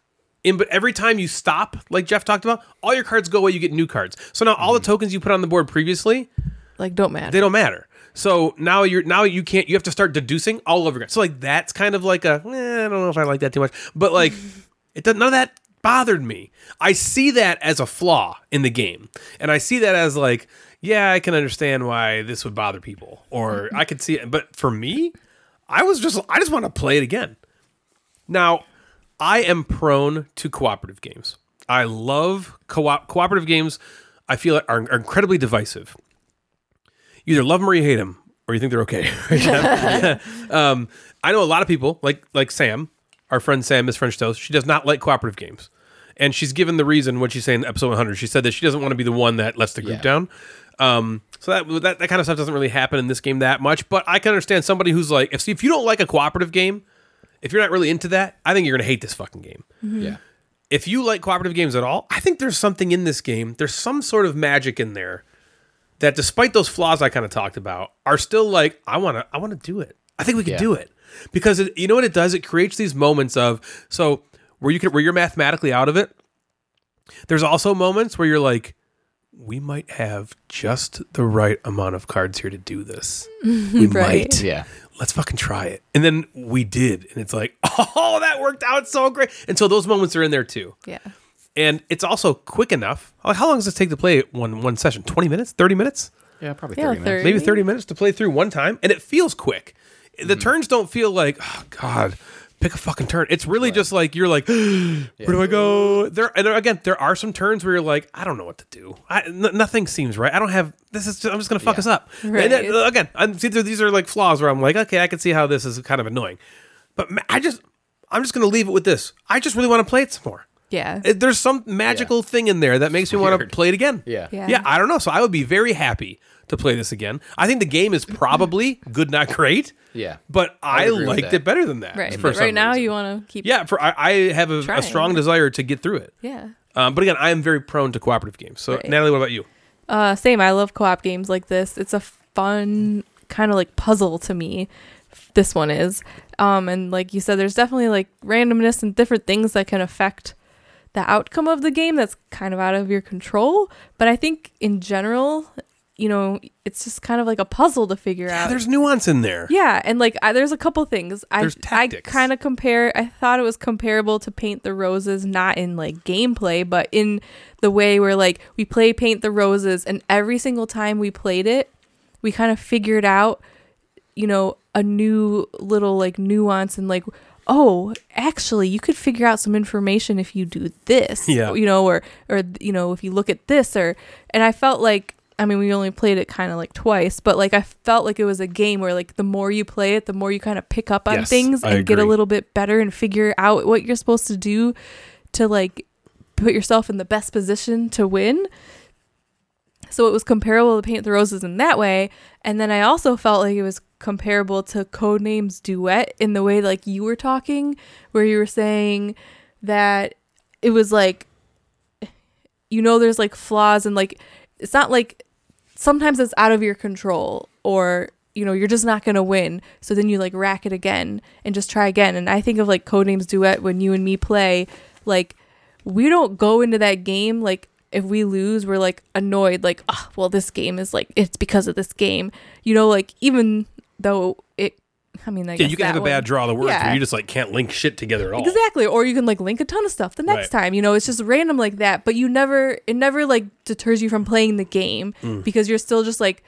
S3: And but every time you stop, like Jeff talked about, all your cards go away. You get new cards. So now all the tokens you put on the board previously,
S4: like don't matter.
S3: they don't matter. So now you're now you can't you have to start deducing all over again. So like that's kind of like a eh, I don't know if I like that too much, but like it doesn't none of that bothered me. I see that as a flaw in the game, and I see that as like yeah I can understand why this would bother people, or I could see it. But for me, I was just I just want to play it again. Now, I am prone to cooperative games. I love co- cooperative games. I feel are, are incredibly divisive. You either love them or you hate them. or you think they're okay. Right, Jeff? um, I know a lot of people like like Sam, our friend Sam, Miss French Toast. She does not like cooperative games, and she's given the reason what she's saying in episode 100. She said that she doesn't want to be the one that lets the group
S5: Yeah.
S3: down. Um, so that, that that kind of stuff doesn't really happen in this game that much. But I can understand somebody who's like, if if you don't like a cooperative game, if you're not really into that, I think you're gonna hate this fucking game
S4: Mm-hmm.
S5: Yeah.
S3: if you like cooperative games at all, I think there's something in this game. There's some sort of magic in there that, despite those flaws I kind of talked about, are still like I want to. I want to do it. I think we can
S5: Yeah.
S3: do it because it, you know what it does. It creates these moments of so where you can where you're mathematically out of it. There's also moments where you're like, we might have just the right amount of cards here to do this. We
S4: Right.
S3: might
S5: Yeah.
S3: let's fucking try it. And then we did. And it's like, oh, that worked out so great. And so those moments are in there too.
S4: Yeah.
S3: And it's also quick enough. Like, How long does it take to play one one session? 20 minutes? 30 minutes?
S5: Yeah, probably
S4: Yeah,
S5: 30 minutes.
S3: Maybe 30 minutes to play through one time. And it feels quick. The turns don't feel like, oh God, pick a fucking turn. It's really just like you're like, where do I go? There and there- again, there are some turns where you're like, I don't know what to do. I, n- nothing seems right. I don't have this. Is just, I'm just gonna fuck us up. And then, uh,
S4: Right.
S3: again, I'm, see, there- these are like flaws where I'm like, okay, I can see how this is kind of annoying, but ma- I just, I'm just gonna leave it with this. I just really want to play it some more.
S4: Yeah.
S3: It- There's some magical thing in there that makes me want to
S5: weird.
S3: play it again.
S5: Yeah.
S4: Yeah.
S3: Yeah, I don't know. So I would be very happy to play this again. I think the game is probably good, not great.
S5: Yeah.
S3: But I,
S5: agree with
S3: liked
S5: that.
S3: it better than that.
S4: right.
S3: for
S4: But
S3: some
S4: right now
S3: reason.
S4: you want to keep.
S3: Yeah, for I, I have a, a
S4: Trying.
S3: strong desire to get through it.
S4: Yeah.
S3: Um, but again, I am very prone to cooperative games. So
S4: Right.
S3: Natalie, what about you?
S4: Uh, same. I love co-op games like this. It's a fun kind of like puzzle to me. This one is, um, and like you said, there's definitely like randomness and different things that can affect the outcome of the game. That's kind of out of your control. But I think in general, you know, it's just kind of like a puzzle to figure
S3: Yeah,
S4: out.
S3: Uh, there's nuance in there.
S4: Yeah, and like I, there's a couple things I
S3: There's
S4: I
S3: tactics.
S4: kind of compare. I thought it was comparable to Paint the Roses, not in like gameplay, but in the way where like we play Paint the Roses, and every single time we played it, we kind of figured out, you know, a new little like nuance and like. Oh, actually, you could figure out some information if you do this.
S3: Yeah.
S4: You know, or or you know, if you look at this or and I felt like I mean, we only played it kind of like twice, but like I felt like it was a game where like the more you play it, the more you kind of pick up on
S3: Yes,
S4: things
S3: I
S4: and get a
S3: agree.
S4: little bit better and figure out what you're supposed to do to like put yourself in the best position to win. So it was comparable to Paint the Roses in that way, and then I also felt like it was comparable to Codenames Duet in the way like you were talking where you were saying that it was like you know there's like flaws and like it's not like sometimes it's out of your control or you know you're just not going to win so then you like rack it again and just try again and i think of like codenames duet when you and me play like we don't go into that game like if we lose we're like annoyed like oh well this game is like it's because of this game you know like even though it i mean I
S3: Yeah,
S4: guess
S3: you can
S4: that
S3: have a
S4: one-
S3: bad draw of the words
S4: Yeah.
S3: where you just like can't link shit together at all.
S4: Exactly. Or you can like link a ton of stuff the next
S3: Right.
S4: time. You know, it's just random like that. But you never it never like deters you from playing the game because you're still just like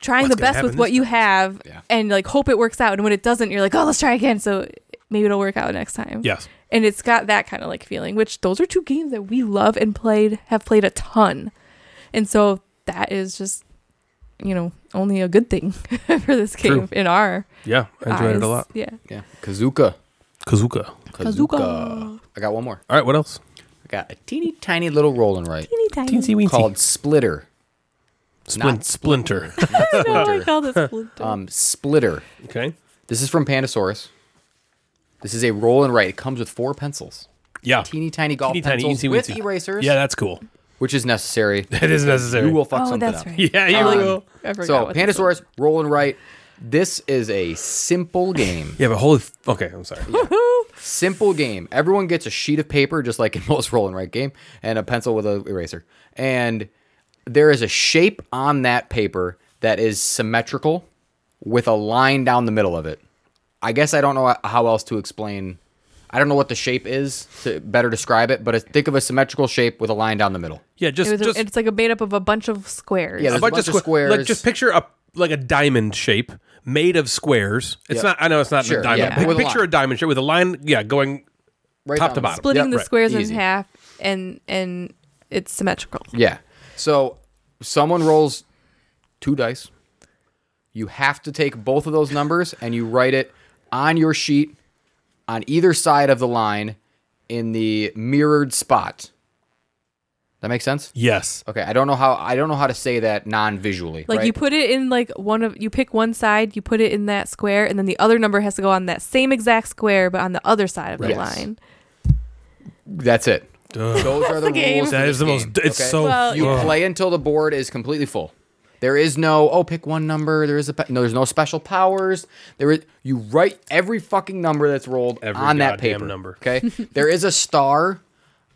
S4: trying
S3: Mm. What's gonna
S4: the best with
S3: happen
S4: what
S3: this
S4: you
S3: time?
S4: have
S5: Yeah.
S4: and like hope it works out. And when it doesn't, you're like, Oh, let's try again. So maybe it'll work out next time.
S3: Yes.
S4: And it's got that kind of like feeling, which those are two games that we love and played have played a ton. And so that is just you know, only a good thing for this
S3: True.
S4: game in our
S3: Yeah, I enjoyed it
S4: eyes.
S3: a lot.
S4: Yeah.
S5: Yeah. Kazuka.
S3: Kazuka.
S4: Kazuka.
S5: I got one more.
S3: All right, what else?
S5: I got a teeny tiny little rolling right
S4: Teeny tiny.
S3: Teensy weensy.
S5: called Splitter.
S3: Splin-
S5: not-
S3: Splinter.
S4: I know I call this Splinter.
S5: Um, Splitter.
S3: okay.
S5: This is from Pandasaurus. This is a roll and write. It comes with four pencils,
S3: Yeah.
S5: teeny tiny golf
S3: Teeny tiny,
S5: pencils
S3: eensy
S5: with
S3: weensy.
S5: erasers,
S3: Yeah, that's cool.
S5: which is necessary.
S3: It is necessary.
S5: You will fuck
S4: oh,
S5: something
S4: that's
S5: up.
S4: right.
S3: Yeah, you
S5: Um,
S3: will.
S4: I forgot
S5: So
S4: what this was.
S5: Pandasaurus, roll and write. This is a simple game.
S3: Yeah, but holy. F- okay, I'm sorry.
S5: Simple game. Everyone gets a sheet of paper, just like in most roll and write game, and a pencil with an eraser. And there is a shape on that paper that is symmetrical with a line down the middle of it. I guess I don't know how else to explain. I don't know what the shape is to better describe it, but it's- think of a symmetrical shape with a line down the middle.
S3: Yeah,
S4: It
S3: just
S4: was a-
S3: just
S4: it's like a made up of a bunch of squares.
S5: Yeah,
S3: a
S5: there's
S3: bunch, of,
S5: bunch of
S3: squares. Like
S5: squares.
S3: just picture a like a diamond shape made of squares. It's
S5: Yep.
S3: not. I know it's not
S5: Sure,
S3: a diamond.
S5: yeah.
S3: Pic-
S5: With a
S3: picture
S5: line.
S3: a diamond shape with a line. Yeah, going
S5: Right
S3: Top to
S5: down the-
S3: bottom.
S4: splitting
S3: Yep,
S4: the
S3: right.
S4: squares
S5: Easy.
S4: in half and and it's symmetrical.
S5: Yeah. So someone rolls two dice. You have to take both of those numbers and you write it on your sheet on either side of the line in the mirrored spot. That makes sense?
S3: Yes.
S5: Okay, I don't know how I don't know how to say that non-visually.
S4: Like
S5: right?
S4: you put it in like one of you pick one side, you put it in that square, and then the other number has to go on that same exact square, but on the other side of the
S5: Yes.
S4: line.
S5: That's it. Those are the,
S4: game.
S5: rules. for
S3: That
S5: this
S3: is the most.
S5: game,
S3: It's
S5: okay?
S3: so.
S4: Well,
S5: You
S3: ugh.
S5: play until the board is completely full. There is no oh pick one number. There is a pe- no. There's no special powers. There is you write every fucking number that's rolled
S3: Every
S5: on that
S3: goddamn
S5: paper.
S3: number.
S5: Okay. there is a star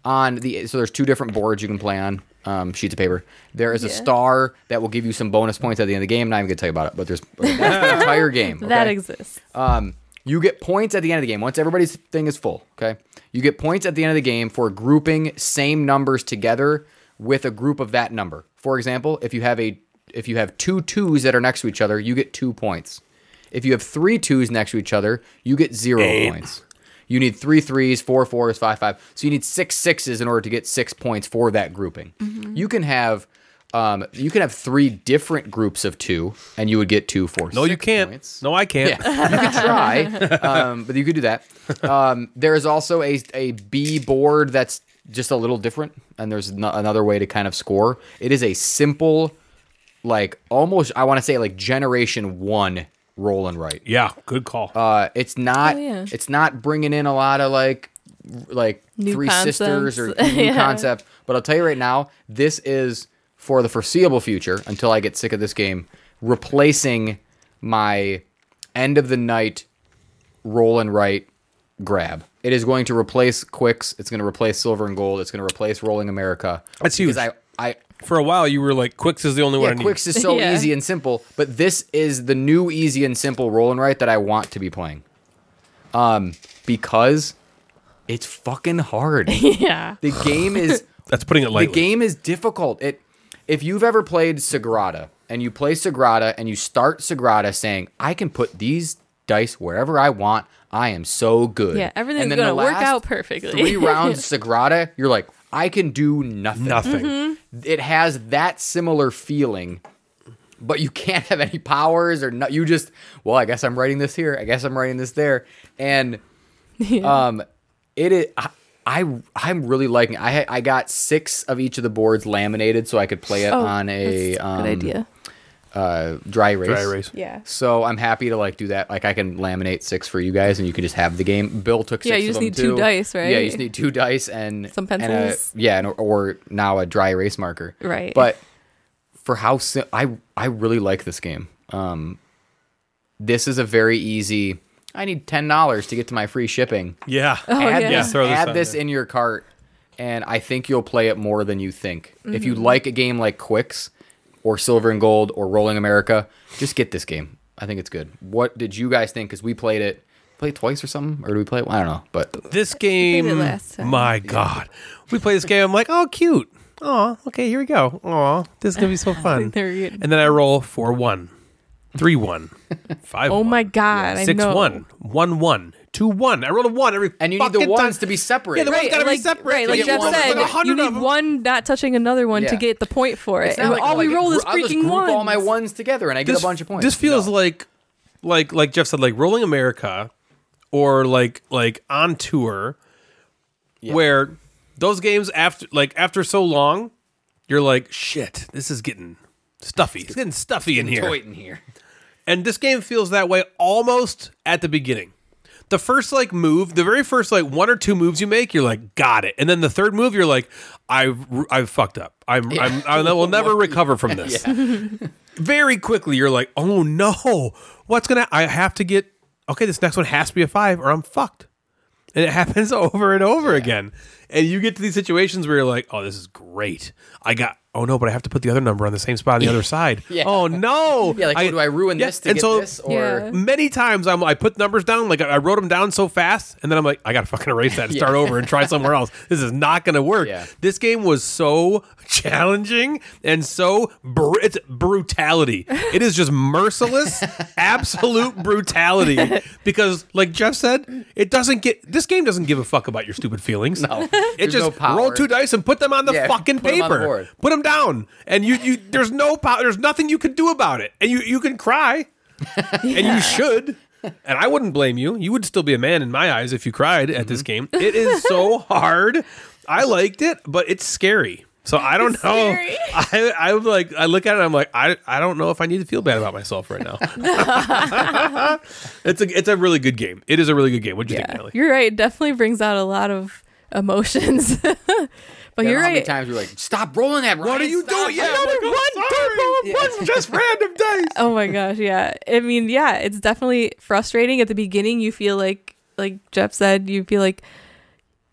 S5: on the so there's two different boards you can play on um, sheets of paper. There is a
S4: Yeah.
S5: star that will give you some bonus points at the end of the game. Not even gonna tell you about it, but there's that's the entire game.
S4: That
S5: okay?
S4: exists.
S5: Um, you get points at the end of the game once everybody's thing is full. Okay, you get points at the end of the game for grouping same numbers together with a group of that number. For example, if you have a if you have two twos that are next to each other, you get two points. If you have three twos next to each other, you get zero points. You need three threes, four fours, five five. So you need six sixes in order to get six points for that grouping. You can have um, you can have three different groups of two, and you would get two four.
S3: no, you can't.
S5: Points.
S3: No, I can't.
S5: Yeah, you could try, um, but you could do that. Um, there is also a a B board that's just a little different, and there's no, another way to kind of score. It is a simple, like almost I want to say like generation one roll and write.
S3: Yeah, good call.
S5: Uh, it's not
S4: Oh, yeah.
S5: it's not bringing in a lot of like r- like
S4: New
S5: three sisters or
S4: concepts.
S5: new
S4: Yeah.
S5: concepts. But I'll tell you right now, this is for the foreseeable future until I get sick of this game, replacing my end of the night roll and write grab. It is going to replace Quicks. It's going to replace Silver and Gold. It's going to replace Rolling America.
S3: That's
S5: because
S3: huge.
S5: I, I
S3: For a while, you were like, "Quicks is the only
S5: yeah,
S3: one I
S5: Quicks is so
S4: Yeah.
S5: easy and simple, but this is the new easy and simple roll and write that I want to be playing. Um, because it's fucking hard.
S4: Yeah.
S5: the game is
S3: need." That's putting it
S5: the
S3: lightly.
S5: game is difficult. It if you've ever played Sagrada and you play Sagrada and you start Sagrada saying, I can put these dice wherever I want. I am so good.
S4: Yeah, everything's
S5: And then the
S4: gonna work
S5: last
S4: out perfectly.
S5: Three rounds Sagrada, you're like, I can do nothing
S3: Nothing.
S4: Mm-hmm.
S5: it has that similar feeling but you can't have any powers or no, you just well i guess i'm writing this here i guess i'm writing this there and um it is I, I i'm really liking i ha- i got six of each of the boards laminated so i could play it
S4: Oh,
S5: on a
S4: that's
S5: um,
S4: good idea.
S5: uh dry erase
S3: Dry erase.
S4: Yeah.
S5: so i'm happy to like do that like i can laminate six for you guys and you can just have the game bill took six
S4: Yeah, you
S5: of
S4: just
S5: them,
S4: need
S5: too.
S4: two dice,
S5: yeah
S4: right?
S5: you just need two dice and
S4: Some
S5: and a-
S4: pencils.
S5: yeah and, or now a dry erase marker
S4: Right.
S5: but for how sim- I I really like this game. Um, this is a very easy. I need ten dollars to get to my free shipping.
S3: Yeah.
S5: add
S4: yeah.
S5: this,
S4: Oh,
S3: throw
S4: Yeah,
S3: this
S5: add
S3: on
S5: this
S3: there.
S5: in your cart, and I think you'll play it more than you think. If you like a game like Quicks or Silver and Gold or Rolling America, just get this game. I think it's good. What did you guys think? Because we played it, played it twice or something, or did we play it? I don't know. But
S3: This game,
S4: last time.
S3: my god, we play this game. I'm like, oh, cute. Oh, okay, here we go. Oh, this is gonna be so fun.
S4: They're good.
S3: and then I roll four one, three one, five.
S4: Oh my god, I
S3: Six
S4: know.
S3: one, one one, two one. I rolled a one every.
S5: and you need the
S3: fucking
S5: ones
S3: time.
S5: to be separated.
S3: Yeah, the ones
S4: Right,
S3: gotta
S4: like,
S3: be separate.
S4: right,
S3: You
S4: like
S5: get
S4: Jeff
S5: one,
S4: said,
S5: like a
S3: hundred
S4: you
S3: of
S4: need
S3: 'em.
S4: one not touching another one to
S5: Yeah.
S4: get the point for it.
S5: It's not
S4: And
S5: like,
S4: all
S5: oh,
S4: we
S5: I get-
S4: roll is
S5: I'll just
S4: freaking
S5: group
S4: ones.
S5: all my ones together and I get a bunch of points.
S3: This feels
S5: No.
S3: like, like, like Jeff said, like Rolling America, or like, like on tour, where those games after, like, after so long, you're like, shit, this is getting stuffy. It's getting stuffy in here.
S5: in here.
S3: And this game feels that way almost at the beginning. The first like move, the very first like one or two moves you make, you're like, got it. And then the third move, you're like, I've I've fucked up. I'm I'm I will never recover from this. very quickly, you're like, oh no, what's gonna? I have to get okay. This next one has to be a five, or I'm fucked. And it happens over and over again. And you get to these situations where you're like, oh, this is great. I got. Oh no, but I have to put the other number on the same spot on the other side.
S5: Yeah.
S3: Oh no.
S5: Yeah, like, oh, do I ruin
S3: Yeah,
S5: this to
S3: and
S5: get
S3: so-
S5: this? Or
S4: Yeah.
S3: many times I'm I put numbers down like I, I wrote them down so fast and then I'm like I gotta fucking erase that and start over and try somewhere else. This is not gonna work.
S5: Yeah.
S3: This game was so challenging and so br- it's brutality. It is just merciless, absolute brutality. Because, like Jeff said, it doesn't get this game doesn't give a fuck about your stupid feelings. No, it
S5: there's no
S3: just
S5: power.
S3: roll two dice and put them on the
S5: Yeah,
S3: fucking
S5: put 'em on the
S3: paper.
S5: board.
S3: put them down, and you you there's no power. There's nothing you can do about it, and you you can cry, and you should. And I wouldn't blame you. You would still be a man in my eyes if you cried at this game. It is so hard. I liked it, but it's scary. So I don't
S4: It's
S3: know.
S4: scary.
S3: I I'm like I look at it. I'm like I I don't know if I need to feel bad about myself right now. it's a it's a really good game. It is a really good game. What do you
S4: Yeah,
S3: think, Natalie?
S4: you're right. It definitely brings out a lot of emotions. but
S5: I
S4: you're
S5: don't know How many
S4: right.
S5: times we're like, stop rolling that.
S3: What are you doing? Yeah,
S4: Another
S3: like, I'm
S4: one,
S3: sorry. It's just random dice.
S4: Oh my gosh, yeah. I mean, yeah, it's definitely frustrating at the beginning. You feel like like Jeff said, you feel like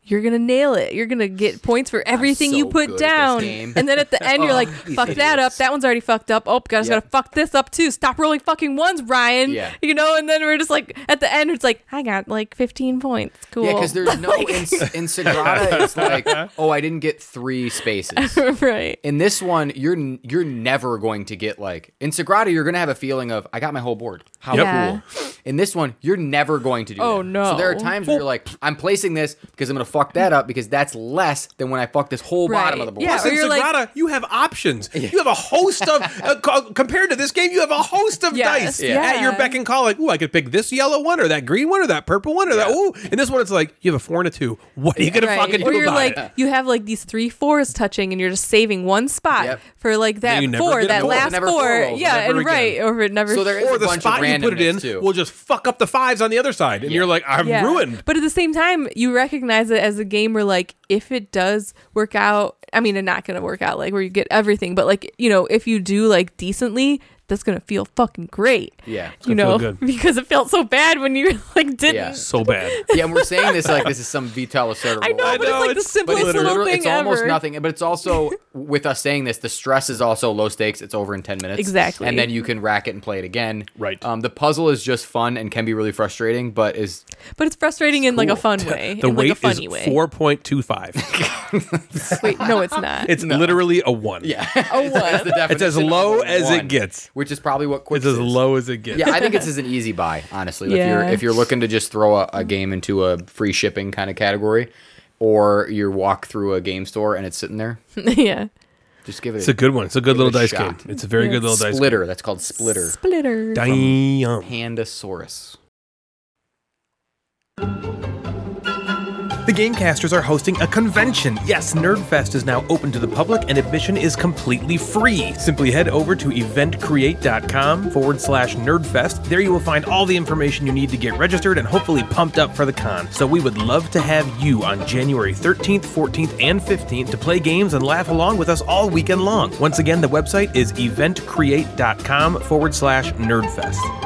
S4: you're going to nail it. You're going to get points for everything you
S5: so good at
S4: put
S5: this
S4: down.
S5: game.
S4: And then at the end you're
S5: Oh,
S4: like,
S5: these
S4: fuck that up.
S5: idiots.
S4: That one's already fucked up. Oh, gosh,
S5: Yep.
S4: got to fuck this up too. Stop rolling fucking ones, Ryan.
S5: Yeah.
S4: You know, and then we're just like at the end it's like, I got like 15 points. Cool.
S5: Yeah, because there's no in, in Sagrada. It's like, oh, I didn't get three spaces.
S4: right.
S5: In this one, you're n- you're never going to get like in Sagrada. You're gonna have a feeling of I got my whole board. How
S3: Yep.
S4: Yeah.
S5: cool. In this one, you're never going to do.
S4: Oh,
S5: that. So there are
S4: no.
S5: times where you're like, I'm placing this because I'm gonna fuck that up because that's less than when I fuck this whole bottom of the
S4: Right.
S5: board.
S4: Yeah,
S3: Plus,
S4: or
S3: in
S4: you're like-
S3: Sagrada, you have options. You have a host of uh, co- compared to this game, you have a host of
S4: Yes,
S3: dice
S4: yeah.
S3: at your beck and call. Like, ooh, I could pick this yellow one or that green one or that purple one or that. Ooh, and this one, it's like you have a four and a two. What are you gonna
S4: Right.
S3: fucking
S4: or
S3: do
S4: you're
S3: about
S4: like
S3: it?
S4: you have like these three fours touching and you're just saving one spot
S5: Yep.
S4: for like that
S3: you never
S4: four
S3: get a
S4: that
S3: roll.
S4: last
S5: Never
S4: four,
S5: four rolls.
S4: yeah
S3: Never
S4: and
S3: again.
S4: right over it never
S5: So there is-
S3: Or the
S5: bunch of
S3: spot you put it in
S5: randomness, too.
S3: will just fuck up the fives on the other side, and you're like, I'm
S4: yeah.
S3: ruined.
S4: but at the same time you recognize it as a game where like if it does work out i mean it's not gonna work out like where you get everything but like you know if you do like decently that's gonna feel fucking great
S5: Yeah. It's
S4: you
S3: gonna
S4: know
S3: feel good.
S4: because it felt so bad when you like didn't
S5: Yeah.
S3: So bad.
S5: Yeah, and we're saying this like this is some Vital Lacerda.
S4: i know
S5: role.
S4: but it's
S3: know,
S4: like the
S3: it's-
S4: simplest
S5: it's,
S4: little
S5: literally-
S4: thing
S5: it's almost
S4: ever.
S5: nothing. But it's also with us saying this, the stress is also low stakes. It's over in ten minutes,
S4: Exactly.
S5: and then you can rack it and play it again.
S3: Right.
S5: Um, the puzzle is just fun and can be really frustrating, but is
S4: but it's frustrating in like a fun way
S3: The
S4: in
S3: weight
S4: like a funny
S3: is
S4: way
S3: four point two five.
S4: wait no it's not
S3: It's literally a one. Yeah,
S4: a one
S5: the definition
S3: as low
S5: of
S3: as it
S5: one,
S3: gets.
S5: which is probably what quits
S3: it's as
S5: is.
S3: low as it gets.
S5: Yeah, I think it's is an easy buy, honestly. If you're
S4: Yeah.
S5: if you're looking to just throw a, a game into a free shipping kind of category, or you walk through a game store and it's sitting there,
S4: yeah.
S5: just give it.
S3: it's a good one. It's a good little
S5: it a
S3: dice
S5: shot.
S3: game. It's a very good little dice.
S5: splitter. That's called splitter.
S4: Splitter.
S3: game. Damn.
S5: Pandasaurus.
S3: The Gamecasters are hosting a convention. Yes, Nerdfest is now open to the public and admission is completely free. Simply head over to eventcreate.com forward slash nerdfest. There you will find all the information you need to get registered and hopefully pumped up for the con. So we would love to have you on January 13th, 14th, and 15th to play games and laugh along with us all weekend long. Once again, the website is eventcreate.com forward slash nerdfest.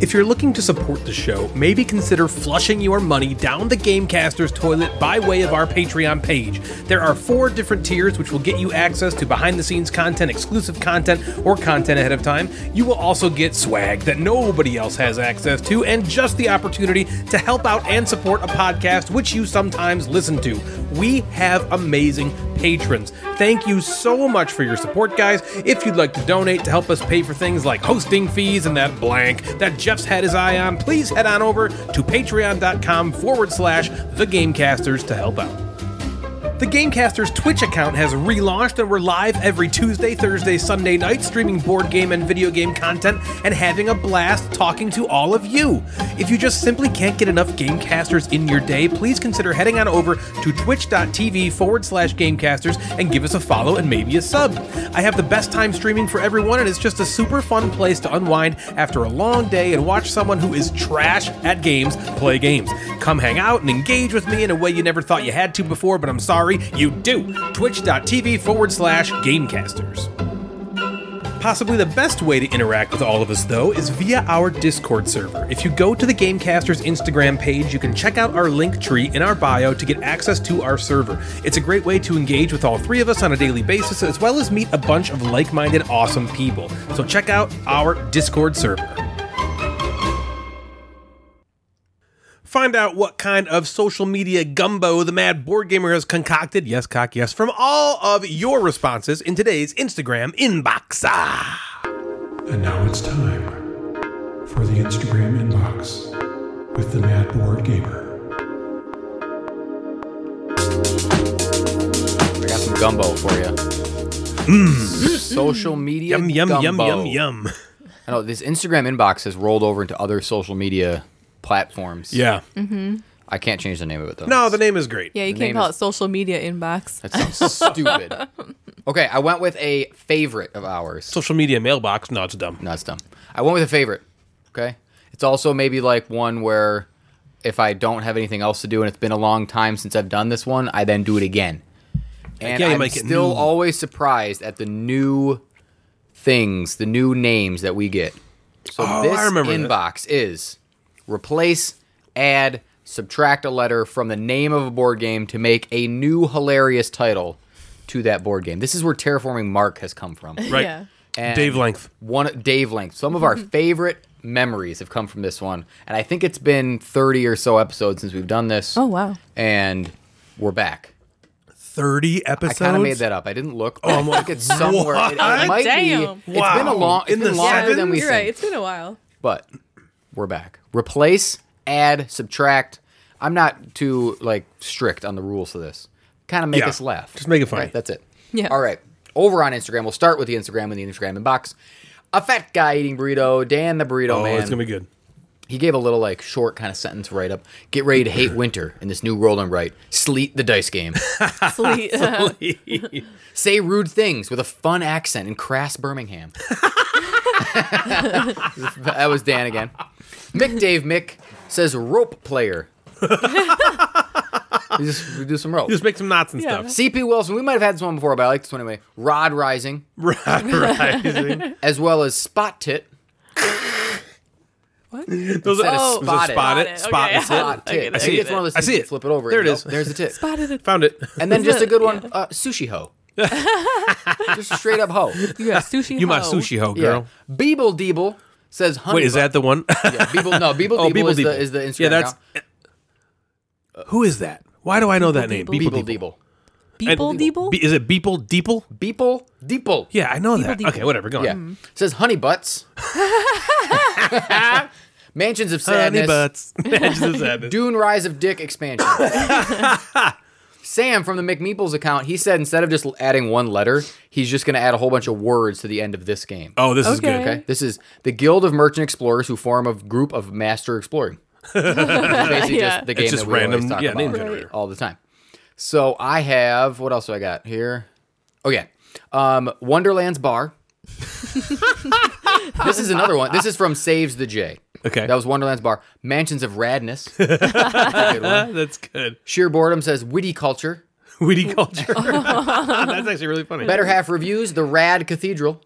S3: If you're looking to support the show, maybe consider flushing your money down the Gamecaster's toilet by way of our Patreon page. There are four different tiers which will get you access to behind the scenes content, exclusive content, or content ahead of time. You will also get swag that nobody else has access to and just the opportunity to help out and support a podcast which you sometimes listen to. We have amazing patrons. Thank you so much for your support, guys. If you'd like to donate to help us pay for things like hosting fees and that blank that Jeff's had his eye on, please head on over to patreon.com forward slash the Gamecasters to help out. The Gamecasters Twitch account has relaunched, and we're live every Tuesday, Thursday, Sunday night, streaming board game and video game content and having a blast talking to all of you. If you just simply can't get enough Gamecasters in your day, please consider heading on over to twitch.tv forward slash Gamecasters and give us a follow and maybe a sub. I have the best time streaming for everyone, and it's just a super fun place to unwind after a long day and watch someone who is trash at games play games. Come hang out and engage with me in a way you never thought you had to before, but I'm sorry, you do. Twitch.tv forward slash Gamecasters. Possibly the best way to interact with all of us, though, is via our Discord server. If you go to the Gamecasters Instagram page, you can check out our link tree in our bio to get access to our server. It's a great way to engage with all three of us on a daily basis, as well as meet a bunch of like minded, awesome people. So check out our Discord server. Find out what kind of social media gumbo the mad board gamer has concocted. Yes, cock, yes, from all of your responses in today's Instagram inbox. Ah.
S1: And now it's time for the Instagram inbox with the Mad Board Gamer.
S5: I got some gumbo for you. Social media
S3: Mm. Yum, yum, yum,
S5: gumbo.
S3: yum, yum.
S5: I know this Instagram inbox has rolled over into other social media platforms.
S3: Yeah.
S5: I can't change the name of it though.
S3: No, the name is great.
S4: Yeah, you
S5: The
S4: can't
S5: name
S4: call
S5: is-
S4: it social media inbox.
S5: that sounds stupid. Okay, I went with a favorite of ours.
S3: Social media mailbox. No, it's dumb.
S5: No, it's dumb. I went with a favorite. Okay. It's also maybe like one where if I don't have anything else to do and it's been a long time since I've done this one, I then do it again. And
S3: yeah, you
S5: I'm
S3: might get
S5: still
S3: new-
S5: always surprised at the new things, the new names that we get. So
S3: Oh,
S5: this
S3: I remember this.
S5: inbox is replace, add, subtract a letter from the name of a board game to make a new hilarious title to that board game. This is where Terraforming Mark has come from.
S3: Right.
S4: Yeah.
S5: And
S3: Dave Length.
S5: One Dave Length. Some of our
S4: Mm-hmm.
S5: favorite memories have come from this one, and I think it's been 30 or so episodes since we've done this.
S4: Oh, wow.
S5: And we're back.
S3: 30 episodes.
S5: I kind of made that up. I didn't look. but I
S3: I'm like,
S5: think it's somewhere. It, it
S3: what?
S5: might
S4: Damn.
S5: be. It's been a
S3: Wow.
S5: long. It's
S3: In
S5: been
S3: the
S5: longer than
S3: sevens?
S5: we
S4: You're
S5: think.
S4: right. It's been a while.
S5: But we're back. Replace, add, subtract. I'm not too like strict on the rules of this. Kind of make
S3: Yeah.
S5: us laugh.
S3: Just make it funny.
S5: Right, that's it.
S4: Yeah.
S5: All right. Over on Instagram, we'll start with the Instagram and the Instagram inbox. A fat guy eating burrito, Dan the burrito
S3: Oh,
S5: man.
S3: it's going to be good.
S5: he gave a little like short kind of sentence right up. Get ready to hate winter in this new world I'm right. Sleet the dice game.
S4: Sleep.
S5: Say rude things with a fun accent in crass Birmingham. that was Dan again. Mick Dave Mick says rope player. we just we do some rope.
S3: Just make some knots and stuff.
S4: Yeah.
S5: CP Wilson, we might have had this one before, but I like this one anyway. Rod Rising,
S3: Right, rising.
S5: as well as Spot Tit.
S3: Those
S4: what?
S3: are,
S5: Instead of
S3: those are spot,
S5: spotted.
S3: it.
S4: Spotted,
S3: Spot
S4: okay.
S3: it. Spot
S5: Spot
S4: I get
S5: Tit.
S4: it, I
S5: See,
S4: get
S5: it's one of those
S3: I
S5: things
S3: see
S5: you
S3: it.
S5: Flip it over.
S3: There
S5: and
S3: it
S5: you go,
S3: is.
S5: There's the tit.
S4: Spotted it.
S3: Found it.
S5: And then just a good one,
S4: Yeah.
S5: uh, sushi ho. just a straight up ho.
S4: You got sushi.
S3: You my
S4: hoe.
S3: sushi hoe,
S5: Yeah.
S3: girl.
S5: Beeble Deeble says honey.
S3: Wait, is that the one?
S5: yeah, Beeble, no, Beeble
S3: Oh,
S5: Deeble,
S3: Beeble
S5: is,
S3: Deeble.
S5: The, is the Instagram
S3: Yeah, that's-
S5: account.
S3: Who is that? Why do I know that name?
S4: Beeple
S5: Beeble Deeble.
S3: And-
S4: Beeple Deeble?
S3: Be- is it Beeple Deeple?
S5: Beeple Deeple.
S3: Yeah, I know that.
S4: Beeple Deeple.
S3: Okay, whatever. Go on.
S5: Yeah. Says honey butts. Mansions of sadness.
S3: Honey butts. That's the sadness.
S5: Dune Rise of Dick expansion. Sam from the McMeeples account, he said instead of just adding one letter, he's just going to add a whole bunch of words to the end of this game.
S3: oh, this is good.
S4: Okay.
S5: Okay. This is the Guild of Merchant Explorers, who form a group of master exploring. It's basically
S4: Yeah.
S5: just the
S4: It's
S5: game
S3: just
S5: that we always
S3: random-
S5: talk
S3: yeah,
S5: about
S3: name generator.
S5: all the time. So I have what else do I got here? Oh yeah, um, Wonderland's Bar. this is another one. This is from Saves the J.
S3: Okay.
S5: that was Wonderland's Bar. Mansions of Radness. That's a good
S3: Ah,
S5: one.
S3: that's good.
S5: Sheer boredom says witty culture.
S3: Weedy culture. that's actually really funny.
S5: Better half reviews. The Rad Cathedral.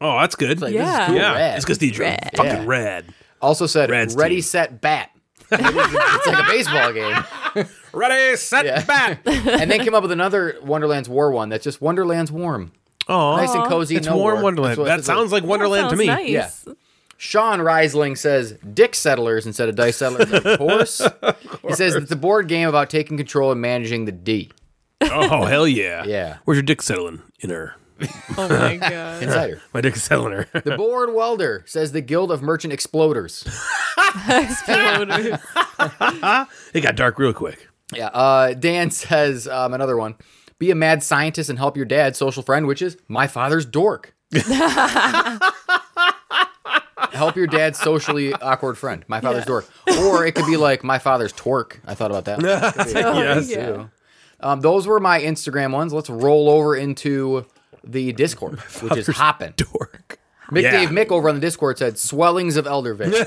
S3: Oh, that's good.
S5: Like, This is
S4: Yeah.
S5: cool.
S3: yeah,
S5: Rad.
S3: it's cathedral. Fucking rad.
S5: Also said
S3: Rad's
S5: ready
S3: team.
S5: set bat. it's like a baseball game.
S3: Ready, set,
S5: Yeah.
S3: back.
S5: and then came up with another Wonderland's War one that's just Wonderland's warm.
S3: Oh,
S5: Nice and cozy.
S3: it's
S5: no
S3: warm
S5: war.
S3: Wonderland.
S5: That's what-
S3: That
S5: that's what-
S3: sounds like Wonderland to
S4: Sounds
S3: me.
S4: Nice.
S5: Sean Reisling says dick settlers instead of dice settlers. Of course. He says it's a board game about taking control and managing the D.
S3: Oh, hell yeah.
S5: Yeah.
S3: Where's your dick settling in her?
S4: Oh my god.
S5: Insider.
S3: My dick's settling her.
S5: The board welder says the Guild of Merchant Exploders.
S4: Exploders.
S3: it got dark real quick.
S5: Yeah. Uh, Dan says um, another one. Be a mad scientist and help your dad, social friend, which is my father's dork. help your dad's socially awkward friend, my father's dork. Or it could be like my father's twerk. I thought about that.
S3: yes.
S4: Oh, yeah.
S5: Um, those were my Instagram ones. Let's roll over into the Discord, which is hopping.
S3: Dork.
S5: Mick
S3: Yeah.
S5: Dave Mick over on the Discord said, "Swellings of eldervale."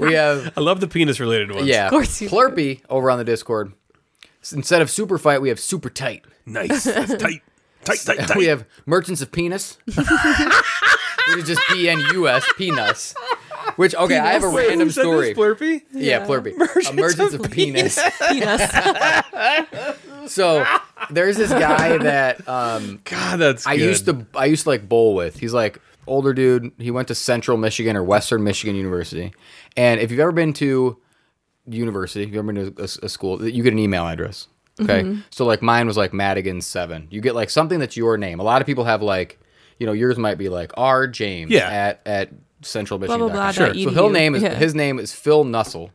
S5: we have
S3: I love the penis related ones.
S5: yeah,
S4: course you do.
S5: Plurpy over on the Discord. S- Instead of super fight, we have super tight.
S3: Nice. That's tight. Tight, tight, tight.
S5: We have merchants of penis, which is just P N U S penis. Which okay, I have a
S4: Penis. Wait,
S5: random story.
S3: Slurpee?
S5: yeah, Plurpy. Merchants, merchants of, penis.
S4: Penis.
S5: So There's this guy that um,
S3: God, that's.
S5: I
S3: good.
S5: used to I used to like bowl with. He's like older dude. He went to Central Michigan or Western Michigan University. And if you've ever been to university, if you've ever been to a, a school, you get an email address. Okay,
S4: Mm-hmm.
S5: so like mine was like Madigan Seven. You get like something that's your name. A lot of people have like, you know, yours might be like R James
S3: Yeah.
S5: at at Central Michigan.
S4: blah, blah, dot
S5: So
S4: edu.
S5: his name is
S4: Yeah.
S5: his name is Phil Nussel.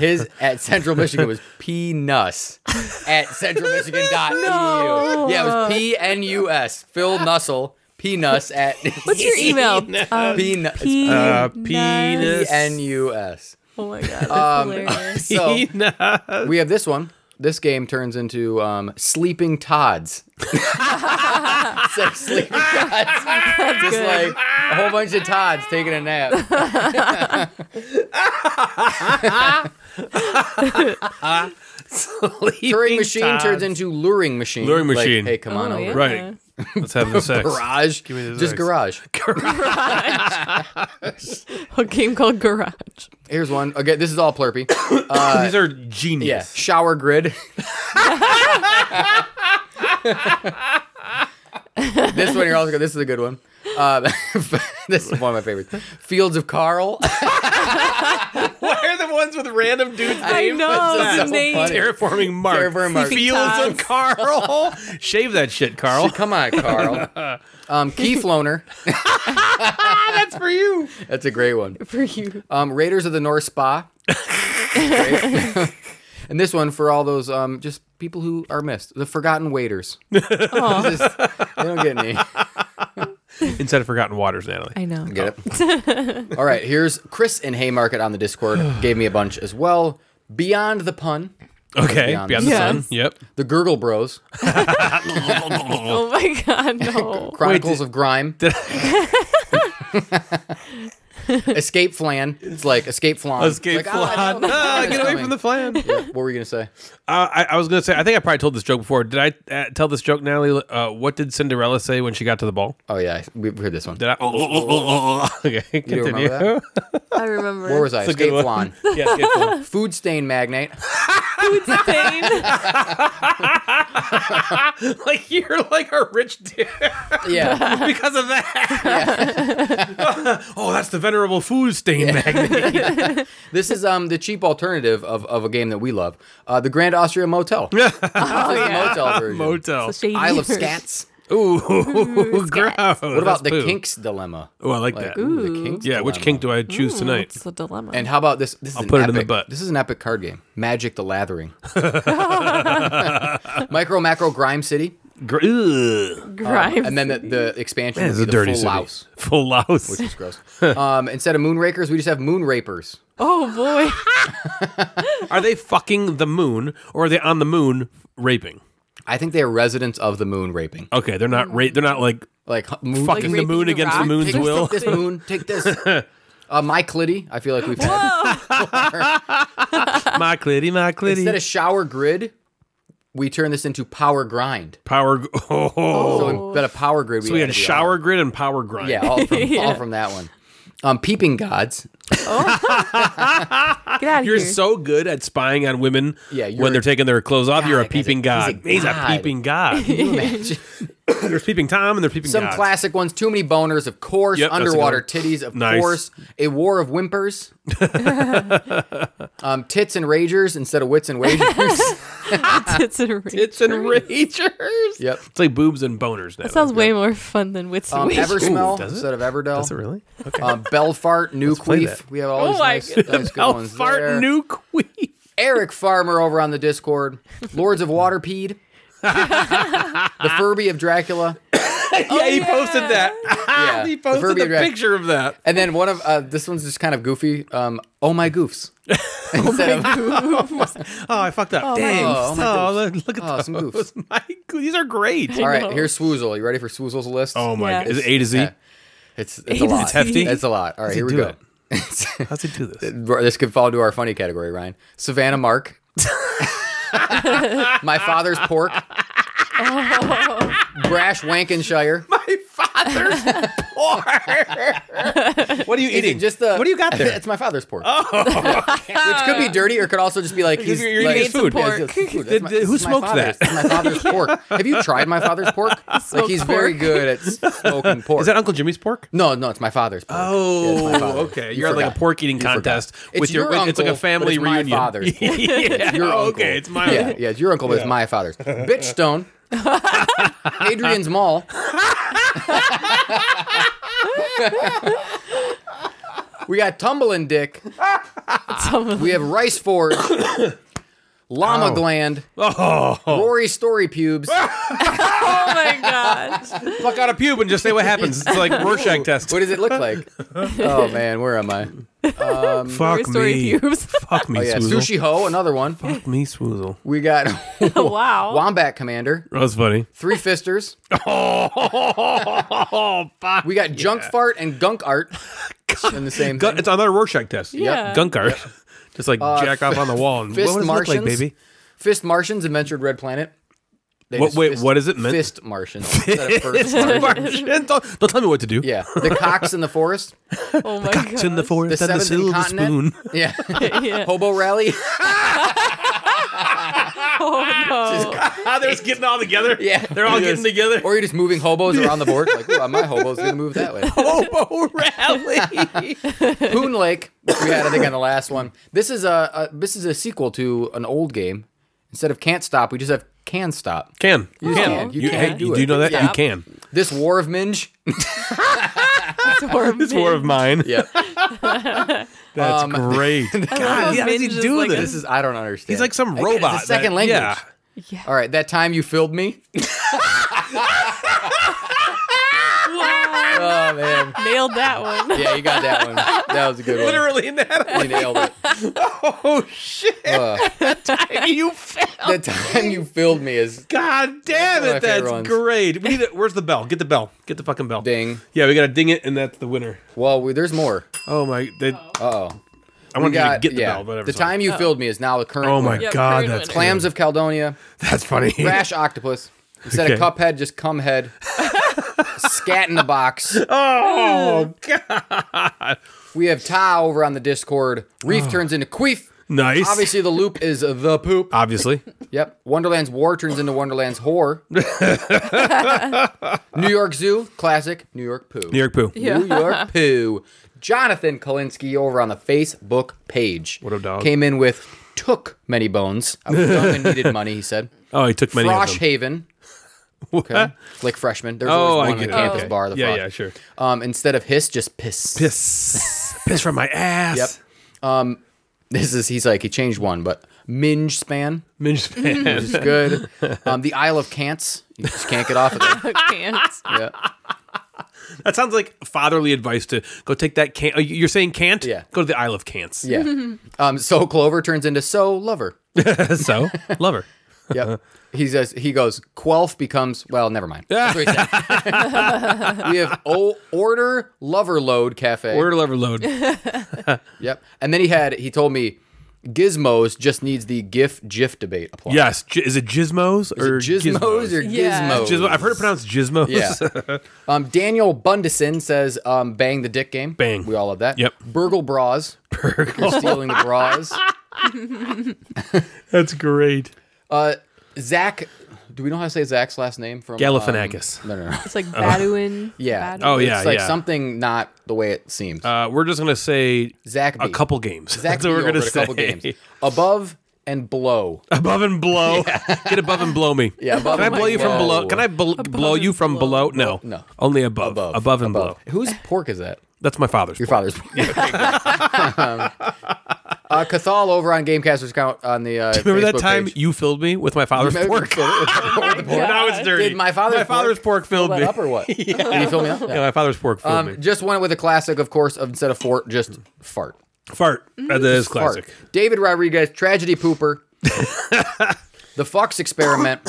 S5: his at Central Michigan was P Nuss at Central Michigan dot
S4: No.
S5: edu. Yeah, it was P N U S. Phil Nussel P Nuss at
S4: What's your email? Um,
S5: P N
S4: P-
S3: Uh,
S4: Nice.
S3: penis.
S5: U S.
S4: Oh my god, that's hilarious.
S5: So
S3: Penis.
S5: we have this one. This game turns into um, Sleeping Tods. Instead of Sleeping Tods, just like
S4: good.
S5: a whole bunch of Tods taking a nap. Turing machine turns into luring machine.
S3: Luring
S5: Like,
S3: machine.
S5: hey, come on
S4: Oh,
S5: over.
S4: yeah.
S3: Right. Let's have the sex.
S5: Garage.
S3: me the
S5: Just
S3: sex.
S5: garage.
S4: A game called Garage.
S5: Here's one. Again, this is all plurpy.
S3: These are
S5: Yeah.
S3: genius.
S5: Shower grid. this one you're also good. This is a good one. Uh, this is one of my favorites. Fields of Carl.
S3: Why are the ones with random dudes
S4: I
S3: names?
S4: know
S5: so
S4: the name.
S5: funny.
S3: Terraforming Mars.
S5: Terraforming Mars.
S4: Sleeping
S3: Fields of
S4: Tops.
S3: Carl. Shave that shit, Carl.
S5: Oh, Come on, Carl. Um, Keith Loner.
S3: Ah, That's for you.
S5: That's a great one.
S4: for you.
S5: Um, Raiders of the North Spa. Great. and this one for all those um, just people who are missed. The Forgotten Waiters. It's just- they don't get any.
S3: Instead of Forgotten Waters, Natalie.
S4: I know.
S5: Get it?
S3: Oh.
S5: All right, here's Chris in Haymarket on the Discord. Gave me a bunch as well. Beyond the pun,
S3: Okay.
S5: Beyond
S3: Beyond,
S5: the
S3: the
S4: Sun.
S3: Sun. Yep.
S5: the Gurgle Bros,
S4: Oh my god, no.
S5: Chronicles of Grime, Escape Flan. It's like Escape Flan.
S3: Escape
S5: Like, oh, I
S3: flan.
S5: know, I know
S3: Ah,
S5: it's
S3: get away
S5: coming.
S3: from the flan.
S5: Yeah, what were you gonna say?
S3: Uh, I, I was going to say, I think I probably told this joke before. Did I uh, tell this joke, Natalie? Uh, what did Cinderella say when she got to the ball?
S5: Oh yeah, we we heard this one.
S3: Did I? okay,
S5: you
S3: continue.
S5: remember that?
S4: I remember.
S5: Where was I?
S3: It's a good
S5: Escape
S3: one.
S5: Flan.
S3: yeah, escape flan.
S5: Food stain magnate.
S4: Insane.
S3: like you're like a rich dude
S5: Yeah.
S3: because of that. oh, that's the venerable food stain magnet.
S5: this is um the cheap alternative of, of a game that we love. Uh, the Grand Austria Motel. Yeah.
S4: Oh, yeah.
S5: Motel version.
S3: Motel.
S4: Shady
S5: Isle of
S4: version.
S5: Scats.
S3: Ooh, gross.
S5: What about the Kinks dilemma?
S3: Oh, I like, that.
S5: ooh, the
S4: Ooh.
S5: Kinks
S3: Yeah, which
S5: dilemma.
S3: kink do I choose tonight?
S4: It's a dilemma.
S5: And how about this? This is an
S3: put it
S5: epic,
S3: in the butt.
S5: This is an epic card game. Magic the Lathering. Micro Macro Grime City.
S3: Gr- Ugh.
S4: Grimes.
S5: And then the, the expansion
S3: It's
S5: is
S3: a
S5: the
S3: dirty
S5: full
S3: city.
S5: louse.
S3: Full louse.
S5: It's gross. um, instead of Moonrakers, we just have Moonrapers.
S4: oh boy.
S3: Are they fucking the moon, or are they on the moon raping?
S5: I think they are residents of the moon raping.
S3: Okay, they're not ra- They're not like
S5: Like h- moon
S3: fucking the
S4: raping
S3: moon
S4: the
S3: against the
S4: rock?
S3: moon's
S5: Take this,
S3: will.
S5: take this moon. Take this. Uh, my clitty. I feel like we've had.
S3: my clitty, my
S5: Instead
S3: clitty.
S5: of shower grid, we turn this into power grind.
S3: Power. G- oh,
S5: So instead of power grid,
S3: we had
S5: added the
S3: shower grid and power grind.
S5: Yeah, all from, all from that one. Um, peeping gods.
S4: Get out of
S3: You're
S4: here.
S3: so good at spying on women
S5: Yeah, you're-
S3: when they're taking their clothes off.
S5: God,
S3: you're a
S5: that guy's a-
S3: peeping
S5: he's a
S3: god. He's a,
S5: god.
S3: peeping god.
S5: Can you imagine?
S3: there's peeping Tom and there's peeping
S5: Some
S3: gods.
S5: classic ones. Too many boners, of course.
S3: Yep, that's a good
S5: Underwater
S3: one.
S5: titties, of
S3: Nice.
S5: course. A war of whimpers. um, tits and ragers instead of wits and wagers.
S4: Tits and rings.
S3: It's and ragers.
S5: yep.
S3: It's like boobs and boners now.
S4: That sounds way more fun than wits and
S5: Um,
S4: Witches.
S5: Eversmell
S3: does it?
S5: instead of Everdell.
S3: That's it really? Okay.
S5: Um, Belfart,
S3: play
S5: Newqueef.
S3: that.
S5: We have all these
S4: my
S5: nice,
S4: God.
S5: nice good
S3: I'll
S5: ones
S3: fart
S5: there.
S3: new queen.
S5: Eric Farmer over on the Discord. Lords of Waterpede. the Furby of Dracula.
S3: yeah, he posted that.
S5: Yeah.
S3: he
S5: The
S3: posted
S5: Furby
S3: the
S5: of Drac-
S3: picture of that.
S5: And then one of uh, this one's just kind of goofy. Um, oh my goofs. Instead of
S3: Oh, I fucked up. Dang.
S5: Oh,
S3: Oh,
S5: oh my
S3: look, look at
S5: Oh,
S3: those.
S5: some goofs.
S3: My, go- these are great.
S5: all right,
S4: know.
S5: here's Swoozle. You ready for Swoozle's list?
S3: Oh my
S4: Yeah.
S3: god. Is it A to Z?
S5: Yeah. It's it's a
S4: It's
S5: lot.
S3: hefty.
S5: It's a lot. All right,
S3: How's
S5: here
S3: he
S5: we
S3: do
S5: go. It's-
S3: How's he do this?
S5: this could fall into our funny category, Ryan. Savannah Mark. my father's pork. Brash Wankenshire.
S3: My father's What are you
S5: Is it
S3: eating?
S5: Just the
S3: what do you got there? Oh.
S5: It's my father's pork. Which could be dirty or could also just be like he's
S3: you're eating
S5: like,
S3: his food.
S5: Yeah, it's his food. That's
S3: Did-
S5: my-
S3: who
S5: this is my
S3: smoked that?
S5: father's- this is My father's pork. Have you tried my father's pork? Like
S4: smoked
S5: he's very
S4: pork.
S5: good at smoking pork.
S3: Is that Uncle Jimmy's pork?
S5: no, no, it's my father's pork. Yeah, it's
S3: Oh,
S5: my father's.
S3: okay.
S5: You
S3: You're at like
S5: forgot.
S3: a pork eating
S5: You forgot.
S3: contest
S5: It's
S3: with your.
S5: your
S3: with- it's like a
S5: uncle,
S3: family
S5: but it's my
S3: reunion.
S5: father's pork.
S3: yeah.
S5: your
S3: oh,
S5: uncle.
S3: okay, it's my.
S5: Yeah, yeah, it's your uncle, but it's my father's. Bitchstone. Adrian's Mall. we got Tumbling Dick. We have Rice Forge. Llama
S3: Oh.
S5: Gland. Rory Story Pubes.
S4: Oh my gosh.
S3: Pluck out a pube and just say what happens. It's like Rorschach test.
S5: What does it look like? Oh, man, where am I?
S4: Story,
S3: Fuck
S4: story cubes.
S3: Fuck me,
S5: Oh, yeah,
S3: Swoozle.
S5: Sushi Ho, another one.
S3: Fuck me, Swoozle.
S5: We got
S4: wow.
S5: Wombat Commander.
S3: That was funny.
S5: Three Fisters.
S3: Oh, fuck.
S5: We got Junk Fart and Gunk Art. In the same
S3: Gu-
S5: thing.
S3: it's another Rorschach test.
S4: Yeah.
S3: Gunk art. Just like jack off on the wall. And,
S5: Uh, fist
S3: what does it look like,
S5: Martians?
S3: baby?
S5: Fist Martians adventured Red Planet. They
S3: What-
S5: just
S3: wait, what is it meant?
S5: Fist Martians. instead of first Martians.
S3: Martian. Don't, don't tell me what to do.
S5: Yeah, the cocks in the forest,
S4: Oh my gosh.
S3: It's in the
S5: the
S3: forest and the
S5: seventh
S3: silver spoon.
S5: incontinent. Yeah,
S4: Yeah.
S5: hobo rally.
S4: Oh no.
S3: How they're just getting all together.
S5: Ah, Yeah.
S3: They're all getting together.
S5: Or you're just moving hobos around the board. Like, ooh, my hobo's gonna move that way.
S3: Hobo rally.
S5: Poon Lake, which we had I think on the last one. This is a, a this is a sequel to an old game. Instead of can't stop, we just have can stop.
S3: can. You
S5: can.
S3: You,
S5: You can
S3: hey,
S5: do
S3: you
S5: it.
S3: do know that?
S5: Yeah.
S3: You can.
S5: This war of minge.
S4: It's horrible.
S3: It's war of mine.
S5: Yeah, Um,
S3: That's great.
S4: how
S3: God, how does he
S4: Minge is
S3: do
S4: like a-
S3: this?
S5: this is I don't understand.
S3: He's like some
S5: I-
S3: robot.
S5: It's a second
S3: that-
S5: language.
S3: Yeah.
S5: All right, that time you filled me.
S4: Wow.
S5: Oh man.
S4: Nailed that one.
S5: Yeah, you got that one. That was a good one.
S3: Literally that.
S5: You nailed it.
S3: Oh shit!
S5: Uh,
S3: You fell.
S5: the time you filled me is
S3: God damn
S5: one
S3: it!
S5: of my favorite
S3: That's
S5: ones.
S3: great. We need to, where's the bell? Get the bell. Get the fucking bell.
S5: ding.
S3: Yeah, we gotta ding it, and that's the winner.
S5: Well, we, there's more.
S3: Oh my! They,
S5: Uh-oh.
S3: I
S5: We
S3: wanted
S5: got,
S3: you to get the
S5: yeah,
S3: bell, whatever.
S5: the
S3: it's on.
S5: time you filled me is now the current.
S3: Oh my
S5: winner.
S4: Yeah,
S3: god,
S4: current
S3: that's
S4: winner.
S5: Clams of Caldonia,
S3: That's funny.
S5: Rash Octopus. Instead of
S3: Okay.
S5: Cuphead, just Cumhead. Scat in the box.
S3: Oh god! Oh.
S5: We have Tao over on the Discord. Reef turns into Queef.
S3: Nice.
S5: Obviously, the loop is the poop.
S3: Obviously.
S5: Yep. Wonderland's War turns into Wonderland's Whore. New York Zoo, classic. New York Poo.
S3: New York poo.
S5: New York Poo. Jonathan Kalinsky over on the Facebook page. What
S3: up, dog?
S5: Came in with took many bones. I was young and needed money, he said.
S3: Oh, he took many
S5: Frosh
S3: of them.
S5: Haven. Okay. Like freshman. There's
S3: Oh, I
S5: always one on
S3: get
S5: the
S3: it.
S5: campus
S3: Okay.
S5: bar. The
S3: yeah,
S5: Frosh.
S3: yeah, sure.
S5: Um, instead of hiss, just piss.
S3: Piss, piss from my ass.
S5: Yep. Um, This is he's like he changed one, but minge span
S3: Minge
S5: is
S3: man.
S5: good. um, the Isle of Cants. You just can't get off of that.
S4: Can't.
S5: Yeah.
S3: that sounds like fatherly advice to go take that can. Oh, you're saying can't?
S5: Yeah.
S3: Go to the Isle of Cants.
S5: Yeah. um, so Clover turns into so lover.
S3: so, lover.
S5: Yep. He says he goes. Quelf becomes well. Never mind. That's what he said. we have o- order lover load cafe.
S3: Order lover load.
S5: Yep. And then he had he told me Gizmos just needs the GIF GIF debate applied.
S3: yes. J- is it Gizmos or
S5: Gizmos, or
S4: Yeah.
S5: Gizmos?
S3: Gizmo- I've heard it pronounced Uh, Gizmos.
S5: Yeah. um, Daniel Bundison says, um, "Bang the dick game."
S3: Bang.
S5: We all love that.
S3: Yep.
S5: Burgle bras. You're stealing the bras.
S3: That's great.
S5: Uh, Zach. Do we know how to say Zach's last name? From um,
S3: Galifianakis.
S5: no, no, no.
S4: It's like Baduin.
S5: Yeah.
S4: Baduin.
S3: Oh, yeah,
S5: It's like
S3: yeah.
S5: something not the way it seems.
S3: Uh, we're just gonna say
S5: Zach
S3: a
S5: B.
S3: couple games.
S5: Zach
S3: That's what
S5: B
S3: we're gonna
S5: over a
S3: say.
S5: couple games. Above and below.
S3: Above and below. Get above and blow me.
S5: Yeah, above
S3: Can I
S5: and
S3: blow you from
S5: below.
S3: below? Can I bl- blow you from below? No.
S5: No.
S3: Only above. Above,
S5: Above.
S3: and
S5: Above.
S3: below.
S5: Whose pork is that?
S3: That's my father's.
S5: Your father's. um, uh, Cathal over on Gamecasters count on the. Uh,
S3: Remember that
S5: Facebook
S3: time
S5: page.
S3: you filled me with my father's
S5: Remember-
S3: pork?
S5: Did
S3: Now it's dirty.
S5: my father's
S3: my father's pork, filled
S5: that
S3: me.
S5: up or what? Did you fill me up?
S3: Yeah, my father's pork filled
S5: Um,
S3: me.
S5: just went with a classic, of course, of- instead of fort, just fart.
S3: Fart. that is classic.
S5: Mm, Fart. David Rodriguez, tragedy pooper. the Fox experiment.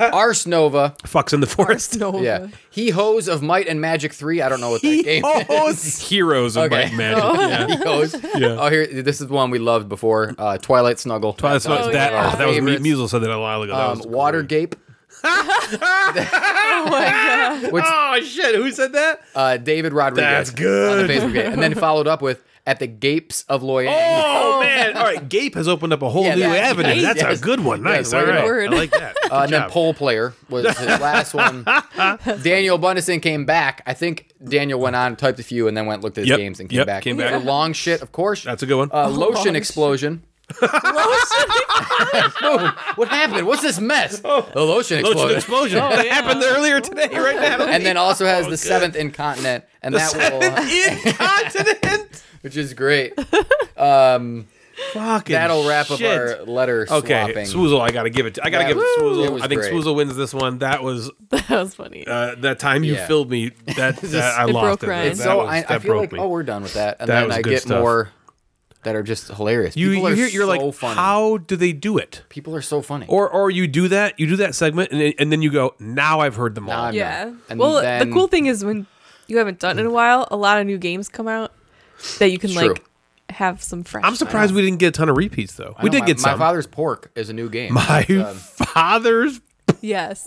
S5: Ars Nova.
S3: Fucks in the forest.
S4: No.
S5: Yeah. He hoes of might and magic three. I don't know what that game.
S3: Heroes. Heroes of
S5: Okay.
S3: Might and Magic. Yeah.
S5: He hoes. Oh, here. This is one we loved before. Uh, Twilight snuggle.
S3: Well, that's not
S4: Oh,
S3: that.
S4: yeah.
S3: oh, that was me.
S5: Favorites.
S3: Measles said that a while ago. That
S5: Um,
S3: was
S5: water gape. Which
S3: Oh shit! Who said that?
S5: uh, David Rodriguez.
S3: That's
S5: On
S3: good.
S5: the Facebook page. And then followed up with at the gapes of Loyang.
S3: Oh man! All right, Gape has opened up a whole
S5: Yeah,
S3: new
S5: that-
S3: avenue.
S5: yes,
S3: That's
S5: yes.
S3: a good one. Nice.
S5: Yes,
S3: All
S5: way to
S3: right,
S4: word.
S3: I like that. Good
S5: Uh, and then
S3: job.
S5: pole player was his last one. Daniel Bundeson came back. I think Daniel went on, typed a few, and then went looked at his
S3: Yep,
S5: games and came
S3: yep,
S5: back.
S3: came back.
S5: The long shit, of course.
S3: That's a good one.
S5: uh,
S4: Long
S5: lotion
S4: shit.
S5: explosion. Boom. What happened? What's this mess? The lotion
S3: Oh. Lotion
S5: explosion.
S3: explosion Oh, that
S4: yeah.
S3: happened
S5: Oh,
S3: earlier today, right now.
S5: and then also has the seventh incontinent, and that will, uh,
S3: Incontinent.
S5: which is great.
S3: Fucking
S5: That'll wrap up
S3: shit.
S5: our letter
S3: Okay,
S5: swapping.
S3: Swoozle, I gotta give it. To, I gotta
S5: That
S3: give it to
S5: was- it
S3: Swoozle.
S5: was
S3: I think
S5: great.
S3: Swoozle wins this one. That was
S4: that was funny.
S3: uh, that time you
S5: Yeah.
S3: filled me. That, that I
S4: It
S3: lost
S4: broke Ryan.
S3: it. That,
S4: It's
S5: so
S3: was-
S5: I,
S3: that
S5: I feel
S3: broke
S5: like
S3: me.
S5: oh we're done with that, and
S3: That
S5: then
S3: was
S5: I
S3: good
S5: get
S3: stuff.
S5: more that are just hilarious.
S3: you,
S5: people
S3: you
S5: are
S3: hear, you're
S5: so
S3: like,
S5: funny.
S3: how do they do it?
S5: people are so funny.
S3: Or or you do that, you do that segment, and, and then you go, now I've heard them all.
S5: Now I'm-
S4: yeah.
S5: And
S4: Well,
S5: then-
S4: the cool thing is when you haven't done it in a while, a lot of new games come out that you can
S5: It's true.
S4: like have some fresh.
S3: I'm surprised we didn't get a ton of repeats though.
S5: I
S3: We
S5: know
S3: did
S5: my,
S3: get some.
S5: My father's pork is a new game.
S3: My
S5: Um,
S3: father's.
S4: Yes.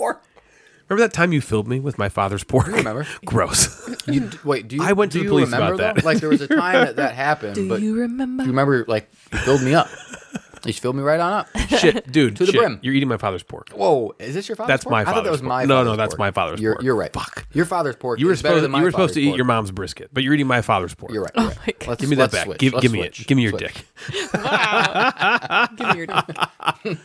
S3: Remember that time you filled me with my father's pork?
S5: remember.
S3: Gross.
S5: you, d- wait, do you?
S3: I went to
S5: do
S3: the
S5: you
S3: police
S5: remember,
S3: about
S5: though?
S3: that.
S5: Like there was a time that that happened.
S4: Do
S5: but
S4: you remember?
S5: do you remember? Like you filled me up. You filled me right on up.
S3: shit, dude.
S5: To the
S3: shit.
S5: brim.
S3: You're eating my father's pork.
S5: Whoa, is this your father's
S3: That's
S5: pork?
S3: my
S5: I thought that
S3: father's
S5: was my.
S3: pork. No, no,
S5: father's
S3: that's
S5: pork.
S3: my father's
S5: you're,
S3: pork.
S5: You're right.
S3: Fuck.
S5: Your father's pork.
S3: You were
S5: is better
S3: supposed
S5: than my
S3: you were supposed
S5: father's
S3: to eat
S5: pork.
S3: your mom's brisket, but you're eating my father's pork.
S5: You're right. You're right.
S4: my God.
S5: Let's,
S3: Give me that
S5: let's
S3: back.
S5: Switch.
S3: Give,
S5: Let's
S3: give me it.
S5: switch.
S3: Give me your
S5: Switch.
S3: dick.
S4: Give me your dick.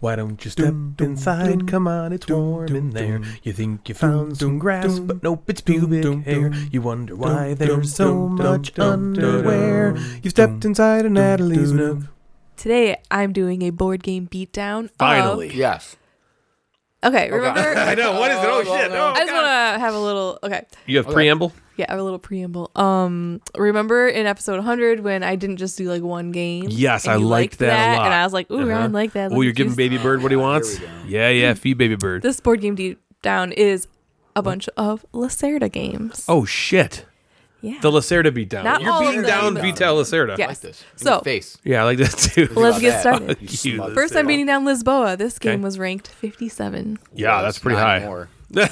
S3: Why don't you step inside? Come on, it's warm in there. You think you found some grass, but nope, it's pubic hair. You wonder why there's so much underwear. You stepped inside of Natalie's nook.
S4: Today I'm doing a board game beatdown.
S3: Finally.
S5: Yes.
S4: Of, okay, remember? I
S3: know. What is it? Oh, shit. Oh,
S4: just want to have a little. Okay.
S3: You have preamble?
S4: Yeah, I have a little preamble. Um, remember in episode 100 when I didn't just do like one game?
S3: Yes,
S4: And
S3: I
S4: you
S3: liked that, a lot.
S4: And I was like, ooh,
S3: Uh-huh.
S4: Ryan liked that.
S3: Oh,
S4: Look
S3: you're
S4: at
S3: giving
S4: you."
S3: baby bird
S5: Ah,
S3: what he wants. Yeah, yeah, feed baby bird.
S4: This board game deep down is a bunch of Lacerda games.
S3: Oh shit,
S4: yeah.
S3: the Lacerda beat down.
S4: Not
S3: you're
S4: all of
S3: beating
S4: them,
S3: down
S4: though.
S3: Vital Lacerda.
S4: Yes.
S5: Like this. In
S4: So-
S5: your face.
S3: Yeah, I like that too.
S4: Let's
S5: about
S4: get
S5: that.
S4: started.
S3: Fuck you,
S5: smug.
S4: First, I'm beating down Lisboa. This game
S3: Okay.
S4: was ranked 57.
S3: Yeah, that's pretty high.
S5: More.
S3: Not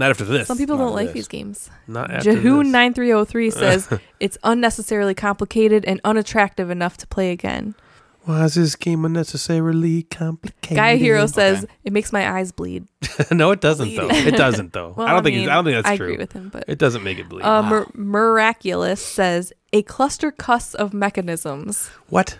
S3: after this.
S4: Some people
S5: Not
S4: don't like
S5: this.
S4: these games.
S3: Not after this.
S4: Jahoon9303 says it's unnecessarily complicated and unattractive enough to play again.
S3: Why is this game unnecessarily complicated?
S4: Guy Hero says it makes my eyes bleed.
S3: no, it doesn't though. It doesn't though.
S4: Well,
S3: I don't think
S4: mean,
S3: he's, I don't think that's
S4: I
S3: true.
S4: agree with him, but
S3: It doesn't make it bleed.
S4: uh, Mir- Miraculous says a cluster cuss of mechanisms.
S3: what?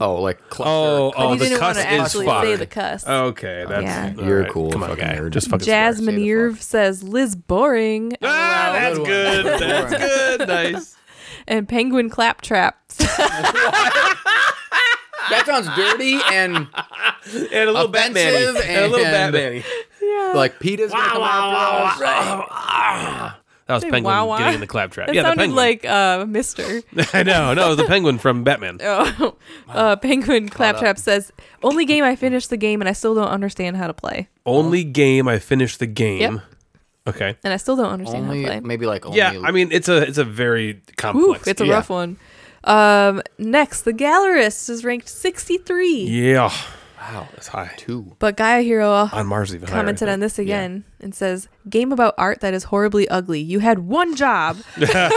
S5: Oh, like cluster.
S3: Oh, oh,
S4: you
S3: the
S4: didn't
S3: cuss
S4: want to
S3: is Oh,
S4: actually
S3: fuck.
S4: say the cuss.
S3: Okay, that's
S4: Yeah.
S3: all
S5: You're cool,
S3: Come on,
S5: fucking
S3: guy.
S5: nerd.
S3: Just fucking.
S4: Jazz
S5: swear, say the
S4: Manirv says Liz boring.
S3: Ah,
S4: LOL.
S3: that's
S5: Good one.
S3: good. That's good. Nice.
S4: and Penguin Claptrap.
S5: that sounds dirty and
S3: And a little Batman.
S5: Offensive
S3: And, a little
S5: and-
S3: Batman.
S5: like Peter's gonna come out.
S3: That was
S4: Say
S3: Penguin
S4: wah, wah.
S3: getting in the claptrap.
S4: That
S3: yeah, the
S4: sounded
S3: penguin.
S4: like uh, Mister.
S3: I know. No, it was the penguin from Batman.
S4: Oh, uh, Penguin Claptrap says, "Only game I finished the game and I still don't understand how to play,
S3: Only game I finished the game.
S4: Yep.
S3: Okay.
S4: and I still don't understand how
S5: Only
S4: to play."
S5: maybe like only.
S3: Yeah, I mean it's a it's a very complex.
S4: Oof, it's a
S3: yeah.
S4: rough one. Um, next, the Gallerist is ranked 63,
S3: Yeah. Wow, that's high.
S5: two.
S4: but Gaia Hero uh,
S3: On Mars even higher, I
S4: commented
S3: think.
S4: on this again and says, "Game about art that is horribly ugly. You had one job.
S3: Yeah,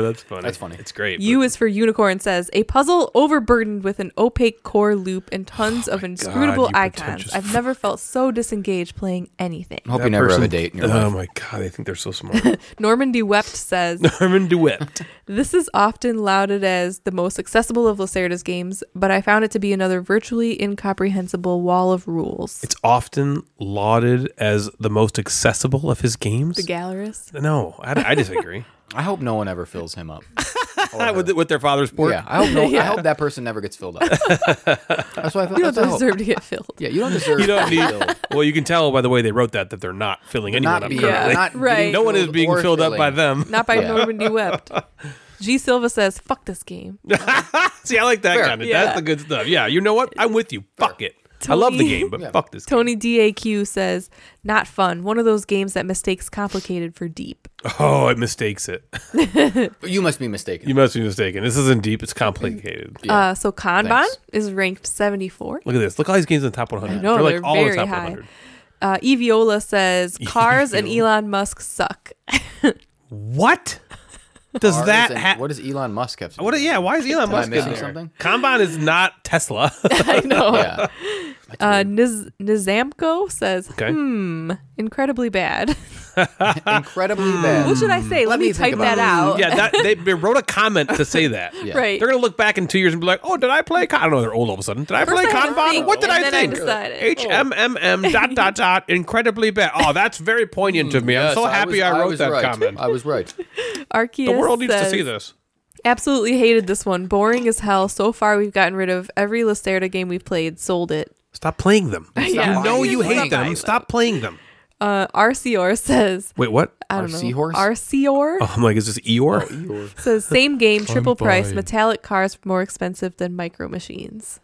S3: that's funny.
S5: That's funny.
S3: It's great.
S4: U is for unicorn." Says a puzzle overburdened with an opaque core loop and tons of inscrutable
S3: you
S4: icons.
S3: pretentious
S4: I've never felt so disengaged playing anything.
S5: Hope
S3: but
S5: you
S3: that
S5: never
S3: person-
S5: have a date in your
S3: Oh
S5: life.
S3: my god, I think they're so smart.
S4: Normandy Wept says,
S3: Norman DeWitt.
S4: This is often lauded as the most accessible of Lacerda's games, but I found it to be another virtually incomprehensible wall of rules.
S3: It's often lauded as the most accessible of his games.
S4: the Gallerist.
S3: no, I, I disagree.
S5: I hope no one ever fills him up.
S3: with, with their father's port.
S5: yeah, I hope no, I hope that person never gets filled up. that's what I feel.
S4: You
S5: that's
S4: don't
S5: what I hope.
S4: deserve to get filled.
S5: Yeah, you don't deserve.
S3: You
S5: to
S3: don't
S5: be
S3: need.
S5: filled.
S3: Well, you can tell by the way they wrote that that they're not filling anyone
S5: Not
S3: up
S5: be,
S3: currently.
S4: yeah,
S5: not
S4: Right.
S5: getting
S3: no one is being
S5: or
S3: filled up by
S5: filling.
S3: them.
S4: Not by
S5: Yeah.
S4: Normandy Wept. G Silva says, Fuck this game.
S3: See, I like that
S5: Fair.
S3: kind of.
S4: Yeah.
S3: That's the good stuff. Yeah, you know what? I'm with you. Fuck it. I love the
S4: Tony-
S3: game, but fuck this.
S4: Tony DAQ says, not fun. One of those games that mistakes complicated for deep.
S3: game. Oh, it mistakes it.
S5: You must be mistaken.
S3: You must be mistaken. This isn't deep. It's complicated.
S4: Uh, so Kanban
S5: Thanks.
S4: is ranked 74.
S3: Look at this. Look at all these games in the top 100.
S4: I know,
S3: they're like
S4: they're
S3: all in the
S4: very
S3: top
S4: high.
S3: 100.
S4: Uh, Eviola says, cars and Elon Musk suck.
S3: What does
S5: Cars
S3: that
S5: and-
S3: have?
S5: what does Elon Musk have? To
S3: What?
S5: do?
S3: Yeah. Why is Elon
S5: Am I
S3: Musk in
S5: missing
S3: there?
S5: something?
S3: Kanban is not Tesla.
S4: I know.
S5: Yeah.
S4: Uh, Niz- Nizamko says, "Hmm,
S3: okay.
S4: incredibly bad.
S5: Incredibly bad.
S4: what should I
S3: Hmm.
S4: say? Let,
S5: Let
S4: me,
S5: me think
S4: type
S5: about
S4: that
S5: it.
S4: out.
S3: Yeah. That they, they wrote a comment to say that.
S5: Yeah.
S4: Right.
S3: They're gonna look back in two years and be like, "Oh, did I play? Con-? I don't know. They're old all of a sudden. Did I play
S4: I had to
S3: Kanban?
S4: think,
S3: What did
S4: and
S3: I
S4: then I
S3: think?
S4: decided.
S3: H M M M dot dot dot. Incredibly bad. Oh, that's very poignant to me. I'm
S5: Yes,
S3: so happy
S5: was-
S3: I, wrote
S5: was
S3: that
S5: right.
S3: comment.
S5: I was right.
S4: Arceus
S3: The world needs to
S4: says,
S3: see this.
S4: Absolutely hated this one. Boring as hell. So far, we've gotten rid of every Lacerda game we've played. Sold it.
S3: Stop playing them.
S4: Yeah.
S3: You know
S4: Why
S3: you
S4: is it
S3: hate them.
S4: like-
S3: Stop playing them.
S4: Uh, Arceor says,
S3: Wait, what?
S4: I don't know.
S5: Arceehorse?
S4: Arceor
S3: Oh, I'm like, is this Eeyore?
S4: says, same game, triple price.
S1: buying.
S4: Metallic cars more expensive than micro machines.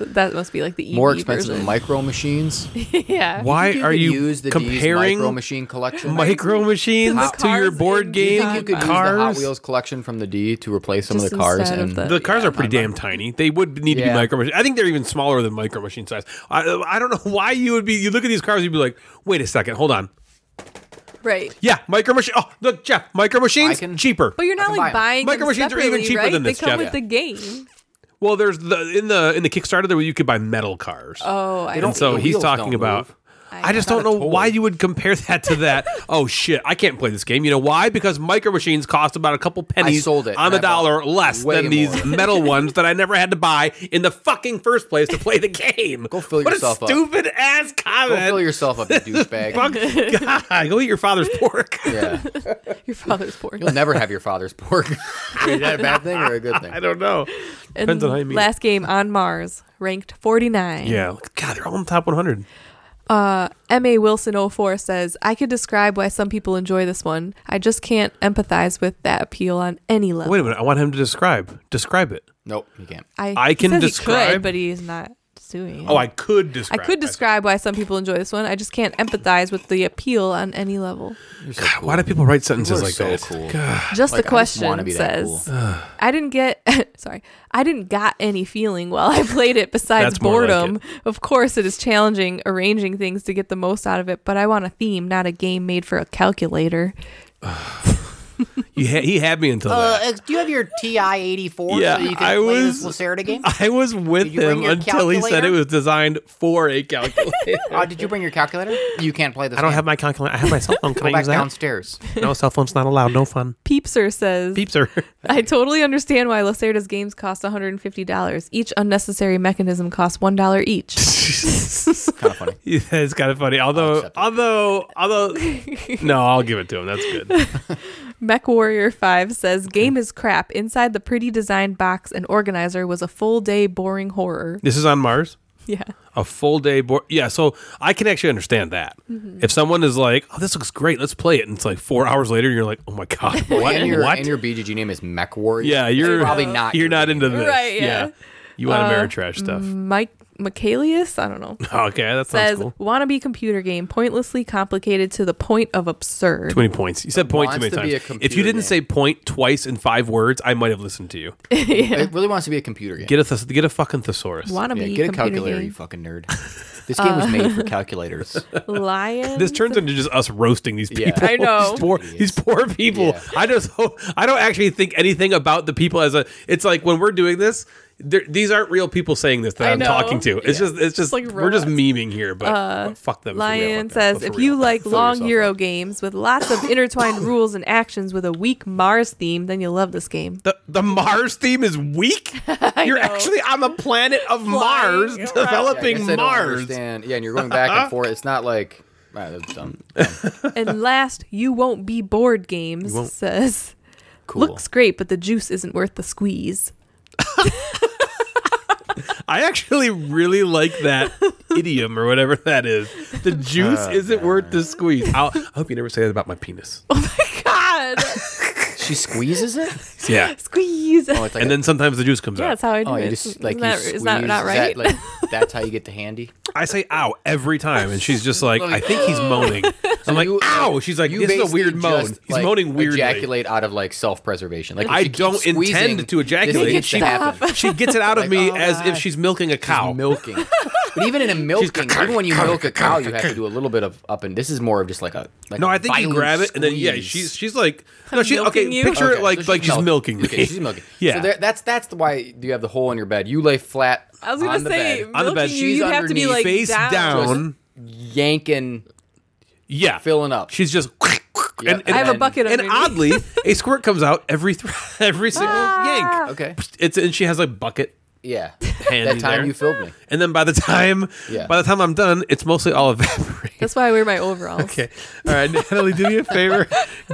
S4: That must be like the EV
S5: More expensive than
S4: version.
S5: micro machines.
S4: yeah.
S3: Why are you
S5: use the D's micro
S3: comparing
S5: machine collection?
S3: micro machines
S4: The
S3: to your
S4: cars
S3: board
S4: in
S3: game
S4: Design
S5: you could use the Hot
S3: cars?
S5: Wheels collection from the D to replace some
S4: Just
S5: of the cars
S4: instead of
S5: and
S4: the-
S3: The cars are pretty damn tiny. They would need to be
S5: Yeah.
S3: micro machine. I think they're even smaller than micro machine size. I, I don't know why you would be. You look at these cars, you'd be like, wait a second, hold on.
S4: Right.
S3: Yeah, micro machine. Oh, look, Jeff, micro machines
S5: can-
S3: cheaper.
S4: But you're
S5: I
S4: not
S5: can
S4: like
S5: buy
S4: buying
S3: Micro
S4: them
S3: machines are even
S4: separately,
S3: cheaper
S4: right?
S3: than this,
S4: They come
S3: Jeff.
S4: with the game.
S3: Well, there's the in the in the Kickstarter that you could buy metal cars.
S4: Oh, I
S3: and so
S5: the
S3: he's
S5: wheels
S3: talking
S5: don't
S3: about.
S5: move.
S3: I just don't know why you would compare that to that. oh shit, I can't play this game. You know why? Because micro machines cost about a couple pennies
S5: sold it,
S3: on the
S5: and I bought
S3: dollar less
S5: way
S3: than these
S5: more.
S3: metal ones that I never had to buy in the fucking first place to play the game. Go
S5: fill
S3: what
S5: yourself
S3: a
S5: up.
S3: stupid ass
S5: Go
S3: comment.
S5: fill yourself up, you douchebag.
S3: Fuck God, go eat your father's pork.
S5: yeah.
S4: your father's porn.
S5: You'll never have your father's pork. Is that a bad thing or a good thing?
S3: I don't know.
S4: And
S3: Depends on how you mean it.
S4: last game on Mars, ranked 49.
S3: Yeah, God, they're all in the top 100.
S4: M.A. Wilson 04 says, I could describe why some people enjoy this one. I just can't empathize with that appeal on any level.
S3: Wait a minute, I want him to describe. Describe it.
S5: Nope, you can't.
S4: I,
S3: I
S4: he
S3: can
S4: says he
S3: describe-
S4: could, but he's not doing it.
S3: Oh, I could
S4: I
S3: describe.
S4: could
S3: describe.
S4: describe why some people enjoy this one. I just can't empathize with the appeal on any level.
S3: Why do people write sentences
S5: People are
S3: like
S5: so
S3: that?
S5: cool.
S4: Just
S5: Like, I
S4: the
S5: just
S4: question
S5: wanna be that
S4: says, I didn't get sorry, I didn't got any feeling while I played it besides
S3: That's more like
S4: boredom. Of course, it is challenging arranging things to get the most out of it, but I want a theme, not a game made for a calculator.
S3: You ha- he had me until that.
S6: Uh, do you have your TI eighty four
S3: Yeah,
S6: so you can
S3: I
S6: play
S3: was-
S6: this Lacerda game?
S3: I was with
S6: you bring
S3: him
S6: your
S3: until he said it
S6: calculator?
S3: was designed for a calculator.
S6: Uh, did you bring your calculator?
S5: You can't play this.
S7: I don't have my calculator. I have my cell phone. Can
S5: Go
S7: I
S5: back
S7: use that?
S5: downstairs.
S7: No, cell phone's not allowed. No fun.
S4: Peepser says,
S3: Peepser.
S4: I totally understand why Lacerda's games cost $150. Each unnecessary mechanism costs $1 each.
S5: kind of funny.
S3: Yeah, it's kind of funny. Although,
S5: accept it.
S3: although, although, no, I'll give it to him. That's good.
S4: Mech Warrior 5 says, Game is crap. Inside the pretty designed box and organizer was a full day boring horror.
S3: This is on Mars.
S4: Yeah.
S3: A full day board. Yeah, so I can actually understand that.
S6: Mm-hmm.
S3: If someone is like, "Oh, this looks great, let's play it," and it's like four hours later, and you're like, "Oh my god, what?
S5: And your,
S3: what?"
S5: and your BGG name is Mech Warrior.
S3: yeah,
S5: It's
S3: you're
S5: probably not.
S3: You're
S5: your
S3: not
S5: name.
S3: into this,
S4: Right,
S3: Yeah.
S4: yeah. Uh,
S3: you want Ameritrash stuff.
S4: Mike Michaelius, I don't know,
S3: Okay, that sounds
S4: says,
S3: cool.
S4: Wannabe computer game, pointlessly complicated to the point of absurd.
S3: Too many points. You said point too
S5: wants
S3: many
S5: to be a
S3: times. If you
S5: computer
S3: didn't
S5: game.
S3: say point twice in five words, I might have listened to you.
S5: It really wants to be a computer game.
S3: Get a thes- get a fucking thesaurus.
S4: Wannabe
S5: yeah, get a
S4: computer
S5: calculator, you
S4: game. Uh,
S5: fucking nerd. This game was made for calculators.
S4: Lion.
S3: This turns into just us roasting these people.
S5: Yeah.
S4: I know.
S3: these poor, these poor people.
S5: Yeah.
S3: I just hope, I don't actually think anything about the people as a. It's like when we're doing this, there- these aren't real people saying this that
S4: I
S3: I'm
S4: know.
S3: talking to. It's just it's just
S4: like
S3: we're just
S4: robots. Uh,
S3: memeing here, but but fuck them. for real,
S4: Lion
S3: fuck them,
S4: says,
S3: but for
S4: if
S3: real.
S4: you like long
S5: yourself
S4: Euro
S5: up."
S4: games with lots of intertwined rules and actions with a weak Mars theme, then you'll love this game.
S3: the, the Mars theme is weak. You're actually on the planet of Mars,
S5: Yeah, I guess
S3: developing
S5: I don't
S3: Mars.
S5: understand. Yeah, and you're going back and forth. It's not like. Right, that's dumb.
S4: and last, You Won't Be Bored Games says,
S5: Cool.
S4: looks great, but the juice isn't worth the squeeze.
S3: I actually really like that idiom or whatever that is. The
S5: Ah,
S3: juice isn't worth the squeeze. I'll, I hope you never say that about my penis.
S4: God.
S5: She squeezes it.
S3: Yeah.
S4: Squeeze.
S5: Oh, it's like
S3: And
S5: a-
S3: then sometimes the juice comes
S4: yeah,
S3: out.
S4: that's how I do
S5: oh,
S4: it.
S5: you just
S4: Isn't
S5: like you
S4: that-
S5: squeeze.
S4: is that not
S5: is that,
S4: right?
S5: like, that's how you get the handy.
S3: I say ow every time, and she's just like, I think he's moaning. I'm like,
S5: you-
S3: ow. She's like,
S5: You
S3: this is a
S5: basically
S3: weird moan.
S5: just,
S3: He's
S5: like,
S3: moaning weirdly.
S5: Ejaculate out of like self-preservation. Like if
S3: I
S5: you keep
S3: don't
S5: squeezing,
S3: intend to
S5: this
S3: ejaculate.
S5: needs
S4: She-
S5: to happen.
S3: She gets it out of
S5: Like,
S3: me
S5: oh
S3: as
S5: my.
S3: if she's milking a cow.
S5: Milking. But even in a milking, even when you milk a cow, you have to do a little bit of up and. This is more of just like a. Like
S3: no,
S5: I
S3: I think you grab it and then yeah, she's she's like no, she
S4: milking
S3: okay.
S4: you?
S3: Picture
S5: Okay,
S3: it like
S5: so she's
S3: like she's milking me.
S5: Okay, she's milking.
S3: Yeah.
S5: So there, that's that's the why you have the hole in your bed. You lay flat.
S4: I was gonna
S5: on the
S4: say
S5: bed,
S3: On the
S4: milking
S3: bed.
S4: you,
S5: She's
S4: you have to
S5: underneath,
S4: be like
S3: face down.
S5: just yanking,
S3: yeah,
S5: filling up.
S3: She's just and, and,
S4: I have a
S5: And-
S4: bucket
S3: and
S4: underneath.
S3: oddly, a squirt comes out every th- every single
S4: Ah.
S3: yank.
S5: okay.
S3: It's and she has a bucket
S5: Yeah.
S3: handy
S5: that time
S3: there.
S5: you filled me.
S3: and then by the time
S5: Yeah.
S3: by the time I'm done, it's mostly all evaporated.
S4: That's why I wear my overalls.
S3: Okay. All right, Natalie, do me a favor.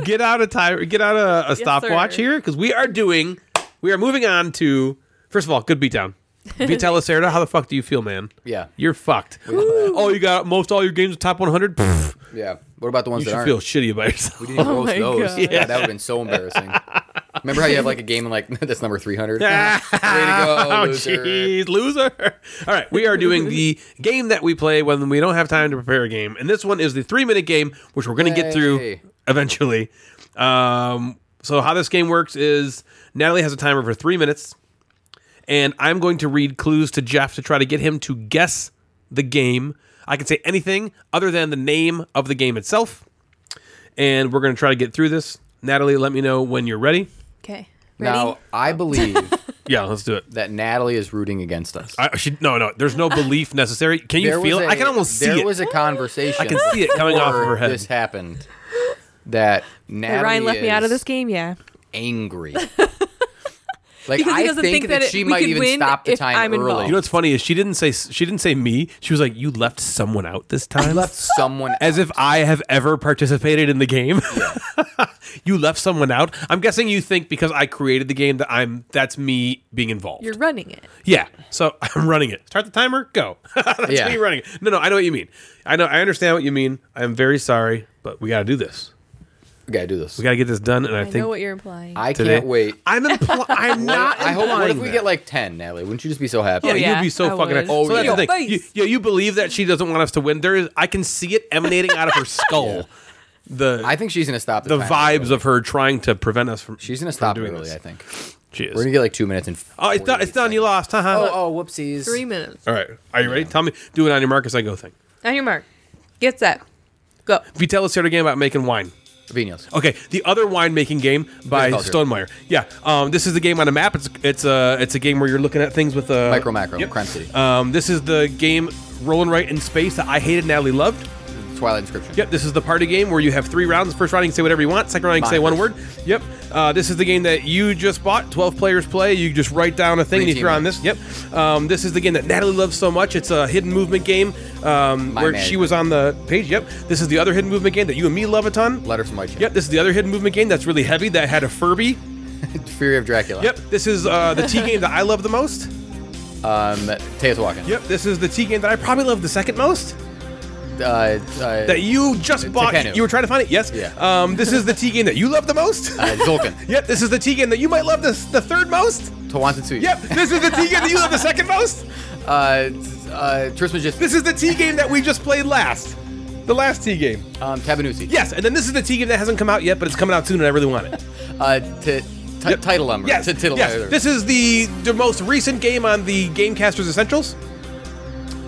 S3: Get out a time. Get out a, a stopwatch
S4: sir.
S3: here because we are doing. We are moving on to. First of all, good beatdown. Beat Lacerda, how the fuck do you feel, man?
S5: Yeah.
S3: You're fucked. Oh, you got most all your games are top 100. Pfft,
S5: Yeah. What about the ones
S3: you
S5: that
S3: should
S5: aren't?
S3: feel shitty about yourself.
S5: We didn't even
S4: Oh
S5: roast
S4: my
S5: those.
S4: God.
S5: Yeah. that would have been so embarrassing. Remember how you have like a game and like that's number three hundred.
S3: Oh,
S5: Way to go, loser.
S3: jeez, loser. All right, we are doing the game that we play when we don't have time to prepare a game. And this one is the three minute game, which we're going to get through
S5: Yay.
S3: eventually. Um, so, how this game works is Natalie has a timer for three minutes, and I'm going to read clues to Jeff to try to get him to guess the game. I can say anything other than the name of the game itself, and we're going to try to get through this. Natalie, let me know when you're ready.
S4: Okay. Ready?
S5: Now I believe
S3: Yeah, let's do it.
S5: that Natalie is rooting against us.
S3: I she, no, no. There's no belief necessary. Can you
S5: There
S3: feel
S5: was
S3: it?
S5: a-
S3: I can almost see
S5: there
S3: it.
S5: was a conversation.
S3: I can see it coming off of her
S5: before
S3: head.
S5: This happened. That
S4: Wait,
S5: Natalie
S4: Ryan left me out of
S5: is
S4: this game. Yeah.
S5: angry. Like
S4: Because he
S5: I
S4: doesn't
S5: think,
S4: think
S5: that,
S4: that it-
S5: she
S4: we
S5: might
S4: could
S5: even
S4: win
S5: stop the
S4: if
S5: time
S4: I'm
S5: early.
S4: involved.
S3: you know what's funny is she didn't say she didn't say me. She was like, "You left someone out this time."
S5: left someone
S3: as if I have ever participated in the game. you left someone out. I'm guessing you think because I created the game that I'm that's me being involved.
S4: You're running it.
S3: yeah. So I'm running it. Start the timer. Go. that's
S5: Yeah.
S3: me running it. No, no. I know what you mean. I know. I understand what you mean. I'm very sorry, but we got to do this.
S5: We gotta do this.
S3: We got to get this done. And I,
S4: I,
S3: think
S4: know what you're implying.
S5: I
S3: today-
S5: can't wait.
S3: I'm impl- I'm not.
S5: I hope. What if
S3: implying
S5: we
S3: that.
S5: get like ten, Natalie? Wouldn't you just be so happy?
S3: Yeah,
S4: Oh, yeah,
S3: you'd be so
S4: I
S3: fucking.
S4: would.
S3: Oh, so
S5: Oh,
S3: that's the
S4: yeah.
S3: thing. You, yeah, you believe that she doesn't want us to win. There is, I can see it emanating out of her skull. The
S5: I think she's gonna stop the,
S3: the
S5: time
S3: vibes
S5: early.
S3: of her trying to prevent us from.
S5: She's gonna
S3: from
S5: stop
S3: doing
S5: early.
S3: this.
S5: I think
S3: She is.
S5: we're gonna get like two minutes and.
S3: oh, it's done. It's done. You lost. Haha.
S5: Oh, oh, whoopsies.
S4: Three minutes.
S3: All right. Are you ready? Tell me. Do it on your mark as I go thing.
S4: On your mark. Get set. Go.
S3: Vitella started a game about making wine.
S5: Vino's.
S3: Okay, the other winemaking game by
S5: Viticulture.
S3: Stonemeyer. Yeah, um, this is the game on a map. It's it's a it's a game where you're looking at things with a
S5: Micro macro.
S3: Yep.
S5: Crime City.
S3: Um, this is the game Roll and Write in Space that I hated, Natalie loved.
S5: Oh, Twilight Inscription.
S3: Yep, this is the party game where you have three rounds. First round, you can say whatever you want. Second round, you can say one word. Yep. Uh, this is the game that you just bought. 12 players play. You just write down a thing and you
S5: Three
S3: throw
S5: team
S3: on this. Yep. Um, this is the game that Natalie loves so much. It's a hidden movement game um,
S5: My
S3: where
S5: man.
S3: she was on the page. Yep. This is the other hidden movement game that you and me love a ton.
S5: Letters from Whitechapel.
S3: Yep. This is the other hidden movement game that's really heavy that had a Furby.
S5: Fury of Dracula.
S3: Yep. This is uh, the T game that I love the most.
S5: Um, Tales Walking.
S3: Yep. This is the T game that I probably love the second most.
S5: Uh, uh,
S3: That you just bought.
S5: Takenu.
S3: You were trying to find it. Yes.
S5: Yeah.
S3: Um, this is the T game that you love the most.
S5: uh, Zolkin.
S3: Yep, this is the T game that you might love the, the third most.
S5: Tawantin Sui.
S3: Yep, this is the T game that you love the second most.
S5: Uh, uh, Tristan just.
S3: This is the T game that we just played last. The last T game.
S5: Um, Tabanusi.
S3: Yes, and then this is the T game that hasn't come out yet, but it's coming out soon and I really want it.
S5: Uh, t- t-
S3: Yep.
S5: Titlelum. or
S3: Yes,
S5: T- Title-
S3: yes. This is the, the most recent game on the Gamecasters Essentials.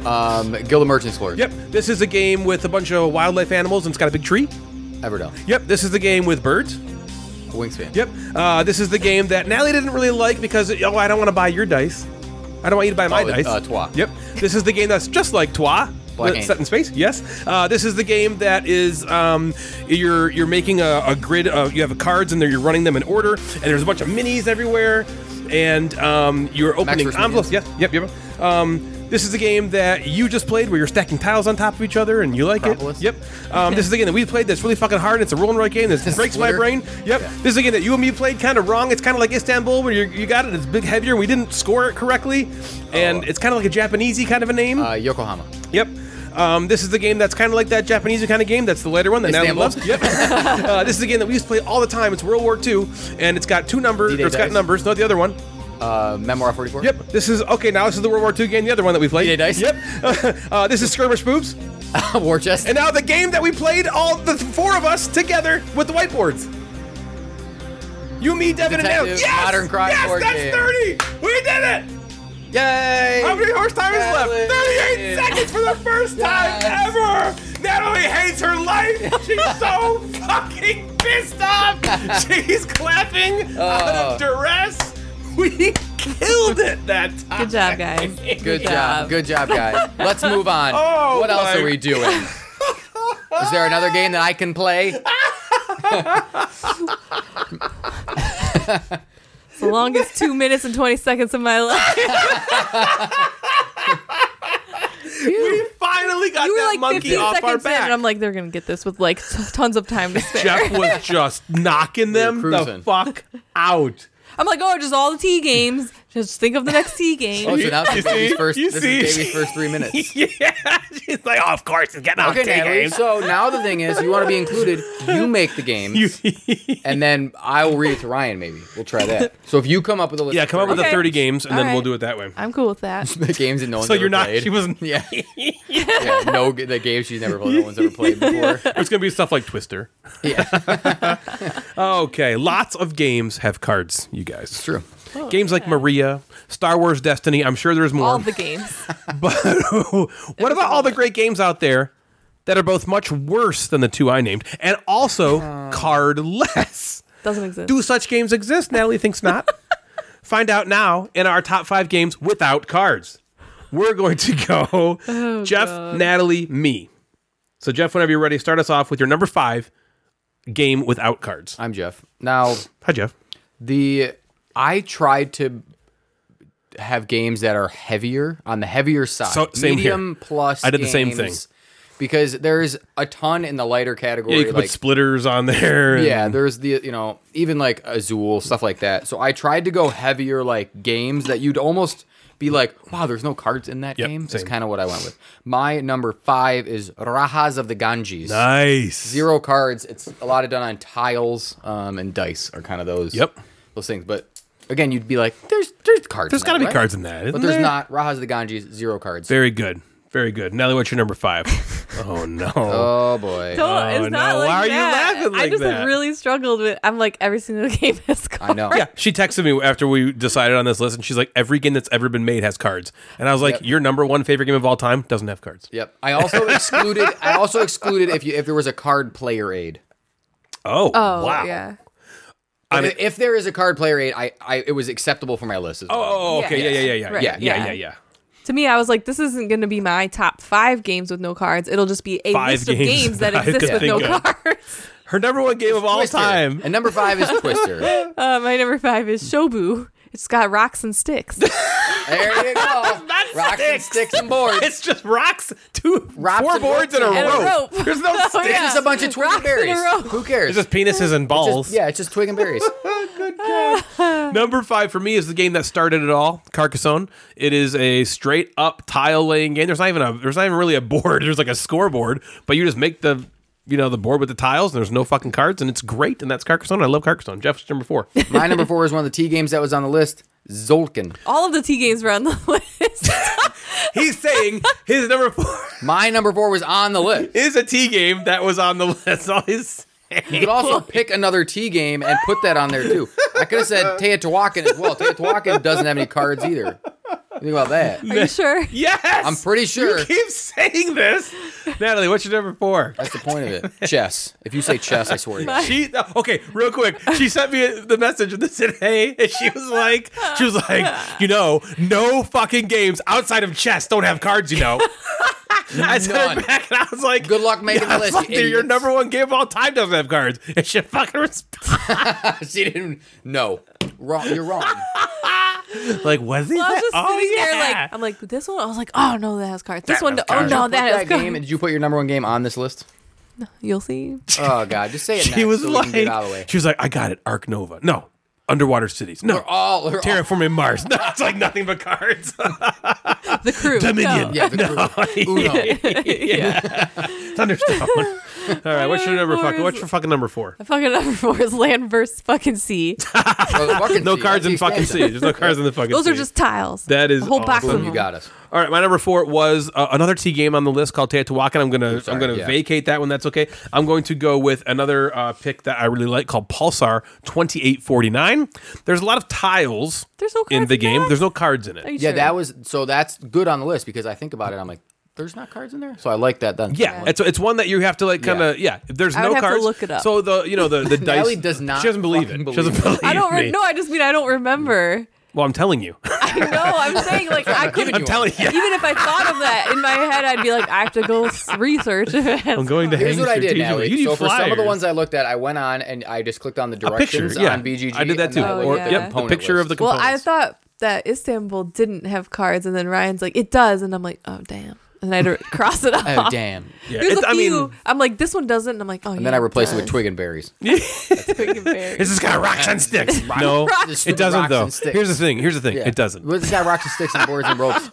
S5: Um, Guild of Merchant Explorers.
S3: Yep, this is a game with a bunch of wildlife animals and it's got a big tree.
S5: Everdell.
S3: Yep, this is the game with birds.
S5: Wingspan.
S3: Yep, uh, this is the game that Natalie didn't really like because, oh, I don't want to buy your dice. I don't want you to buy my
S5: Oh,
S3: dice.
S5: uh, Twa.
S3: Yep. This is the game that's just like Twa.
S5: Black
S3: uh,
S5: Ant.
S3: set in space, yes. Uh, this is the game that is um, you're you're making a, a grid. Of, you have cards and there you're running them in order, and there's a bunch of minis everywhere, and um, you're opening
S5: versus
S3: envelopes. Yes, yep, yep. Um, this is the game that you just played where you're stacking tiles on top of each other and you like
S5: Acropolis.
S3: it. Yep. Um, this is the game that we played that's really fucking hard. And it's a roll and write game that breaks my
S5: Splitter.
S3: brain. Yep.
S5: Yeah.
S3: This is a game that you and me played kind of wrong. It's kind of like Istanbul where you you got it. It's big heavier. We didn't score it correctly, and
S5: Oh.
S3: it's kind of like a Japanesey kind of a name.
S5: Uh, Yokohama.
S3: yep. Um, this is the game that's kind of like that Japanese kind of game. That's the later one that
S5: They
S3: Natalie loves.
S5: stand
S3: Yep. uh, this is a game that we used to play all the time. It's World War II, and it's got two numbers.
S5: D-Day
S3: It's got
S5: dice.
S3: numbers, not the other one.
S5: Uh, Memoir 44.
S3: Yep. This is okay. Now this is the World War II game. The other one that we played.
S5: D-Day dice.
S3: Yep. uh, this is skirmish boobs,
S5: War chest.
S3: and now the game that we played all the four of us together with the whiteboards. You, me, Devin, and Natalie.
S5: Detective
S3: Yes.
S5: Modern Crime
S3: yes,
S5: Board
S3: that's
S5: game.
S3: thirty. We did it.
S5: Yay!
S3: How many horse time is left? 38
S5: Natalie.
S3: seconds for the first time
S5: Yes.
S3: ever! Natalie hates her life! She's so fucking pissed off! She's clapping out
S5: Oh.
S3: of duress! We killed it that time!
S4: Good job, guys.
S5: Good job. Good job, guys. Let's move on.
S3: Oh,
S5: what else
S3: my-
S5: are we doing? Is there another game that I can play?
S4: It's the longest two minutes and twenty seconds of my life.
S3: We finally got
S4: You were
S3: that
S4: like
S3: monkey
S4: fifteen
S3: off our
S4: seconds in,
S3: back!
S4: and I'm like, they're gonna get this with like t- tons of time to spare.
S3: Jeff was just knocking them
S5: were
S3: the
S5: cruising.
S3: fuck out.
S4: I'm like, oh, just all the T games. Just think of the next T game.
S5: Oh, so now
S3: You
S5: this is baby's
S3: see?
S5: first.
S3: You
S5: This is
S3: see?
S5: baby's first three minutes.
S3: Yeah, she's like, oh, of course, it's getting off
S5: Okay, Natalie.
S3: games.
S5: So now the thing is, you want to be included. You make the games, and then I will read it to Ryan. Maybe we'll try that. So if you come up with a list,
S3: Yeah,
S5: of
S3: come up with the
S4: Okay.
S3: 30 games, and
S4: All
S3: then we'll
S4: right.
S3: do it that way.
S4: I'm cool with that.
S5: the games that no one's
S3: So
S5: ever
S3: you're not,
S5: played.
S3: she wasn't,
S5: Yeah. yeah, no, g- the games she's never played, no one's ever played before.
S3: There's going to be stuff like Twister.
S5: Yeah,
S3: Okay, lots of games have cards, you guys.
S5: true.
S3: games like Maria, Star Wars Destiny, I'm sure there's more.
S4: All the games.
S3: but what about all the great games out there that are both much worse than the two I named and also
S5: Oh.
S3: card less?
S4: Doesn't exist.
S3: Do such games exist? Natalie thinks not. Find out now in our top five games without cards. We're going to go
S5: Oh,
S3: Jeff, Natalie, me. So, Jeff, whenever you're ready, start us off with your number five game without cards.
S5: I'm Jeff. Now
S3: Hi, Jeff.
S5: the I tried to have games that are heavier on the heavier side.
S3: So- same here.
S5: Medium plus.
S3: I did the same
S5: games,
S3: thing.
S5: because there's a ton in the lighter category.
S3: Yeah, you can
S5: like
S3: put splitters on there. and-
S5: Yeah, there's the you know even like Azul stuff like that. So I tried to go heavier like games that you'd almost be like, wow, there's no cards in that
S3: Yep,
S5: game. That's
S3: same.
S5: kind of what I went with. My number five is Rajas of the Ganges.
S3: Nice.
S5: Zero cards. It's a lot of done on tiles um, and dice are kind of those.
S3: Yep.
S5: Those things, but again, you'd be like, there's there's cards.
S3: There's
S5: in
S3: got to
S5: that,
S3: be
S5: right?
S3: cards in that, isn't
S5: But there's
S3: there?
S5: not Rajas of the Ganges. Zero cards.
S3: Very good. Very good. Nelly, what's your number five? oh, no.
S5: oh boy.
S4: No,
S3: Oh, no.
S4: it's not like
S3: Why are you
S4: that.
S3: laughing
S4: I
S3: like
S4: just
S3: that?
S4: have really struggled with. I'm like every single game has cards.
S5: I know.
S3: Yeah, she texted me after we decided on this list, and she's like, every game that's ever been made has cards. And I was like,
S5: Yep.
S3: your number one favorite game of all time doesn't have cards.
S5: Yep. I also excluded. I also excluded if you if there was a card player aid.
S3: Oh,
S4: Oh
S3: wow.
S4: yeah.
S3: I
S5: If-
S3: mean,
S5: if there is a card player aid, I, I it was acceptable for my list. As
S3: oh,
S5: well.
S3: oh, okay. Yeah,
S4: Yeah.
S3: yeah, yeah, yeah.
S4: Right,
S3: Yeah, yeah, yeah,
S4: yeah.
S3: yeah.
S4: To me, I was like, this isn't going to be my top five games with no cards. It'll just be a
S3: Five
S4: list of
S3: games
S4: games that
S3: that I
S4: exist
S3: could
S4: with no
S3: think of.
S4: cards.
S3: Her number one game of all
S5: Twister.
S3: time.
S5: And number five is Twister. there
S4: Uh, my number five is Shobu. It's got rocks and sticks.
S5: you go. Rocks and sticks and boards.
S3: it's just rocks, two,
S5: Rocks
S3: four
S5: and
S3: boards and a,
S4: and a
S3: rope.
S4: rope.
S3: There's no
S4: Oh,
S3: sticks.
S4: yeah.
S5: It's just a bunch of twig and
S4: Rocks in a
S5: berries.
S4: row.
S5: Who cares?
S3: It's just penises and balls.
S5: yeah, it's just twig and berries.
S3: Number five for me is the game that started it all, Carcassonne. It is a straight up tile laying game. There's not even a there's not even really a board. There's like a scoreboard, but you just make the you know the board with the tiles, and there's no fucking cards, and it's great. And that's Carcassonne. I love Carcassonne. Jeff's number four.
S5: My number four is one of the T games that was on the list. Zolkin.
S4: All of the T games were on the list.
S3: He's saying his number four
S5: My number four was on the list.
S3: is a T game that was on the list. All he's
S5: You could also pick another T game and put that on there too. I could have said Teotihuacan as well. Teotihuacan doesn't have any cards either. Think about that.
S4: Are you sure?
S3: yes,
S5: I'm pretty sure.
S3: You keep saying this, Natalie. What's your number four?
S5: That's the point of it. Chess. If you say chess, I swear to God.
S3: She okay, real quick. She sent me the message and they said, "Hey," and she was like, "She was like, you know, no fucking games outside of chess don't have cards, you know." I sent her
S5: None.
S3: back and I was like,
S5: Good luck making
S3: I
S5: the
S3: was
S5: list.
S3: like,
S5: you
S3: "Dude, your
S5: idiots."
S3: number one game of all time doesn't have cards, and she fucking responded
S5: she didn't. No, wrong. You're wrong.
S3: like, "Was he?"
S4: I was
S3: that?
S4: just
S3: oh
S4: sitting
S3: yeah.
S4: there like, I'm like, this one. I was like, oh no, that has cards. This
S3: That
S4: one,
S3: has
S4: oh
S3: cards.
S4: no,
S5: Put
S4: that has
S5: that game.
S4: cards.
S5: and Did you put your number one game on this list?
S4: You'll see.
S5: Oh God, just say it.
S3: she
S5: next
S3: was
S5: so we
S3: like,
S5: can get it out of the way.
S3: she was like, "I got it, Arc Nova." No, underwater cities. No,
S5: all- they're all-
S3: terraforming Mars. No, it's like nothing but cards.
S4: The crew.
S3: Dominion.
S5: Yeah, the crew. Uno.
S4: No. yeah.
S3: Thunderstorm. all right, what's your number?
S4: Four
S3: Fuck.
S4: is-
S3: What's your fucking number four?
S4: Fucking number four is land versus fucking sea.
S5: Oh, the fucking
S3: No
S5: sea,
S3: cards
S5: that's
S3: in
S5: the
S3: fucking sea.
S5: expansion.
S3: There's no cards in the fucking.
S4: Those are
S3: sea.
S4: just tiles.
S3: That is
S4: a whole box
S3: awesome.
S4: of
S5: Boom, you
S4: them.
S5: got us.
S3: All right, my number four was uh, another T game on the list called Teotihuacan. I'm gonna I'm
S5: sorry,
S3: gonna
S5: yeah.
S3: vacate that one. That's okay. I'm going to go with another uh, pick that I really like called Pulsar 2849. There's a lot of tiles
S4: There's no
S3: in
S4: cards
S3: the
S4: in
S3: game.
S4: that?
S3: There's no cards in it.
S4: Are you
S5: Yeah,
S4: sure?
S5: that was so that's good on the list because I think about it. I'm like, there's not cards in there, so I like that. Then
S3: Yeah, it's it's one that you have to like kind of yeah. There's
S4: I
S3: no
S4: would have to
S3: cards.
S4: look it up.
S3: So the you know the the
S5: Natalie
S3: dice
S5: does not
S3: She doesn't believe it.
S5: fucking
S3: she doesn't
S5: believe
S3: believe
S5: it.
S4: I don't.
S3: me.
S4: Re- no, I just mean I don't remember.
S3: Well, I'm telling you.
S4: I know. I'm saying like I couldn't.
S3: I'm telling you.
S4: Even if I thought of that in my head, I'd be like, I have to go s- research.
S3: I'm going to
S5: Here's
S3: hang
S5: what I did,
S3: strategically. You
S5: Natalie.
S3: need
S5: So for some of the
S3: flyers.
S5: ones I looked at, I went on and I just clicked on the
S3: A picture,
S5: directions
S3: yeah.
S5: on BGG.
S3: I did that
S5: and
S3: too.
S5: then I looked
S4: Oh,
S3: or
S5: at
S4: yeah.
S5: the
S3: yep, the
S5: component
S3: picture of the
S5: list.
S4: well, I
S3: components.
S4: thought that Istanbul didn't have cards, and then Ryan's like, it does, and I'm like, oh damn, and I had to cross it off.
S5: Oh damn!
S3: Yeah,
S4: There's
S3: it's-
S4: a
S3: I mean,
S4: few. I am like, this one doesn't. And I'm like, oh.
S5: And then I replaced it with twig and berries.
S3: This has got rocks and sticks. no,
S5: Just
S3: it doesn't
S5: rocks
S3: though.
S5: and sticks.
S3: Here's the thing. Here's the thing.
S5: Yeah.
S3: It doesn't.
S5: Well, It's got rocks and sticks and boards and ropes.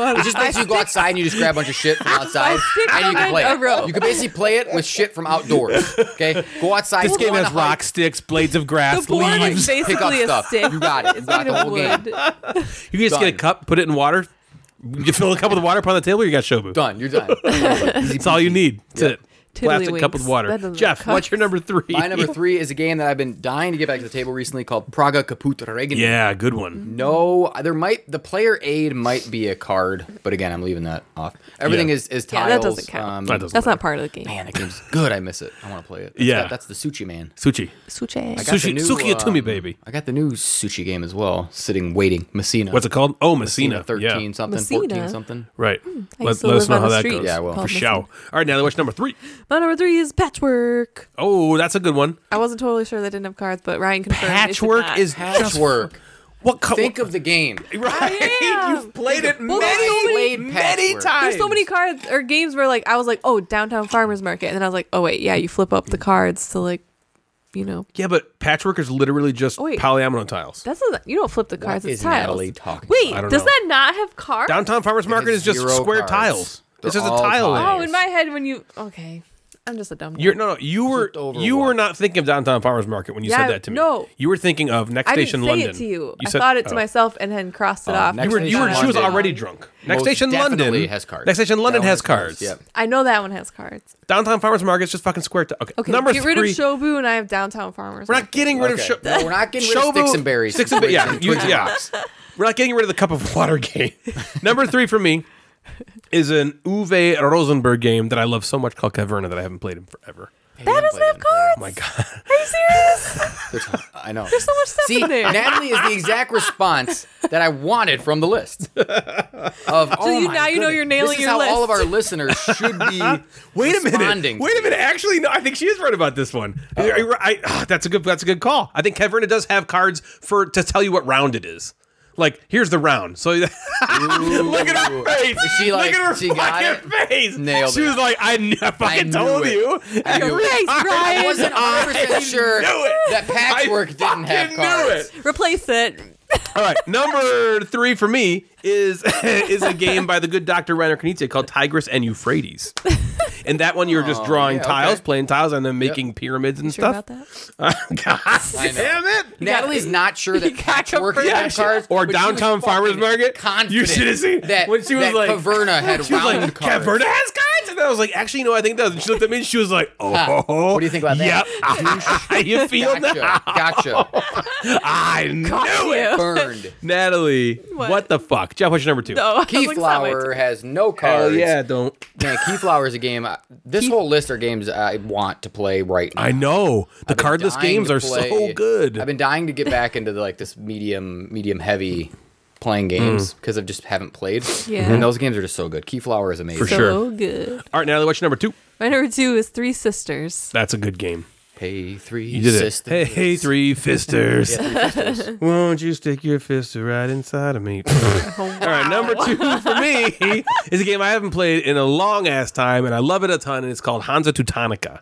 S5: It just makes you go outside and you just grab a bunch of shit from outside
S4: stick
S5: and you
S4: on
S5: can play
S4: a
S5: it.
S4: rope.
S5: You can basically play it with shit from outdoors. Okay, go outside.
S3: This
S5: go
S3: game
S5: on
S3: has
S5: a hike,
S3: rocks, sticks, blades of grass,
S4: The board
S3: leaves.
S4: is
S5: pick up
S4: basically a
S5: stuff.
S4: stick.
S5: You got it. You
S4: It's
S5: got
S4: made
S5: the
S4: of
S5: whole game.
S4: wood.
S3: You can just get a
S5: Done.
S3: cup, put it in water. You fill a cup with water, put it on the table. You got Shobu.
S5: Done. You're done.
S3: That's all you need. That's it. Plastic cup with
S4: Tiddlywinks. That
S3: water.
S4: doesn't
S3: Jeff,
S4: count.
S3: what's your number three?
S5: My number three is a game that I've been dying to get back to the table recently called Praga Kaput Regen.
S3: Yeah, good
S5: Mm-hmm.
S3: one.
S5: No, there might the player aid might be a card, but again, I'm leaving that off. Everything
S3: Yeah.
S5: is is
S4: Yeah,
S5: tiles. Um,
S4: that doesn't count.
S3: That doesn't
S4: That's
S3: matter.
S4: not part of the game.
S5: Man, that game's good. I miss it. I want to play it. That's
S3: Yeah.
S5: got- that's the Suchi man.
S3: Suchi.
S4: Suche.
S5: got
S3: Sushi-
S5: the um,
S3: Suki Yatumi, baby.
S5: I got the new Suchi game as well. Sitting waiting, Messina.
S3: What's it called? Oh, Messina.
S5: Thirteen
S3: Yeah.
S5: something, Hmm, fourteen
S4: Messina.
S5: something.
S3: Right.
S4: I
S3: let
S4: used to
S3: let us
S4: live
S3: know
S4: on
S3: how
S4: the
S3: that
S4: street
S3: goes.
S5: Yeah, well,
S3: for
S4: called
S3: sure. All right, now what's number three?
S4: My number three is patchwork.
S3: Oh, that's a good one.
S4: I wasn't totally sure they didn't have cards, but Ryan confirmed. it's
S3: Patchwork
S4: not.
S3: is just
S5: Patchwork.
S3: what co-
S5: Think of the game.
S3: right.
S4: am.
S3: You've played it
S4: Well, there's so
S3: many,
S4: many-
S5: Played
S3: many
S5: Patchwork.
S3: times.
S4: There's so many cards or games where like I was like, oh, downtown farmers market, and then I was like, oh wait, yeah, you flip up the cards to like, you know,
S3: Yeah, but patchwork is literally just
S4: Oh, wait.
S3: polyamino tiles.
S4: that's not, you don't flip the cards.
S5: What
S4: it's
S5: is
S4: tiles.
S5: Natalie talking
S4: wait,
S3: about? I don't
S4: does
S3: know.
S4: that not have cards?
S3: Downtown farmers market is just
S5: zero
S3: square
S5: cards.
S3: tiles.
S5: They're
S3: it's just a
S5: all
S3: tile.
S5: tiles.
S4: Oh, in my head when you okay, I'm just a dumb.
S3: You're
S4: dumb.
S3: no, no. You were
S5: Flipped over
S3: you were
S5: what?
S3: not thinking of downtown farmers market when you
S4: Yeah,
S3: said that to me.
S4: no.
S3: you were thinking of next
S4: I didn't
S3: station
S4: say
S3: London.
S4: it to you. I
S3: said-
S4: thought it to
S3: oh.
S4: myself and then crossed it
S5: Oh,
S4: off.
S3: You
S5: next
S3: were, you were, she was already drunk. Next
S5: Most
S3: station London
S5: definitely has cards.
S3: Next station London
S5: That one
S3: has cards.
S5: Yep.
S4: I know that one has cards.
S3: Downtown farmers market is just fucking square. ti- okay.
S4: Okay,
S3: number
S4: get
S3: three.
S4: rid of Shobu and I have downtown farmers.
S3: we're not getting rid of
S5: Okay.
S3: Sho-
S5: No, we're not getting rid of
S3: Shobu-
S5: sticks and berries.
S3: Sticks and berries. Yeah,
S5: Twigs
S3: you-
S5: and
S3: yeah.
S5: rocks.
S3: We're not getting rid of the cup of water game. number three for me is an Uwe Rosenberg game that I love so much called Caverna that I haven't played in forever.
S4: that doesn't have cards.
S3: Oh my god.
S4: Are you serious?
S5: There's- I know.
S4: There's so much stuff
S5: See,
S4: in there.
S5: Natalie is the exact response that I wanted from the list. Of oh
S4: you-
S5: my
S4: now you know
S5: goodness,
S4: you're nailing
S5: this is
S4: your
S5: how all of
S4: list."
S5: our listeners should be.
S3: Wait a minute.
S5: responding
S3: Wait
S5: to
S3: a minute. Actually, no. I think she is right about this one. You're- you're right. Ah, that's a good. That's a good call. I think Caverna does have cards for to tell you what round it is. Like here's the round. So look at her face.
S5: Is she like-
S3: look at her
S5: she got
S3: fucking face.
S5: Nailed
S3: she
S5: it.
S3: was like, I, kn- I fucking
S5: knew
S3: told
S5: it.
S3: you.
S5: I knew
S3: Every
S5: it.
S4: Thanks,
S3: card-
S5: I
S4: Ryan.
S5: wasn't 100 sure
S3: knew it.
S5: that patchwork
S3: I
S5: didn't have
S3: fucking
S5: cards.
S3: Knew it.
S4: Replace it.
S3: All right, number three for me is is a game by the good Dr. Rainer Knizia called Tigris and Euphrates. And that one you're just drawing
S5: Oh, yeah, okay.
S3: tiles, playing tiles, and then making pyramids and
S4: Sure
S3: stuff.
S4: about that?
S3: God
S5: I know.
S3: damn it!
S5: Natalie's not sure that
S4: You got
S5: patchwork
S4: confirmed.
S5: had cards.
S3: Or
S5: but she was
S3: downtown
S5: fucking
S3: farmers market.
S5: Confident
S3: You should have seen
S5: that
S3: when she was
S5: that
S3: like,
S5: Caverna had
S3: She was
S5: round
S3: like,
S5: cards.
S3: Caverna has cards, and I was like, actually, no, I think it does. And she looked at me, and she was like, oh,
S5: Ah, what do you think about that?
S3: Yep, you feel that?
S5: Gotcha. Gotcha.
S3: I knew it.
S4: Ew.
S5: Burned.
S3: Natalie, what?
S4: What?
S3: the fuck? Jeff, what's your number two?
S4: No, I was like, stop it.
S5: Keyflower has no
S3: Hell
S5: cards.
S3: yeah, don't.
S5: Man, Keyflower is a game. I- This whole list are games I want to play right now.
S3: I know the
S5: I've been
S3: cardless
S5: dying
S3: games
S5: to
S3: are
S5: play-
S3: so good.
S5: I've been dying to get back into the, like this medium, medium heavy playing
S3: Hmm.
S5: games because I just haven't played.
S4: Yeah.
S5: And those games are just so good. Keyflower is amazing.
S3: For sure.
S4: So good.
S3: All right, Natalie, what's your number two?
S4: My number two is Three Sisters.
S3: That's a good game.
S5: Hey, three
S3: You did
S5: sisters.
S3: it. Hey, hey, three fisters.
S5: Yeah, three sisters.
S3: Won't you stick your fist right inside of me? All right, number two for me is a game I haven't played in a long ass time, and I love it a ton. And it's called Hansa Teutonica,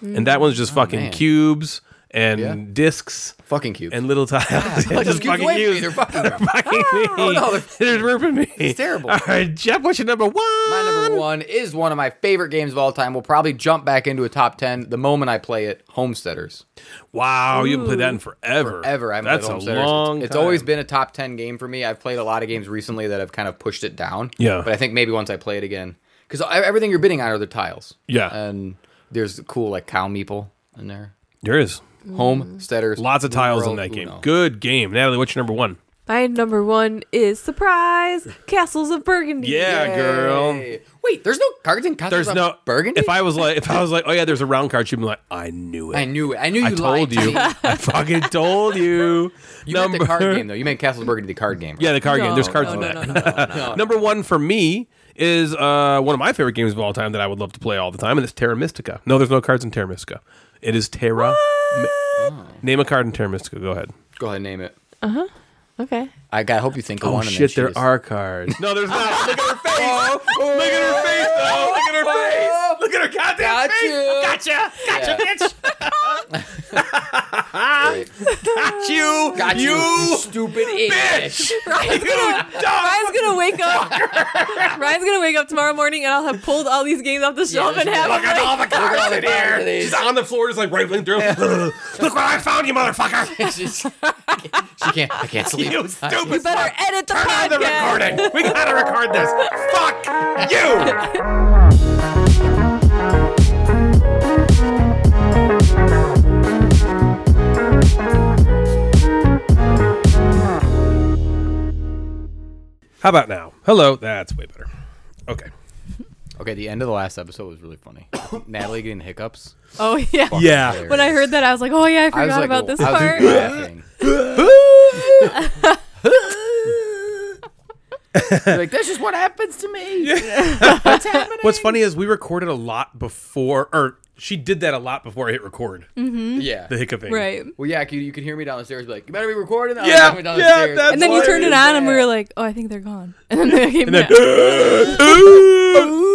S3: and that one's just fucking
S5: Mm. Oh, man.
S3: cubes and
S5: Yeah.
S3: discs
S5: Fucking cute.
S3: and little tiles. Yeah,
S5: just cubes away from me. They're fucking gross.
S3: fucking me.
S5: Oh, no, they're-
S3: They're ripping me.
S5: It's terrible.
S3: All right, Jeff, what's your number one?
S5: My number one is one of my favorite games of all time. We'll probably jump back into a top ten the moment I play it. Homesteaders.
S3: Wow, you haven't played that in forever.
S5: Ever I
S3: That's
S5: played
S3: a
S5: Homesteaders. It's-
S3: long.
S5: It's, always
S3: time.
S5: been a top ten game for me. I've played a lot of games recently that have kind of pushed it down.
S3: Yeah.
S5: But I think maybe once I play it again, because everything you're bidding on are the tiles.
S3: Yeah.
S5: And there's cool like cow meeple in there.
S3: There is
S5: Homesteaders.
S3: lots of tiles in
S5: World
S3: that game.
S5: Uno.
S3: Good game, Natalie. What's your number one?
S4: My number one is surprise Castles of Burgundy.
S3: Yeah, girl.
S5: Hey. Wait, there's no cards in Castles
S3: There's
S5: of
S3: no
S5: Burgundy.
S3: If I was like, if I was like, oh yeah, there's a round card, she'd be like, I knew it.
S5: I knew it. I knew you
S3: I
S5: lied
S3: told
S5: to
S3: you.
S5: me.
S3: I fucking told you.
S5: You meant the card game though. You meant Castle of Burgundy, the card game. right?
S3: Yeah, the card game.
S4: No,
S3: There's cards in
S4: no, no,
S3: that.
S4: no, no,
S3: Number one for me is uh, one of my favorite games of all time that I would love to play all the time, and it's Terra Mystica. No, there's no cards in Terra Mystica. It is Terra.
S5: Oh.
S3: Mi- Name a card in Terra Mystica. Go ahead.
S5: Go ahead, name it.
S4: Okay.
S5: I, got- I hope you Oh, think of
S3: Oh
S5: one. and
S3: shit,
S5: then
S3: there
S5: choose.
S3: are cards. No, there's not. Look at her face. Look at her face, though. Look at her
S5: Oh.
S3: face. Look at her goddamn
S5: Got
S3: face.
S5: you.
S3: Gotcha. Gotcha, bitch. Got you.
S5: Got you, you stupid bitch.
S4: Ryan's gonna, Ryan's gonna wake up. Ryan's gonna wake up tomorrow morning, and I'll have pulled all these games off the shelf
S5: just
S4: and have
S5: look
S4: them.
S5: at all
S4: Like,
S5: the cards in here.
S3: She's on the floor, just like rifling through. Look what I found, you motherfucker.
S5: She's- she can't. I can't sleep.
S3: You stupid.
S4: you better edit the
S3: on the
S4: podcast.
S3: recording. We gotta record this. Fuck you. How about now? Hello. That's way better. Okay.
S5: Okay, the end of the last episode was really funny. Natalie getting hiccups.
S4: Oh yeah.
S3: Yeah.
S5: Hilarious.
S4: When I heard that, I was like, oh yeah,
S5: I
S4: I forgot about this
S5: I was
S4: part.
S5: laughing. You're like that's just what happens to me. What's happening?
S3: What's funny is we recorded a lot before, or she did that a lot before I hit record.
S5: Yeah.
S3: The hiccuping.
S4: right.
S5: Well, yeah, you, you can hear me downstairs. Be like, you better be recording. that."
S3: Yeah,
S5: I'm coming
S3: yeah,
S5: downstairs.
S3: that's
S4: And then you
S3: Why
S4: turned it
S3: is
S4: on, and we
S5: that?
S4: were like, oh, I think they're gone. And then they came
S3: And then,
S4: back.
S3: Ooh.